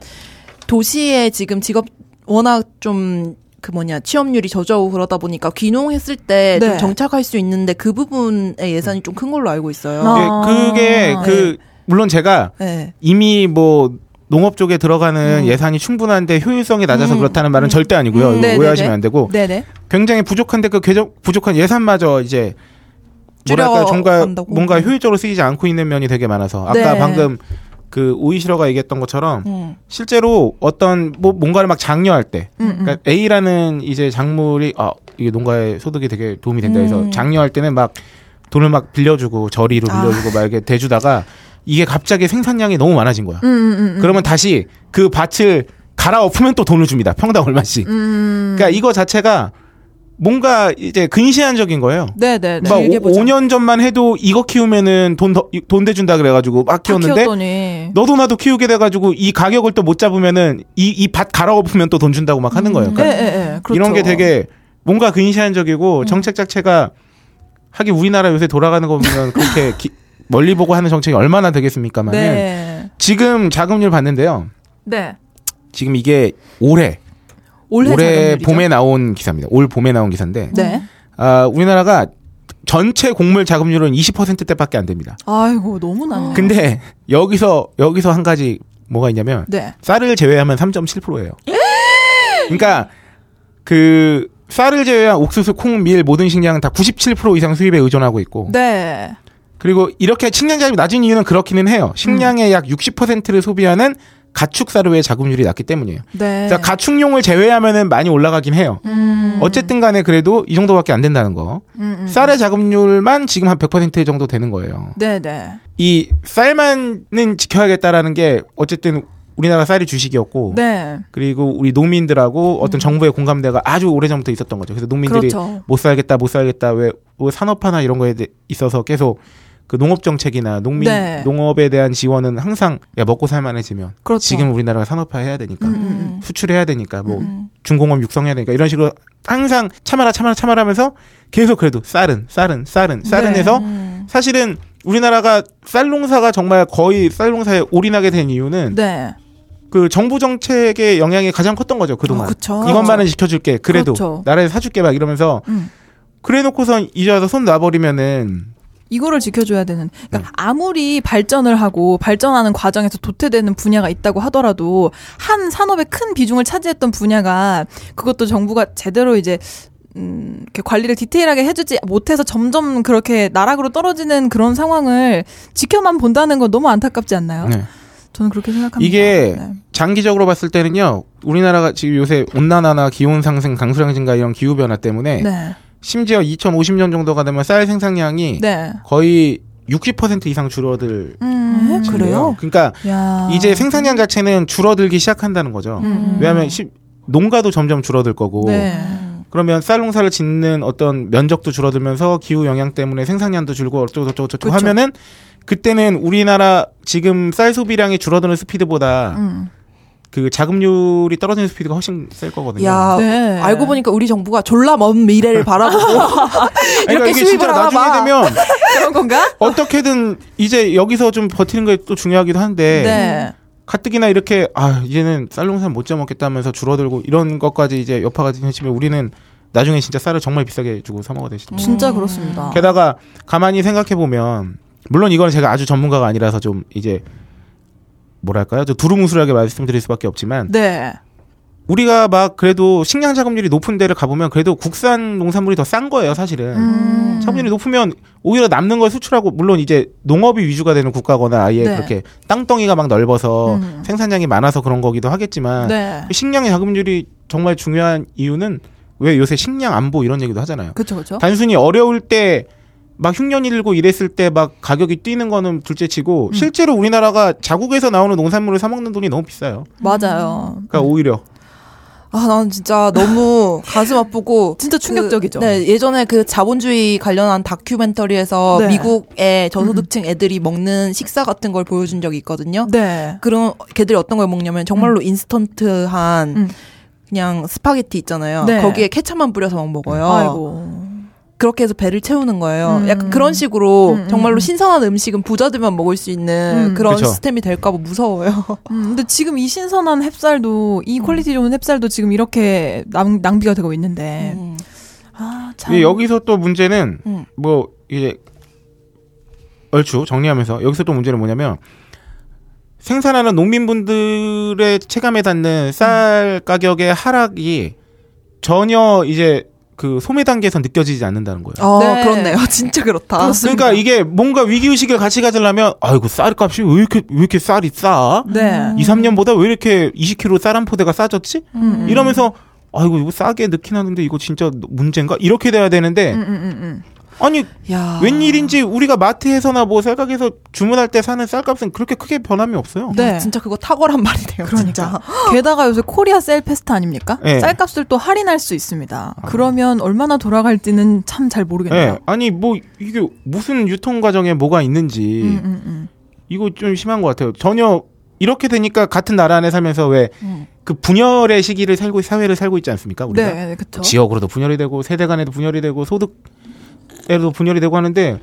A: 도시에 지금 직업 워낙 좀 그 뭐냐 취업률이 저조하고 그러다 보니까 귀농했을 때 좀
B: 네.
A: 정착할 수 있는데 그 부분의 예산이 좀 큰 걸로 알고 있어요.
B: 아.
C: 예, 그게 그 물론 제가
A: 네.
C: 이미 뭐 농업 쪽에 들어가는 예산이 충분한데 효율성이 낮아서 그렇다는 말은 절대 아니고요.
B: 음.
C: 이거
B: 네,
C: 오해하시면
B: 네, 네.
C: 안 되고
B: 네네.
C: 굉장히 부족한데 그 궤적- 부족한 예산마저 이제 뭐랄까 뭔가
A: 줄여간다고?
C: 뭔가 효율적으로 쓰이지 않고 있는 면이 되게 많아서 아까
B: 네.
C: 방금 그 오이시러가 얘기했던 것처럼
A: 음.
C: 실제로 어떤 뭐 뭔가를 막 장려할 때
B: 음, 음.
C: 그러니까 A라는 이제 작물이 아 이게 농가의 소득이 되게 도움이 된다 해서
A: 음.
C: 장려할 때는 막 돈을 막 빌려주고 저리로
B: 아.
C: 빌려주고 막 이렇게 대주다가 이게 갑자기 생산량이 너무 많아진 거야.
B: 음, 음, 음, 음.
C: 그러면 다시 그 밭을 갈아엎으면 또 돈을 줍니다. 평당 얼마씩.
B: 음.
C: 그러니까 이거 자체가 뭔가 이제 근시안적인 거예요.
B: 네네네.
C: 막
A: 길게 보자.
C: 5년 전만 해도 이거 키우면은 돈 더, 돈 대준다 그래가지고 막
B: 다
C: 키웠는데
B: 키웠더니.
C: 너도 나도 키우게 돼가지고 이 가격을 또 못 잡으면은 이 이 밭 갈아엎으면 또 돈 준다고 막 하는 거예요.
B: 예,
C: 그러니까
B: 예, 예. 그렇죠. 음.
C: 이런 게 되게 뭔가 근시안적이고 정책 자체가 하긴 우리나라 요새 돌아가는 거 보면 그렇게 기- 멀리 보고 하는 정책이 얼마나 되겠습니까만은
B: 네.
C: 지금 자금률 봤는데요.
B: 네.
C: 지금 이게 올해
B: 올해,
C: 올해
B: 자금률이죠?
C: 봄에 나온 기사입니다. 올 봄에 나온 기사인데
B: 네.
C: 아, 우리나라가 전체 곡물 자금률은 20%대밖에 안 됩니다.
B: 아이고 너무 낮네.
C: 근데 여기서 여기서 한 가지 뭐가 있냐면
B: 네.
C: 쌀을 제외하면 3.7%예요. 그러니까 그 쌀을 제외한 옥수수, 콩, 밀 모든 식량은 다 97% 이상 수입에 의존하고 있고
B: 네.
C: 그리고 이렇게 식량 자금이 낮은 이유는 그렇기는 해요.
B: 음.
C: 식량의 약 60%를 소비하는 가축 사료의 자금률이 낮기 때문이에요.
B: 네. 음.
C: 그러니까 가축용을 제외하면은 많이 올라가긴 해요. 어쨌든 간에 그래도 이 정도밖에 안 된다는 거. 쌀의 자급률만 지금 한 100% 정도 되는 거예요.
B: 네, 네.
C: 이 쌀만은 지켜야겠다라는 게 어쨌든 우리나라 쌀이 주식이었고
B: 네.
C: 그리고 우리 농민들하고 어떤 정부의 공감대가 아주 오래전부터 있었던 거죠. 그래서
B: 음.
C: 농민들이
B: 그렇죠.
C: 못 살겠다, 못 살겠다. 왜, 왜 산업화나 이런 거에 대- 있어서 계속 그 농업 정책이나 농민
B: 네.
C: 농업에 대한 지원은 항상 야 먹고 살만해지면
B: 그렇죠.
C: 지금 우리나라가 산업화해야 되니까
B: 음, 음,
C: 수출해야 되니까 뭐 중공업 육성해야 되니까 이런 식으로 항상 참아라 참아라 참아라면서 계속 그래도 쌀은 쌀은 쌀은 쌀은
B: 네.
C: 해서 사실은 우리나라가 쌀 농사가 정말 거의 쌀 농사에 올인하게 된 이유는
B: 음. 네.
C: 그 정부 정책의 영향이 가장 컸던 거죠 그동안
B: 아, 그쵸.
C: 이것만은 지켜줄게 그래도
B: 그렇죠.
C: 나라에서 사줄게 막 이러면서
B: 음.
C: 그래놓고선 이제 와서 손 놔버리면은
B: 이거를 지켜줘야 되는. 그러니까
C: 네.
B: 아무리 발전을 하고 발전하는 과정에서 도태되는 분야가 있다고 하더라도 한 산업의 큰 비중을 차지했던 분야가 그것도 정부가 제대로 이제 음, 이렇게 관리를 디테일하게 해주지 못해서 점점 그렇게 나락으로 떨어지는 그런 상황을 지켜만 본다는 건 너무 안타깝지 않나요?
C: 네.
B: 저는 그렇게 생각합니다.
C: 이게
B: 네.
C: 장기적으로 봤을 때는요. 우리나라가 지금 요새 온난화나 기온 상승, 강수 상승과 이런 기후 변화 때문에
B: 네.
C: 심지어 2050년 정도가 되면 쌀 생산량이
B: 네.
C: 거의 60% 이상 줄어들.
B: 음,
A: 에?
C: 거예요.
A: 그래요?
C: 그러니까
B: 야.
C: 이제 생산량 자체는 줄어들기 시작한다는 거죠.
B: 음.
C: 왜냐하면 시- 농가도 점점 줄어들 거고
B: 네.
C: 그러면 쌀 농사를 짓는 어떤 면적도 줄어들면서 기후 영향 때문에 생산량도 줄고 어쩌고 저쩌고 저쩌고
B: 그쵸.
C: 하면은 그때는 우리나라 지금 쌀 소비량이 줄어드는 스피드보다
B: 음.
C: 그 자급률이 떨어지는 스피드가 훨씬 셀 거거든요.
A: 야,
B: 네.
A: 아, 알고 보니까 우리 정부가 졸라 먼 미래를 바라보고
C: 그러니까
A: 이렇게
C: 이게
A: 수입을
C: 진짜
A: 하나
C: 나중에
A: 봐.
C: 되면
B: 그런 건가?
C: 어떻게든 이제 여기서 좀 버티는 게 또 중요하기도 한데
B: 네.
C: 가뜩이나 이렇게 아 이제는 쌀 농사 못 쪄먹겠다면서 줄어들고 이런 것까지 이제 여파가 되시면 우리는 나중에 진짜 쌀을 정말 비싸게 주고 사 먹어야 되시죠.
B: 진짜 그렇습니다.
C: 게다가 가만히 생각해 보면 물론 이건 제가 아주 전문가가 아니라서 좀 이제 뭐랄까요 좀 두루뭉술하게 말씀드릴 수밖에 없지만
B: 네.
C: 우리가 막 그래도 식량 자급률이 높은 데를 가보면 그래도 국산 농산물이 더 싼 거예요 사실은
B: 음.
C: 자급률이 높으면 오히려 남는 걸 수출하고 물론 이제 농업이 위주가 되는 국가거나 아예
B: 네.
C: 그렇게 땅덩이가 막 넓어서
B: 음.
C: 생산량이 많아서 그런 거기도 하겠지만 그
B: 네.
C: 식량의 자급률이 정말 중요한 이유는 왜 요새 식량 안보 이런 얘기도 하잖아요.
B: 그렇죠, 그렇죠.
C: 단순히 어려울 때 막 흉년이 들고 이랬을 때 막 가격이 뛰는 거는 둘째치고 실제로 우리나라가 자국에서 나오는 농산물을 사 먹는 돈이 너무 비싸요.
B: 맞아요.
C: 그러니까 오히려
A: 아, 난 진짜 너무 가슴 아프고
B: 진짜 충격적이죠.
A: 그, 네, 예전에 그 자본주의 관련한 다큐멘터리에서
B: 네. 음.
A: 미국의 저소득층 애들이 먹는 식사 같은 걸 보여준 적이 있거든요.
B: 네.
A: 그런 걔들이 어떤 걸 먹냐면 정말로 인스턴트한
B: 음.
A: 그냥 스파게티 있잖아요.
B: 네.
A: 거기에 케찹만 뿌려서 막 먹어요.
B: 아이고.
A: 그렇게 해서 배를 채우는 거예요.
B: 음.
A: 약간 그런 식으로
B: 음, 음,
A: 정말로
B: 음.
A: 신선한 음식은 부자들만 먹을 수 있는
B: 음.
A: 그런
C: 그쵸.
A: 시스템이 될까봐 무서워요.
B: 음, 근데 지금 이 신선한 햅쌀도 이 퀄리티 좋은 햅쌀도 지금 이렇게 낭, 낭비가 되고 있는데
A: 음.
B: 아 참.
C: 근데 여기서 또 문제는
A: 음.
C: 뭐 이제 얼추 정리하면서 여기서 또 문제는 뭐냐면 생산하는 농민분들의 체감에 닿는 쌀 가격의 하락이 전혀 이제 그 소매 단계에서 느껴지지 않는다는 거예요.
A: 어,
B: 네.
A: 그렇네요. 진짜
B: 아,
A: 그렇다.
C: 그러니까 이게 뭔가 위기 의식을 같이 가지려면 아이고 쌀값이 왜 이렇게 왜 이렇게 쌀이 싸?
B: 네.
C: 2, 3년보다 왜 이렇게 20kg 쌀 한 포대가 싸졌지?
B: 음,
C: 이러면서 아이고 이거 싸게 넣긴 하는데 이거 진짜 문제인가? 이렇게 돼야 되는데
B: 음, 음, 음,
C: 아니
A: 야.
C: 웬일인지 우리가 마트에서나 뭐 쌀가게에서 주문할 때 사는 쌀값은 그렇게 크게 변함이 없어요.
B: 음. 네.
A: 아, 진짜 그거 탁월한 말이네요. 진짜.
B: 게다가 요새 코리아 셀 페스트 아닙니까?
C: 예. 아.
B: 쌀값을 또 할인할 수 있습니다. 그러면 얼마나 돌아갈지는 참 잘 모르겠네요.
C: 예. 아니 뭐 이게 무슨 유통 과정에 뭐가 있는지
B: 음, 음, 음.
C: 이거 좀 심한 것 같아요. 전혀 이렇게 되니까 같은 나라 안에 살면서 왜 그
A: 음.
C: 분열의 시기를 살고 사회를 살고 있지 않습니까? 우리가
B: 네, 네, 그렇죠.
C: 지역으로도 분열이 되고 세대 간에도 분열이 되고 소득에도 분열이 되고 하는데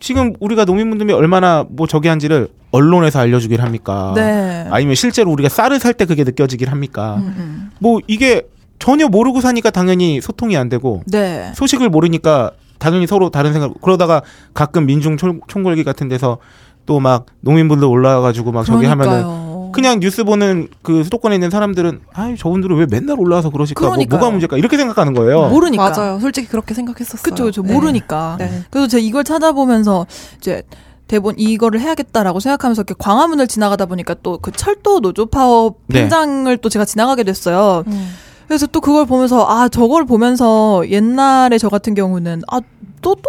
C: 지금 우리가 농민분들이 얼마나 뭐 저기 한지를 언론에서 알려주길 합니까?
B: 네.
C: 아니면 실제로 우리가 쌀을 살 때 그게 느껴지길 합니까?
B: 음, 음.
C: 뭐 이게 전혀 모르고 사니까 당연히 소통이 안 되고
B: 네.
C: 소식을 모르니까 당연히 서로 다른 생각 그러다가 가끔 민중 총, 총궐기 같은 데서 또 막 농민분들 올라와가지고 막 저기 하면은
B: 그러니까요.
C: 그냥 뉴스 보는 그 수도권에 있는 사람들은 아 저분들은 왜 맨날 올라와서 그러실까 뭐,
B: 그러니까요. 뭐
C: 뭐가 문제일까 이렇게 생각하는 거예요.
B: 모르니까.
A: 맞아요. 솔직히 그렇게 생각했었어요.
B: 그쵸, 그쵸.
A: 네.
B: 모르니까.
A: 네.
B: 그래서 제가 이걸 찾아보면서 이제 대본 이거를 해야겠다라고 생각하면서 이렇게 광화문을 지나가다 보니까 또 그 철도 노조 파업
C: 네.
B: 현장을 또 제가 지나가게 됐어요.
A: 음.
B: 그래서 또 그걸 보면서 아 저걸 보면서 옛날에 저 같은 경우는 아 또 또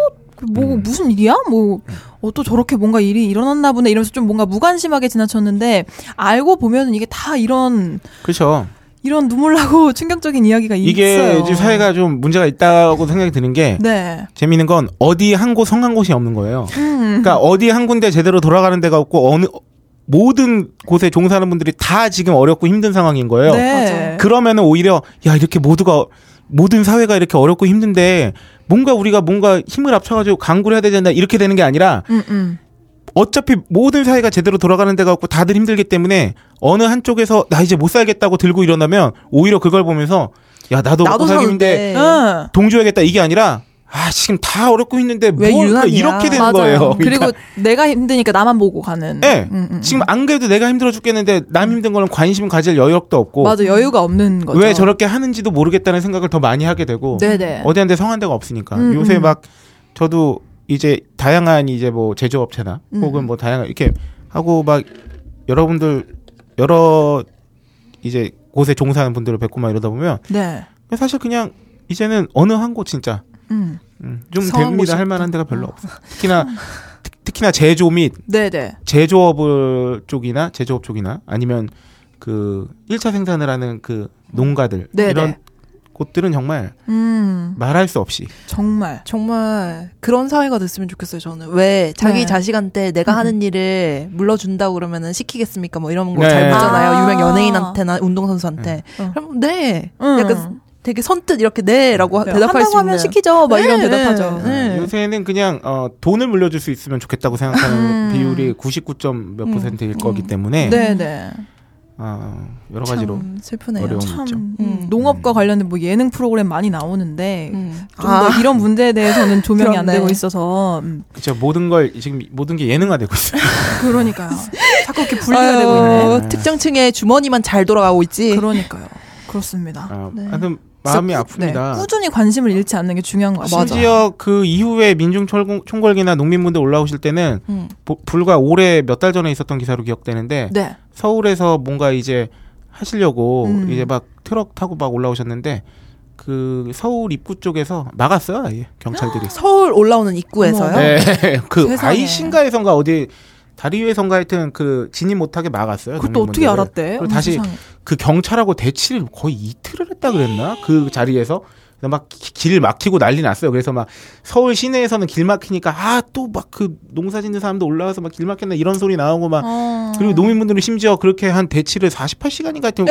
B: 뭐
C: 음.
B: 무슨 일이야 뭐 어 또 저렇게 뭔가 일이 일어났나 보네 이러면서 좀 뭔가 무관심하게 지나쳤는데 알고 보면은 이게 다 이런
C: 그렇죠.
B: 이런 눈물 나고 충격적인 이야기가
C: 이게
B: 있어요.
C: 지금 사회가 좀 문제가 있다고 생각이 드는 게
B: 네.
C: 재미있는 건 어디 한 곳 성한 곳이 없는 거예요.
B: 음.
C: 그러니까 어디 한 군데 제대로 돌아가는 데가 없고 어느 모든 곳에 종사하는 분들이 다 지금 어렵고 힘든 상황인 거예요.
B: 네.
C: 그러면은 오히려 야 이렇게 모두가 모든 사회가 이렇게 어렵고 힘든데 뭔가 우리가 뭔가 힘을 합쳐가지고 강구를 해야 되잖아 이렇게 되는 게 아니라
B: 음, 음.
C: 어차피 모든 사회가 제대로 돌아가는 데가 없고 다들 힘들기 때문에 어느 한쪽에서 나 이제 못 살겠다고 들고 일어나면 오히려 그걸 보면서 야 나도
A: 나도
C: 먹고 살기 힘든데
A: 사는데.
B: 응.
C: 동조해야겠다 이게 아니라 아 지금 다 어렵고 있는데
A: 왜
C: 뭘
A: 유난이야.
C: 이렇게 되는
B: 맞아요.
C: 거예요.
B: 그리고
C: 그러니까
B: 내가 힘드니까 나만 보고 가는.
C: 예.
B: 음, 음.
C: 지금 안 그래도 내가 힘들어 죽겠는데 남 힘든 거는 관심 가질 여력도 없고
B: 맞아 여유가 없는 거죠.
C: 왜 저렇게 하는지도 모르겠다는 생각을 더 많이 하게 되고
B: 네네.
C: 어디 한데 성한 데가 없으니까
B: 음,
C: 요새
B: 음.
C: 막 저도 이제 다양한 이제 뭐 제조업체나
B: 음.
C: 혹은 뭐 다양한 이렇게 하고 막 여러분들 여러 이제 곳에 종사하는 분들을 뵙고 막 이러다 보면
B: 네.
C: 사실 그냥 이제는 어느 한 곳 진짜
B: 음.
C: 음, 좀
B: 성한 곳이
C: 됩니다 할
B: 없다.
C: 만한 데가 별로 없어 특히나 특- 특히나 제조 및
B: 네네.
C: 제조업을 쪽이나 제조업 쪽이나 아니면 그일차 생산을 하는 그 농가들
B: 네네.
C: 이런 곳들은 정말
B: 음.
C: 말할 수 없이
B: 정말.
A: 정말 그런 사회가 됐으면 좋겠어요. 저는 왜 자기
B: 네.
A: 자식한테 내가 하는 일을 물러준다고 그러면은 시키겠습니까? 뭐 이런 거 잘
C: 네.
A: 묻잖아요.
B: 아.
A: 유명 연예인한테나 운동선수한테.
B: 응.
A: 그럼 네.
B: 음.
A: 약간 되게 선뜻 이렇게 네라고
B: 네,
A: 대답할
B: 한다고
A: 수 있는.
B: 하면 시키죠. 막 이런
A: 네,
B: 대답하죠.
A: 네.
C: 아, 요새는 그냥 어, 돈을 물려줄 수 있으면 좋겠다고 생각하는
B: 음.
C: 비율이 99.몇
A: 음.
C: 퍼센트일 거기 때문에
B: 네네.
C: 어, 여러
A: 참
C: 가지로
A: 슬프네요.
C: 어려운
B: 참
C: 있죠.
B: 음,
A: 음.
B: 농업과 관련된 뭐 예능 프로그램 많이 나오는데
A: 음.
B: 좀 더 이런 문제에 대해서는 조명이 안
A: 그렇네.
B: 되고 있어서 음,
C: 그쵸 모든 걸 지금 모든 게 예능화되고 있어요.
B: 그러니까요. 자꾸 이렇게 분리가 되고 있네.
A: 아유, 특정층의 주머니만 잘 돌아가고 있지.
B: 그러니까요. 그렇습니다.
C: 아,
A: 네.
C: 하여튼 마음이
B: 그래서 꾸-
C: 아픕니다.
B: 네, 꾸준히 관심을 잃지 않는 게 중요한 거 같아요.
C: 심지어 그 이후에 민중 철공- 총궐기나 농민분들 올라오실 때는
A: 음.
C: 보- 불과 올해 몇 달 전에 있었던 기사로 기억되는데
B: 네.
C: 서울에서 뭔가 이제 하시려고
B: 음.
C: 이제 막 트럭 타고 막 올라오셨는데 그 서울 입구 쪽에서 막았어요 아예 경찰들이.
A: 서울 올라오는 입구에서요.
B: 어머.
C: 네, 그
B: 세상에.
C: 아이신가에선가 어디 다리 위에선가 하여튼 그 진입 못하게 막았어요.
B: 그걸 또 어떻게
C: 농민분들을.
B: 알았대?
C: 그리고
B: 어머,
C: 다시
B: 세상에.
C: 그 경찰하고 대치를 거의 이틀을 했다 그랬나 그 자리에서 막 길 막히고 난리 났어요. 그래서 막 서울 시내에서는 길 막히니까 아 또 막 그 농사 짓는 사람들 올라와서 막 길 막혔나 이런 소리 나오고 막
B: 어.
C: 그리고 농민분들은 심지어 그렇게 한 대치를 48시간인가 하여튼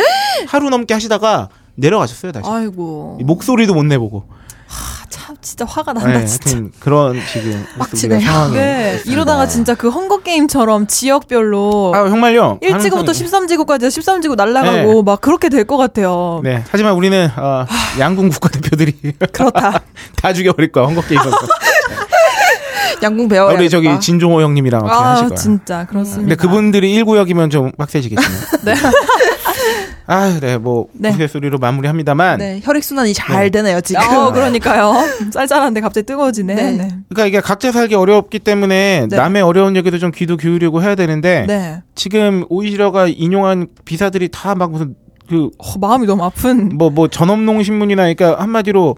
C: 하루 넘게 하시다가 내려가셨어요 다시
B: 아이고.
C: 목소리도 못 내보고
B: 아, 참 진짜 화가 난다
C: 네,
B: 진짜.
C: 하여튼 그런 지금
A: 빡치네요.
C: 상황이
B: 네. 이러다가 진짜 그 헝거 게임처럼 지역별로
C: 아 정말요
B: 어. 일지구부터
C: 가능성이-
B: 13지구까지 13지구 날아가고
C: 네.
B: 막 그렇게 될 것 같아요.
C: 네 하지만 우리는 어, 양궁 국가대표들이
B: 그렇다.
C: 다 죽여버릴 거야 헝거 게임에서
A: 양궁
C: 아,
A: 배워야
C: 우리 저기 진종호 형님이랑 어떻게 하실
B: 아
C: 거야.
B: 진짜 그렇습니다.
C: 근데 그분들이 1구역이면 좀 빡세지겠지만. 네. 아, 네, 뭐
B: 네.
C: 우스갯소리로 마무리합니다만.
A: 네, 혈액 순환이 잘
C: 네.
A: 되네요 지금.
B: 어 그러니까요. 쌀쌀한데 갑자기 뜨거워지네.
A: 네.
B: 네.
C: 그러니까 이게 각자 살기 어렵기 때문에
B: 네.
C: 남의 어려운 얘기도 좀 귀도 기울이고 해야 되는데
B: 네.
C: 지금 오이시러가 인용한 비사들이 다 막 무슨 그
B: 어, 마음이 너무 아픈.
C: 뭐 뭐 전업농 신문이나 그러니까 한마디로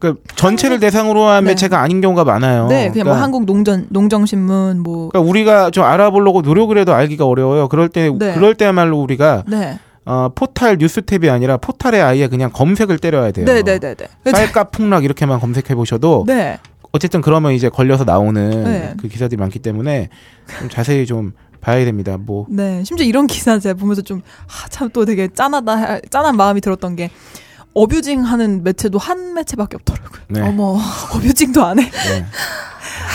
C: 그 전체를 대상으로 한
B: 네.
C: 매체가 아닌 경우가 많아요.
B: 네, 그냥 뭐
C: 그러니까
B: 한국 농전 농정신문 뭐.
C: 그러니까 우리가 좀 알아보려고 노력을 해도 알기가 어려워요. 그럴 때
B: 네.
C: 그럴 때야말로 우리가
B: 네.
C: 어, 포탈 뉴스탭이 아니라 포탈에 아예 그냥 검색을 때려야 돼요.
B: 네, 네, 네, 네.
C: 쌀값 폭락 이렇게만 검색해 보셔도
B: 네.
C: 어쨌든 그러면 이제 걸려서 나오는
B: 네.
C: 그 기사들이 많기 때문에 좀 자세히 좀 봐야 됩니다. 뭐
B: 네. 심지어 이런 기사 제가 보면서 좀 참 또 되게 짠하다 짠한 마음이 들었던 게 어뷰징 하는 매체도 한 매체밖에 없더라고요.
C: 네.
B: 어머, 어뷰징도 안 해.
C: 네.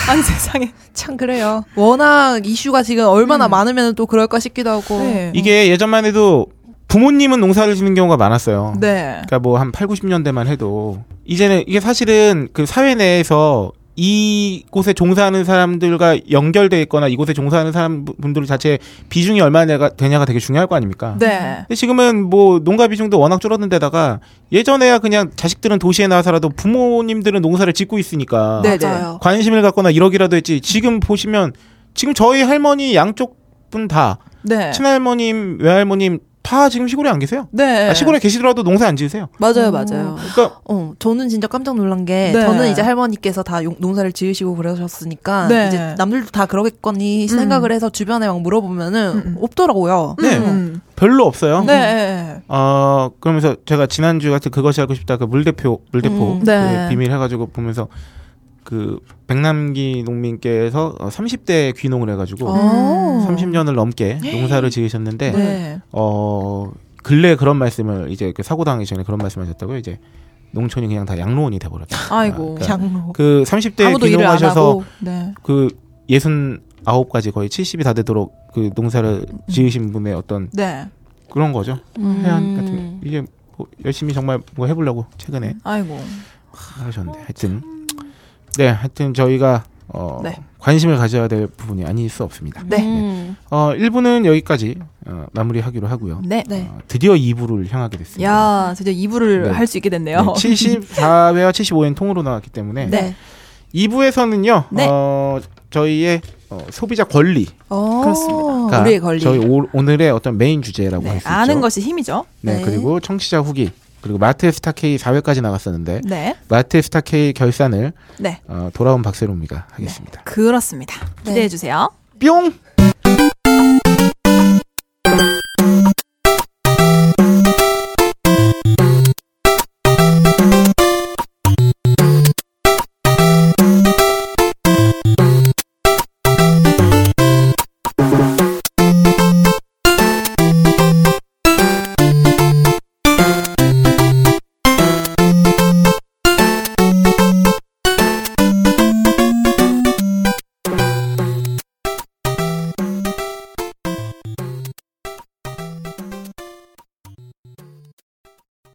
B: 아니 세상에.
A: 참 그래요. 네. 워낙 이슈가 지금 얼마나
B: 음.
A: 많으면 또 그럴까 싶기도 하고.
B: 네.
C: 어, 이게 예전만 해도 부모님은 농사를 짓는 경우가 많았어요.
B: 네.
C: 그러니까 뭐 한 8, 90년대만 해도 이제는 이게 사실은 그 사회 내에서 이곳에 종사하는 사람들과 연결돼 있거나 이곳에 종사하는 사람 분들 자체 비중이 얼마나 되냐가 되게 중요할 거 아닙니까?
B: 네.
C: 근데 지금은 뭐 농가 비중도 워낙 줄었는데다가 예전에야 그냥 자식들은 도시에 나와서라도 부모님들은 농사를 짓고 있으니까
B: 네,
A: 맞아요.
C: 관심을 갖거나 이러기라도 했지 지금 보시면 지금 저희 할머니 양쪽 분 다
B: 네.
C: 친할머님 외할머님 다 지금 시골에 안 계세요
B: 네.
C: 아, 시골에 계시더라도 농사 안 지으세요
A: 맞아요,
B: 어.
A: 맞아요.
C: 그러니까
A: 어, 저는 진짜 깜짝 놀란 게
B: 네.
A: 저는 이제 할머니께서 다 용- 농사를 지으시고 그러셨으니까
B: 네.
A: 이제 남들도 다 그러겠거니
B: 음.
A: 생각을 해서 주변에 막 물어보면은
B: 음, 음.
A: 없더라고요.
C: 네. 아,
B: 음.
C: 별로 없어요
B: 네.
C: 어 그러면서 제가 지난주 같은 그것이 알고 싶다 그 물대표 물대포
A: 음.
C: 그
B: 네.
C: 비밀 해가지고 보면서 그 백남기 농민께서 30대 귀농을 해가지고
A: 어.
C: 30년을 넘게 농사를 지으셨는데
B: 네.
C: 어 근래 그런 말씀을 이제 그 사고 당하기 전에 그런 말씀하셨다고요. 이제 농촌이 그냥 다 양로원이 돼버렸다.
B: 아이고.
C: 그러니까
A: 장로.
C: 그 30대
B: 아무도 일을 안
C: 귀농하셔서
B: 하고. 네.
C: 그 예순 아홉까지 거의 70이 다 되도록 그 농사를
B: 음.
C: 지으신 분의 어떤
B: 네.
C: 그런 거죠.
A: 음.
C: 해안 같은 게. 이게 뭐 열심히 정말 뭐 해보려고 최근에
B: 아이고.
C: 하셨는데 하여튼 네, 하여튼 저희가 어,
A: 네.
C: 관심을 가져야 될 부분이 아닐 수 없습니다.
B: 네.
A: 음.
C: 어, 1부는 여기까지 어, 마무리하기로 하고요.
B: 네.
A: 네.
C: 어, 드디어 2부를 향하게 됐습니다.
B: 야, 드디어 2부를
C: 네.
B: 할 수 있게 됐네요.
C: 74회와 75회는 통으로 나왔기 때문에
B: 네.
C: 2부에서는요.
B: 네.
C: 어, 저희의 어, 소비자 권리,
A: 어,
C: 그러니까
B: 그렇습니다.
A: 우리의 권리.
C: 저희 오, 늘의 어떤 메인 주제라고
B: 네,
C: 할 수 있죠.
B: 아는 것이 힘이죠.
C: 네,
A: 네.
C: 그리고 청취자 후기 그리고 마트 스타 K 4회까지 나갔었는데
B: 네.
C: 마트 스타 K 결산을
B: 네.
C: 어, 돌아온 박세롬이가 하겠습니다.
B: 그렇습니다. 기대해 주세요.
C: 뿅.